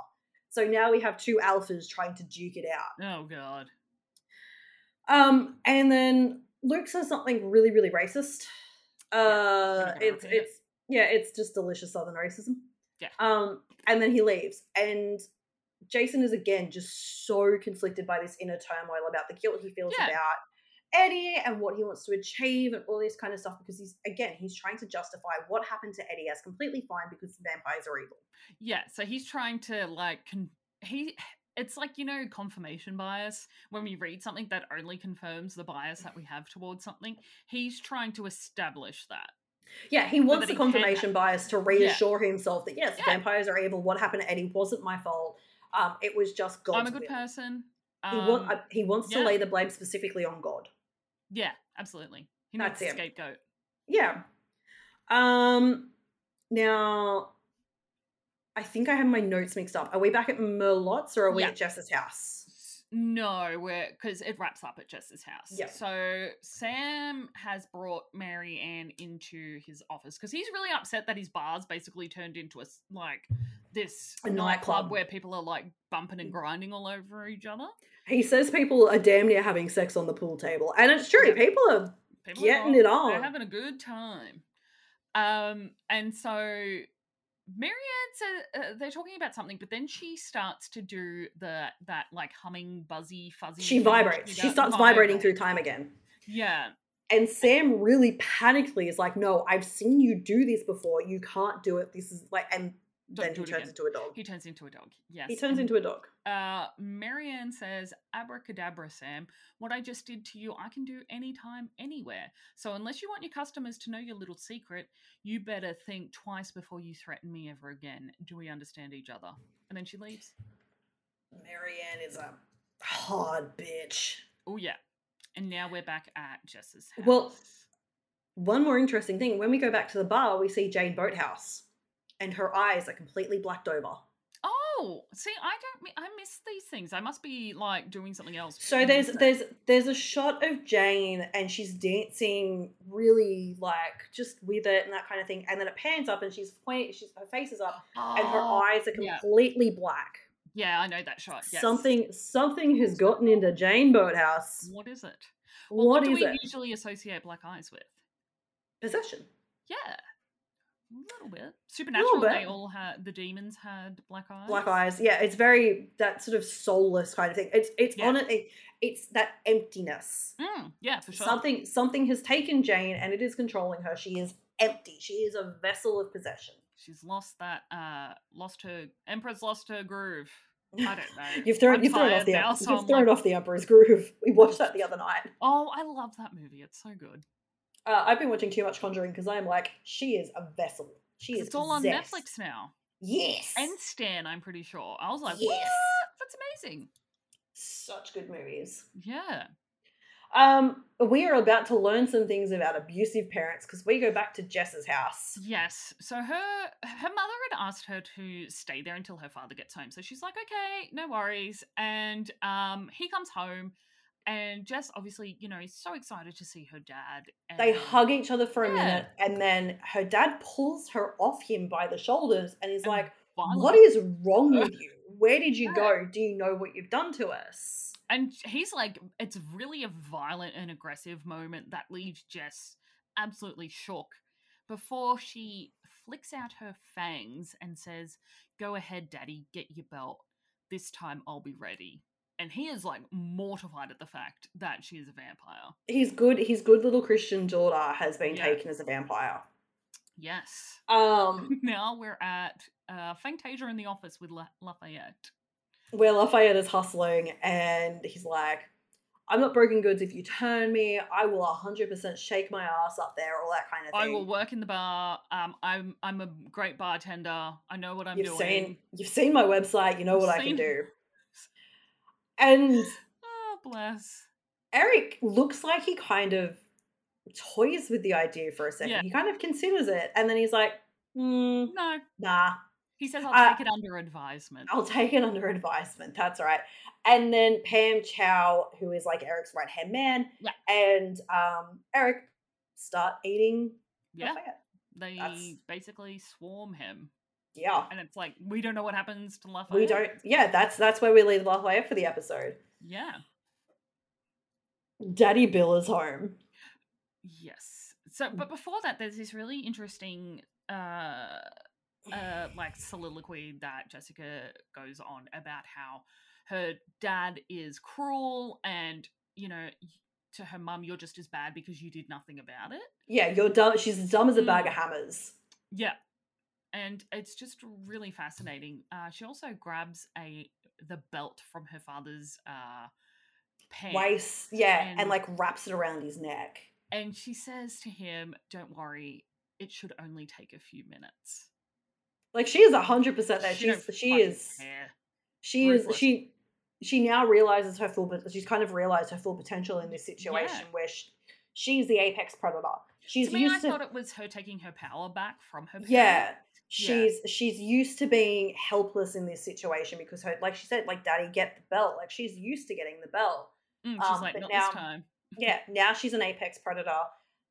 Speaker 1: So now we have two alphas trying to duke it out.
Speaker 2: Oh god.
Speaker 1: Um, and then Luke says something really, really racist. Uh,
Speaker 2: not gonna
Speaker 1: it's
Speaker 2: repeat it.
Speaker 1: it's yeah, it's just delicious Southern racism.
Speaker 2: Yeah.
Speaker 1: Um, and then he leaves, and Jason is again just so conflicted by this inner turmoil about the guilt he feels
Speaker 2: Yeah.
Speaker 1: about Eddie and what he wants to achieve and all this kind of stuff because he's again he's trying to justify what happened to Eddie as completely fine because vampires are evil.
Speaker 2: Yeah, so he's trying to like con- he it's like you know confirmation bias when we read something that only confirms the bias that we have towards something. He's trying to establish that.
Speaker 1: Yeah, he
Speaker 2: that
Speaker 1: wants the
Speaker 2: he can-
Speaker 1: confirmation bias to reassure himself that yes,
Speaker 2: Yeah.
Speaker 1: vampires are evil. What happened to Eddie wasn't my fault. Um, it was just God's
Speaker 2: I'm a good
Speaker 1: will.
Speaker 2: person.
Speaker 1: He,
Speaker 2: Um,
Speaker 1: wa- uh, he wants
Speaker 2: yeah.
Speaker 1: to lay the blame specifically on God.
Speaker 2: yeah, absolutely. He
Speaker 1: That's
Speaker 2: needs a
Speaker 1: him.
Speaker 2: scapegoat.
Speaker 1: Yeah. Um. Now, I think I have my notes mixed up. Are we back at Merlot's or are we
Speaker 2: Yeah.
Speaker 1: at Jess's house?
Speaker 2: No, we're because it wraps up at Jess's house.
Speaker 1: Yeah.
Speaker 2: So Sam has brought Mary Ann into his office because he's really upset that his bar's basically turned into a s- like this
Speaker 1: A nightclub. Mm.
Speaker 2: where people are like bumping and grinding all over each other.
Speaker 1: He says people are damn near having sex on the pool table, and it's true.
Speaker 2: Yeah.
Speaker 1: People are.
Speaker 2: People
Speaker 1: Getting
Speaker 2: are,
Speaker 1: it
Speaker 2: They're
Speaker 1: on.
Speaker 2: having a good time. Um, and so Mary Ann says uh, they're talking about something, but then she starts to do the that like humming, buzzy, fuzzy.
Speaker 1: She
Speaker 2: thing
Speaker 1: vibrates. She
Speaker 2: does-
Speaker 1: starts vibrating
Speaker 2: vibrate.
Speaker 1: through time again.
Speaker 2: Yeah.
Speaker 1: And Sam really panically is like, "No, I've seen you do this before. You can't do it. This is like." And
Speaker 2: Don't
Speaker 1: then
Speaker 2: do
Speaker 1: he
Speaker 2: it
Speaker 1: turns
Speaker 2: again.
Speaker 1: into a dog.
Speaker 2: He turns into a dog. Yes.
Speaker 1: He turns
Speaker 2: and
Speaker 1: into a dog.
Speaker 2: Uh, Marianne says, Abracadabra, Sam. What I just did to you, I can do anytime, anywhere. So, unless you want your customers to know your little secret, you better think twice before you threaten me ever again. Do we understand each other? And then she leaves.
Speaker 1: Marianne is a hard bitch.
Speaker 2: Oh, yeah. And now we're back at Jess's house.
Speaker 1: Well- One more interesting thing when we go back to the bar, we see Jane Boathouse, and her eyes are completely blacked over.
Speaker 2: oh, see, I don't, mi- I miss these things. I must be like doing something else.
Speaker 1: So
Speaker 2: and
Speaker 1: there's
Speaker 2: miss it.
Speaker 1: there's there's a shot of Jane and she's dancing really like just with it and that kind of thing, and then it pans up and she's point she's her face is up and her
Speaker 2: Oh,
Speaker 1: eyes are
Speaker 2: yeah.
Speaker 1: completely black.
Speaker 2: Yeah, I know that shot. Yes.
Speaker 1: Something something has gotten into Jane Boathouse.
Speaker 2: What is it? Well,
Speaker 1: What
Speaker 2: do
Speaker 1: is
Speaker 2: we
Speaker 1: it?
Speaker 2: usually associate black eyes with?
Speaker 1: Possession.
Speaker 2: Yeah, a little bit. Supernatural. They
Speaker 1: bit.
Speaker 2: all had the demons had black eyes.
Speaker 1: black eyes yeah it's very that sort of soulless kind of thing it's it's
Speaker 2: Yeah.
Speaker 1: on it, it it's that emptiness
Speaker 2: Mm, yeah, for sure.
Speaker 1: something something has taken jane and it is controlling her she is empty she is a vessel of possession
Speaker 2: She's lost that. Uh, lost her. Empress lost her groove. I don't know.
Speaker 1: you've thrown
Speaker 2: I'm
Speaker 1: you've thrown off
Speaker 2: tired
Speaker 1: the
Speaker 2: now,
Speaker 1: em-
Speaker 2: so
Speaker 1: you've
Speaker 2: I'm
Speaker 1: thrown
Speaker 2: like,
Speaker 1: off the emperor's groove we watched that the other night
Speaker 2: Oh, I love that movie. It's so good.
Speaker 1: uh, i've been watching too much conjuring because i'm like she is a vessel she
Speaker 2: 'Cause
Speaker 1: is
Speaker 2: It's all on
Speaker 1: possessed.
Speaker 2: Netflix now
Speaker 1: yes
Speaker 2: and Stan. I'm pretty sure. I was like,
Speaker 1: Yes.
Speaker 2: what? That's amazing.
Speaker 1: such good movies
Speaker 2: Yeah.
Speaker 1: um we are about to learn some things about abusive parents because we go back to jess's house
Speaker 2: Yes. So her her mother had asked her to stay there until her father gets home. So she's like, okay, no worries. And um, he comes home, and Jess obviously, you know, is so excited to see her dad. And
Speaker 1: They hug each other for a
Speaker 2: Yeah.
Speaker 1: minute, and then her dad pulls her off him by the shoulders and is
Speaker 2: And
Speaker 1: like,
Speaker 2: violent.
Speaker 1: What is wrong
Speaker 2: Uh,
Speaker 1: with you? Where did you
Speaker 2: yeah.
Speaker 1: go? Do you know what you've done to us?
Speaker 2: And he's like, it's really a violent and aggressive moment that leaves Jess absolutely shook before she flicks out her fangs and says, Go ahead, daddy, get your belt. This time I'll be ready. and he is like mortified at the fact that she is a vampire.
Speaker 1: His good his good little Christian daughter has been
Speaker 2: Yeah.
Speaker 1: taken as a vampire.
Speaker 2: Yes.
Speaker 1: Um
Speaker 2: now we're at uh, Fantasia in the office with La- Lafayette.
Speaker 1: where Lafayette is hustling and he's like, I'm not broken goods if you turn me, I will hundred percent shake my ass up there, all that kind of
Speaker 2: I
Speaker 1: thing.
Speaker 2: will work in the bar. Um, I'm I'm a great bartender. I know what I'm
Speaker 1: you've
Speaker 2: doing.
Speaker 1: seen you've seen my website, you know
Speaker 2: You've
Speaker 1: what I
Speaker 2: seen-
Speaker 1: can do. And
Speaker 2: Oh, bless.
Speaker 1: Eric looks like he kind of toys with the idea for a second.
Speaker 2: Yeah.
Speaker 1: He kind of considers it and then he's like, mm,
Speaker 2: No,
Speaker 1: nah,
Speaker 2: he says I'll
Speaker 1: Uh,
Speaker 2: take it under advisement.
Speaker 1: I'll take it under advisement. That's right. And then Pam Chow, who is like Eric's right hand man,
Speaker 2: Yeah.
Speaker 1: and um, Eric start eating.
Speaker 2: yeah,
Speaker 1: Lafayette.
Speaker 2: they
Speaker 1: that's-
Speaker 2: basically swarm him,
Speaker 1: Yeah.
Speaker 2: and it's like we don't know what happens to Lafayette.
Speaker 1: We don't. Yeah, that's that's where we leave Lafayette for the episode.
Speaker 2: Yeah.
Speaker 1: Daddy Bill is home.
Speaker 2: Yes. So, but before that, there's this really interesting, uh, uh, like soliloquy that Jessica goes on about how her dad is cruel, and you know, y- to her mum, you're just as bad because you did nothing about it.
Speaker 1: Yeah, you're dumb. She's as dumb as a bag
Speaker 2: Mm.
Speaker 1: of hammers.
Speaker 2: Yeah, and it's just really fascinating. Uh, she also grabs a the belt from her father's uh, pants.
Speaker 1: Waist. Yeah, and,
Speaker 2: And-
Speaker 1: like wraps it around his neck.
Speaker 2: And she says to him, Don't worry, it should only take a few minutes.
Speaker 1: Like she is hundred percent there.
Speaker 2: don't
Speaker 1: She's she
Speaker 2: fucking
Speaker 1: is
Speaker 2: care.
Speaker 1: she is
Speaker 2: Ruthless.
Speaker 1: she she now realizes her full pot- she's kind of realized her full potential in this situation where she, she's the apex predator she's
Speaker 2: to me, I
Speaker 1: used
Speaker 2: thought
Speaker 1: to
Speaker 2: it was her taking her power back from her.
Speaker 1: yeah
Speaker 2: parents.
Speaker 1: she's she's used to being helpless in this situation because her like she said like daddy get the belt like she's used to getting the belt
Speaker 2: Mm, she's
Speaker 1: Um,
Speaker 2: like,
Speaker 1: but
Speaker 2: not
Speaker 1: now-
Speaker 2: this time.
Speaker 1: yeah now she's an apex predator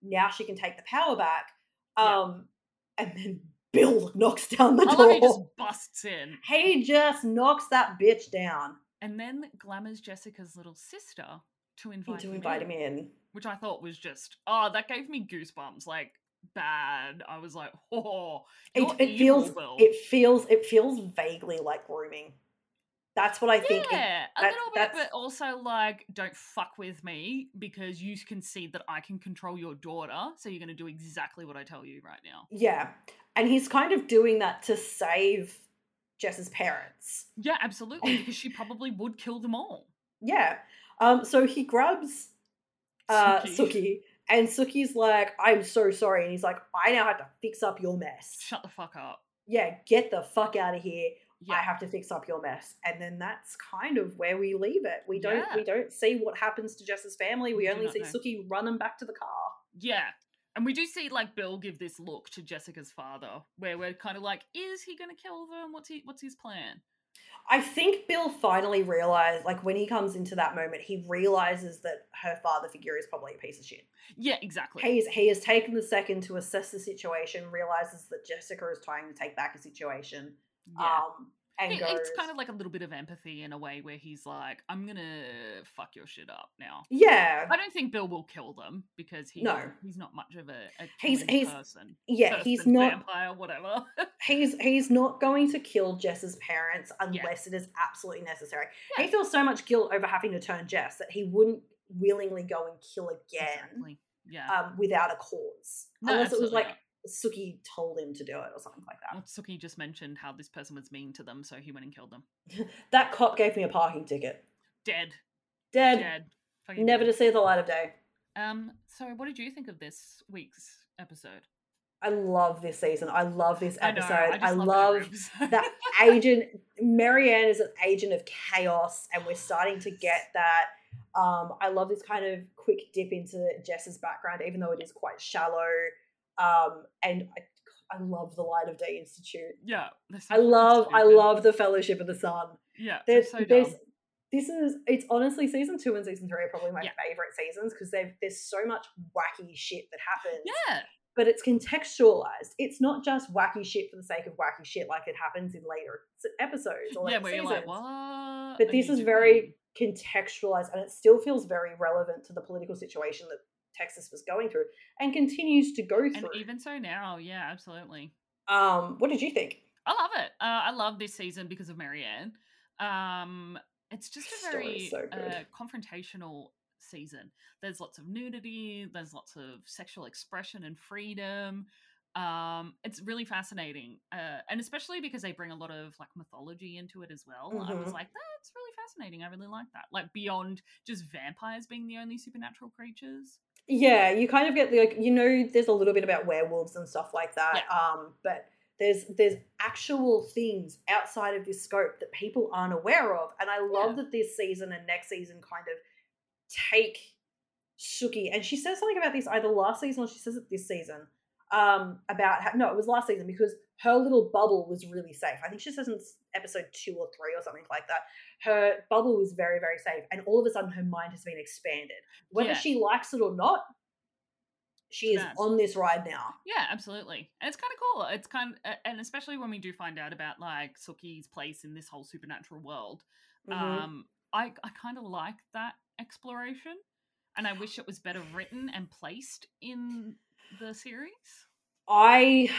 Speaker 1: now she can take the power back
Speaker 2: Yeah.
Speaker 1: um and then bill knocks down the
Speaker 2: I love how he Oh, just
Speaker 1: door
Speaker 2: busts in,
Speaker 1: he just knocks that bitch down
Speaker 2: and then glamours Jessica's little sister to invite
Speaker 1: to
Speaker 2: him
Speaker 1: invite
Speaker 2: in,
Speaker 1: him in
Speaker 2: which I thought was just oh, that gave me goosebumps. Like bad. I was like, oh,
Speaker 1: it,
Speaker 2: you're
Speaker 1: it
Speaker 2: evil,
Speaker 1: feels
Speaker 2: Will."
Speaker 1: it feels it feels vaguely like grooming that's what i think it-
Speaker 2: Yeah, a
Speaker 1: that-
Speaker 2: little bit,
Speaker 1: that's-
Speaker 2: but also like, don't fuck with me because you can see that I can control your daughter, so you're going to do exactly what I tell you right now.
Speaker 1: yeah and he's kind of doing that to save jess's parents
Speaker 2: Yeah,
Speaker 1: Oh.
Speaker 2: absolutely, because she probably would kill them all.
Speaker 1: yeah um so he grabs uh
Speaker 2: Suki.
Speaker 1: suki and suki's like i'm so sorry and he's like i now have to fix up your mess
Speaker 2: Shut the fuck up.
Speaker 1: yeah get the fuck out of here i
Speaker 2: Yeah.
Speaker 1: have to fix up your mess and then that's kind of where we leave it we don't
Speaker 2: Yeah.
Speaker 1: we don't see what happens to jess's family we,
Speaker 2: We do
Speaker 1: only
Speaker 2: not
Speaker 1: see
Speaker 2: know.
Speaker 1: suki running back to the car
Speaker 2: Yeah. And we do see like Bill give this look to Jessica's father, where we're kind of like, is he gonna kill them? What's he what's his plan?
Speaker 1: I think Bill finally realized, like when he comes into that moment, he realizes that her father figure is probably a piece of shit.
Speaker 2: Yeah, exactly.
Speaker 1: He is, he has taken the second to assess the situation, realizes that Jessica is trying to take back a situation,
Speaker 2: yeah.
Speaker 1: um, and
Speaker 2: It-
Speaker 1: goes,
Speaker 2: it's kind of like a little bit of empathy in a way where he's like, I'm gonna fuck your shit up now.
Speaker 1: yeah,
Speaker 2: I don't think Bill will kill them because he
Speaker 1: No.
Speaker 2: he's not much of a, a
Speaker 1: He's-
Speaker 2: killing
Speaker 1: he's-
Speaker 2: person.
Speaker 1: yeah. He's
Speaker 2: person,
Speaker 1: not
Speaker 2: vampire, whatever.
Speaker 1: he's he's not going to kill Jess's parents
Speaker 2: Yeah.
Speaker 1: unless it is absolutely necessary.
Speaker 2: Yeah.
Speaker 1: He feels so much guilt over having to turn Jess that he wouldn't willingly go and kill again
Speaker 2: exactly. Yeah.
Speaker 1: um, without a cause,
Speaker 2: No,
Speaker 1: unless it was
Speaker 2: absolutely
Speaker 1: like.
Speaker 2: not.
Speaker 1: Suki told him to do it or something like that.
Speaker 2: Well, Suki just mentioned how this person was mean to them, so he went and killed them.
Speaker 1: That cop gave me a parking ticket.
Speaker 2: Dead.
Speaker 1: Dead.
Speaker 2: Dead. Fucking
Speaker 1: Never
Speaker 2: dead.
Speaker 1: to see the light of day.
Speaker 2: Um, so what did you think of this week's episode?
Speaker 1: I love this season. I love this episode. I,
Speaker 2: just
Speaker 1: love
Speaker 2: every episode.
Speaker 1: that agent. Marianne is an agent of chaos, and we're starting to get that. Um, I love this kind of quick dip into Jess's background, even though it is quite shallow. Um, and I, I love the Light of Day Institute.
Speaker 2: yeah. they're so
Speaker 1: I
Speaker 2: fucking
Speaker 1: love, I
Speaker 2: stupid.
Speaker 1: love the Fellowship of the Sun.
Speaker 2: Yeah, they're
Speaker 1: There's,
Speaker 2: so
Speaker 1: there's,
Speaker 2: dumb.
Speaker 1: this is it's honestly season two and season three are probably my
Speaker 2: Yeah.
Speaker 1: favorite seasons because there's so much wacky shit that happens.
Speaker 2: Yeah,
Speaker 1: But it's contextualized. It's not just wacky shit for the sake of wacky shit like it happens in later s- episodes or
Speaker 2: yeah.
Speaker 1: later
Speaker 2: Where you're
Speaker 1: seasons.
Speaker 2: like, what? are
Speaker 1: But this
Speaker 2: you
Speaker 1: is very
Speaker 2: doing?"
Speaker 1: contextualized and it still feels very relevant to the political situation that Texas was going through and continues to go
Speaker 2: And
Speaker 1: through.
Speaker 2: even so now, yeah, absolutely.
Speaker 1: um, what did you think?
Speaker 2: I love it. Uh, I love this season because of Marianne. Um, It's just a very
Speaker 1: Story's so good.
Speaker 2: uh, confrontational season. There's lots of nudity, there's lots of sexual expression and freedom. Um, it's really fascinating, uh, and especially because they bring a lot of like mythology into it as well. I was
Speaker 1: Mhm.
Speaker 2: like, that's really fascinating. I really like that. Like beyond just vampires being the only supernatural creatures.
Speaker 1: Yeah, you kind of get the like you know there's a little bit about werewolves and stuff like that. Um, but there's there's actual things outside of this scope that people aren't aware of. And I love that this season and next season kind of take Shuki and she says something about this either last season or she says it this season. Um, about how, no, it was last season because her little bubble was really safe. I think she says in s- episode two or three or something like that. Her bubble was very, very safe, and all of a sudden her mind has been expanded. Whether
Speaker 2: Yeah.
Speaker 1: she likes it or not, she is
Speaker 2: Yes.
Speaker 1: on this ride now.
Speaker 2: Yeah, absolutely. And it's kind of cool. It's kind a- and especially when we do find out about like Suki's place in this whole supernatural world.
Speaker 1: Mm-hmm.
Speaker 2: Um, I I kind of like that exploration, and I wish it was better written and placed in the series.
Speaker 1: I,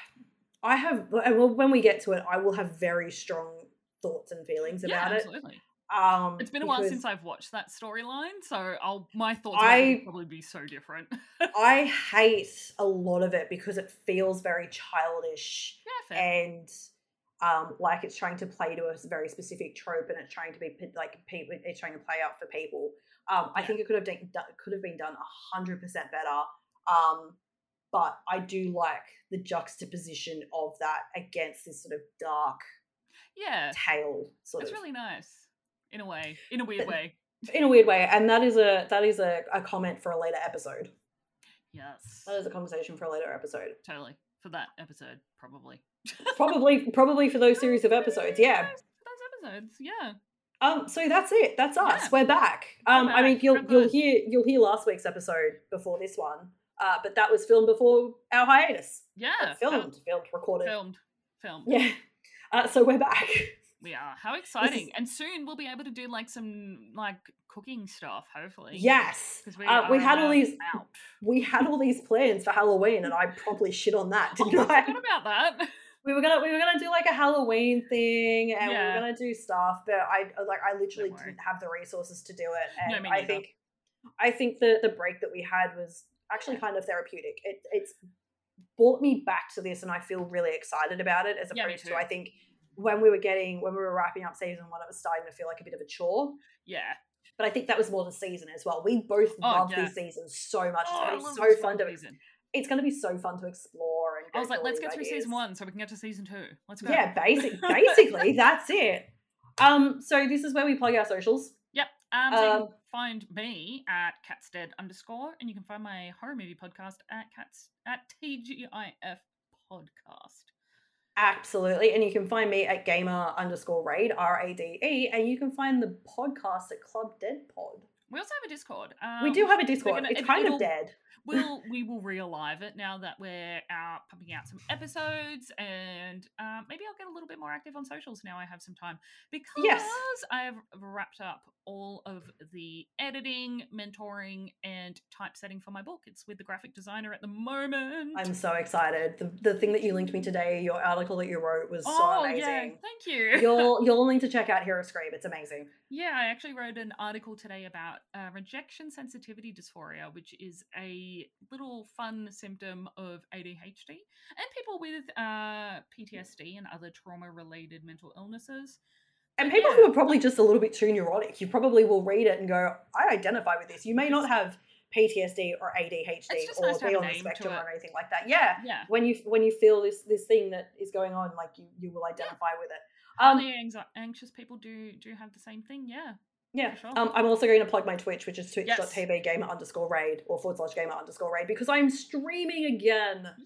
Speaker 1: I have, and well, when we get to it, I will have very strong thoughts and feelings
Speaker 2: yeah,
Speaker 1: about it.
Speaker 2: absolutely.
Speaker 1: Um,
Speaker 2: It's been a while
Speaker 1: because
Speaker 2: since I've watched that storyline, so I'll my thoughts on it
Speaker 1: I-
Speaker 2: will probably be so different.
Speaker 1: I hate a lot of it because it feels very childish.
Speaker 2: yeah, fair.
Speaker 1: and um, like it's trying to play to a s- very specific trope and it's trying to be p- like people it's trying to play out for people um, i
Speaker 2: Yeah.
Speaker 1: think it could have done do- could have been done 100% better um, but i do like the juxtaposition of that against this sort of dark
Speaker 2: yeah,
Speaker 1: tale sort
Speaker 2: it's
Speaker 1: of
Speaker 2: really nice in a way, in a weird
Speaker 1: But-
Speaker 2: way.
Speaker 1: in a weird way and that is a that is a, a comment for a later episode
Speaker 2: Yes,
Speaker 1: that is a conversation for a later episode
Speaker 2: totally for that episode probably.
Speaker 1: probably probably for those series of episodes yeah
Speaker 2: Those, those episodes, yeah.
Speaker 1: Um, so that's it. That's us.
Speaker 2: Yeah.
Speaker 1: We're back. Um,
Speaker 2: We're
Speaker 1: I mean,
Speaker 2: back.
Speaker 1: you'll
Speaker 2: We're
Speaker 1: you'll
Speaker 2: good.
Speaker 1: hear you'll hear last week's episode before this one, uh, but that was filmed before our hiatus.
Speaker 2: Yeah.
Speaker 1: Uh,
Speaker 2: that was
Speaker 1: filmed, filmed, recorded.
Speaker 2: Filmed. Filmed.
Speaker 1: Yeah. Uh, so we're back.
Speaker 2: We are. How exciting. And soon we'll be able to do like some like cooking stuff, hopefully.
Speaker 1: yes,
Speaker 2: 'Cause we,
Speaker 1: Uh, we
Speaker 2: are,
Speaker 1: had all
Speaker 2: uh,
Speaker 1: these-
Speaker 2: out.
Speaker 1: we had all these plans for Halloween, and I probably shit on that,
Speaker 2: Oh,
Speaker 1: didn't
Speaker 2: I
Speaker 1: I?
Speaker 2: forgot about that.
Speaker 1: We were gonna we were gonna do like a Halloween thing, and we
Speaker 2: Yeah.
Speaker 1: were gonna do stuff, but I uh, like I literally
Speaker 2: worry.
Speaker 1: didn't have the resources to do it,
Speaker 2: No,
Speaker 1: and
Speaker 2: me
Speaker 1: I
Speaker 2: neither.
Speaker 1: think I think the the break that we had was actually kind of therapeutic. It it's brought me back to this, and I feel really excited about it. As
Speaker 2: Yeah, me
Speaker 1: opposed
Speaker 2: too.
Speaker 1: to I think when we were getting when we were wrapping up season one, it was starting to feel like a bit of a chore.
Speaker 2: Yeah.
Speaker 1: But I think that was more the season as well. We both
Speaker 2: Oh,
Speaker 1: love
Speaker 2: yeah.
Speaker 1: these seasons so much.
Speaker 2: Oh, I
Speaker 1: it's
Speaker 2: love
Speaker 1: gonna be
Speaker 2: this
Speaker 1: so fun
Speaker 2: fucking
Speaker 1: to
Speaker 2: season.
Speaker 1: it's going to be so fun to explore. And
Speaker 2: I
Speaker 1: go
Speaker 2: was
Speaker 1: through
Speaker 2: like,
Speaker 1: all
Speaker 2: let's
Speaker 1: these
Speaker 2: get through season
Speaker 1: ideas."
Speaker 2: one so we can get to season two. Let's go.
Speaker 1: Yeah, basic, basically, that's it. Um, so this is where we plug our socials.
Speaker 2: Um, so you
Speaker 1: Um,
Speaker 2: can find me at catstead underscore, and you can find my horror movie podcast at cats at TGIF podcast.
Speaker 1: Absolutely. And you can find me at gamer underscore raid, R A D E, and you can find the podcast at Club Dead Pod.
Speaker 2: We also have a Discord. Um,
Speaker 1: we do have a
Speaker 2: we're
Speaker 1: Discord.
Speaker 2: gonna-
Speaker 1: it's
Speaker 2: it-
Speaker 1: kind
Speaker 2: it'll-
Speaker 1: of dead.
Speaker 2: we'll we will relive it now that we're out pumping out some episodes and um, maybe i'll get a little bit more active on socials now i have some time because i've wrapped up all of the editing mentoring and typesetting for my book it's with the graphic designer at the moment
Speaker 1: I'm so excited. The, the thing that you linked me today, your article that you wrote was
Speaker 2: oh
Speaker 1: so
Speaker 2: yeah
Speaker 1: amazing.
Speaker 2: thank you
Speaker 1: you'll you'll need to check out Hero Scream. It's amazing.
Speaker 2: Yeah, I actually wrote an article today about uh, rejection sensitivity dysphoria, which is a little fun symptom of ADHD and people with uh, PTSD and other trauma related mental illnesses.
Speaker 1: And
Speaker 2: But
Speaker 1: people
Speaker 2: yeah.
Speaker 1: who are probably just a little bit too neurotic, you probably will read it and go, I identify with this. You may not have PTSD or
Speaker 2: It's
Speaker 1: ADHD
Speaker 2: just
Speaker 1: or
Speaker 2: nice to have
Speaker 1: be
Speaker 2: a
Speaker 1: on the
Speaker 2: name to
Speaker 1: spectrum
Speaker 2: it.
Speaker 1: or anything like that. Yeah.
Speaker 2: Yeah.
Speaker 1: When you when you feel this this thing that is going on, like you, you will identify with it.
Speaker 2: Um,
Speaker 1: Um
Speaker 2: anxious people do do have the same thing. Yeah.
Speaker 1: yeah.
Speaker 2: sure.
Speaker 1: Um, I'm also going to plug my Twitch, which is
Speaker 2: Yes.
Speaker 1: twitch.tv gamer underscore raid or forward slash gamer underscore raid because I'm streaming again.
Speaker 2: Yeah.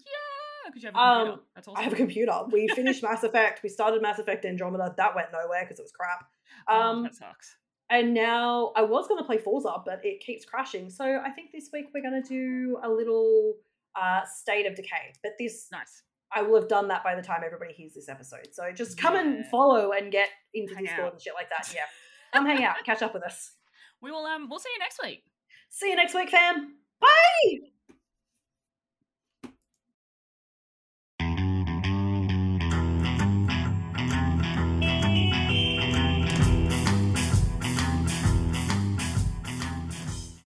Speaker 2: Because you have a computer.
Speaker 1: Um,
Speaker 2: That's awesome.
Speaker 1: I have a computer. We finished Mass Effect. We started Mass Effect Andromeda. That went nowhere because it was crap.
Speaker 2: Oh,
Speaker 1: Um,
Speaker 2: that sucks.
Speaker 1: And now I was going to play Forza, but it keeps crashing. So I think this week we're going to do a little uh, state of decay. But this,
Speaker 2: Nice.
Speaker 1: I will have done that by the time everybody hears this episode. So just come and
Speaker 2: Yeah.
Speaker 1: follow and get into
Speaker 2: Hang
Speaker 1: Discord
Speaker 2: out.
Speaker 1: and shit like that. Yeah. Come hang out, catch up with us.
Speaker 2: We will. Um. We'll see you next week.
Speaker 1: See you next week, fam. Bye.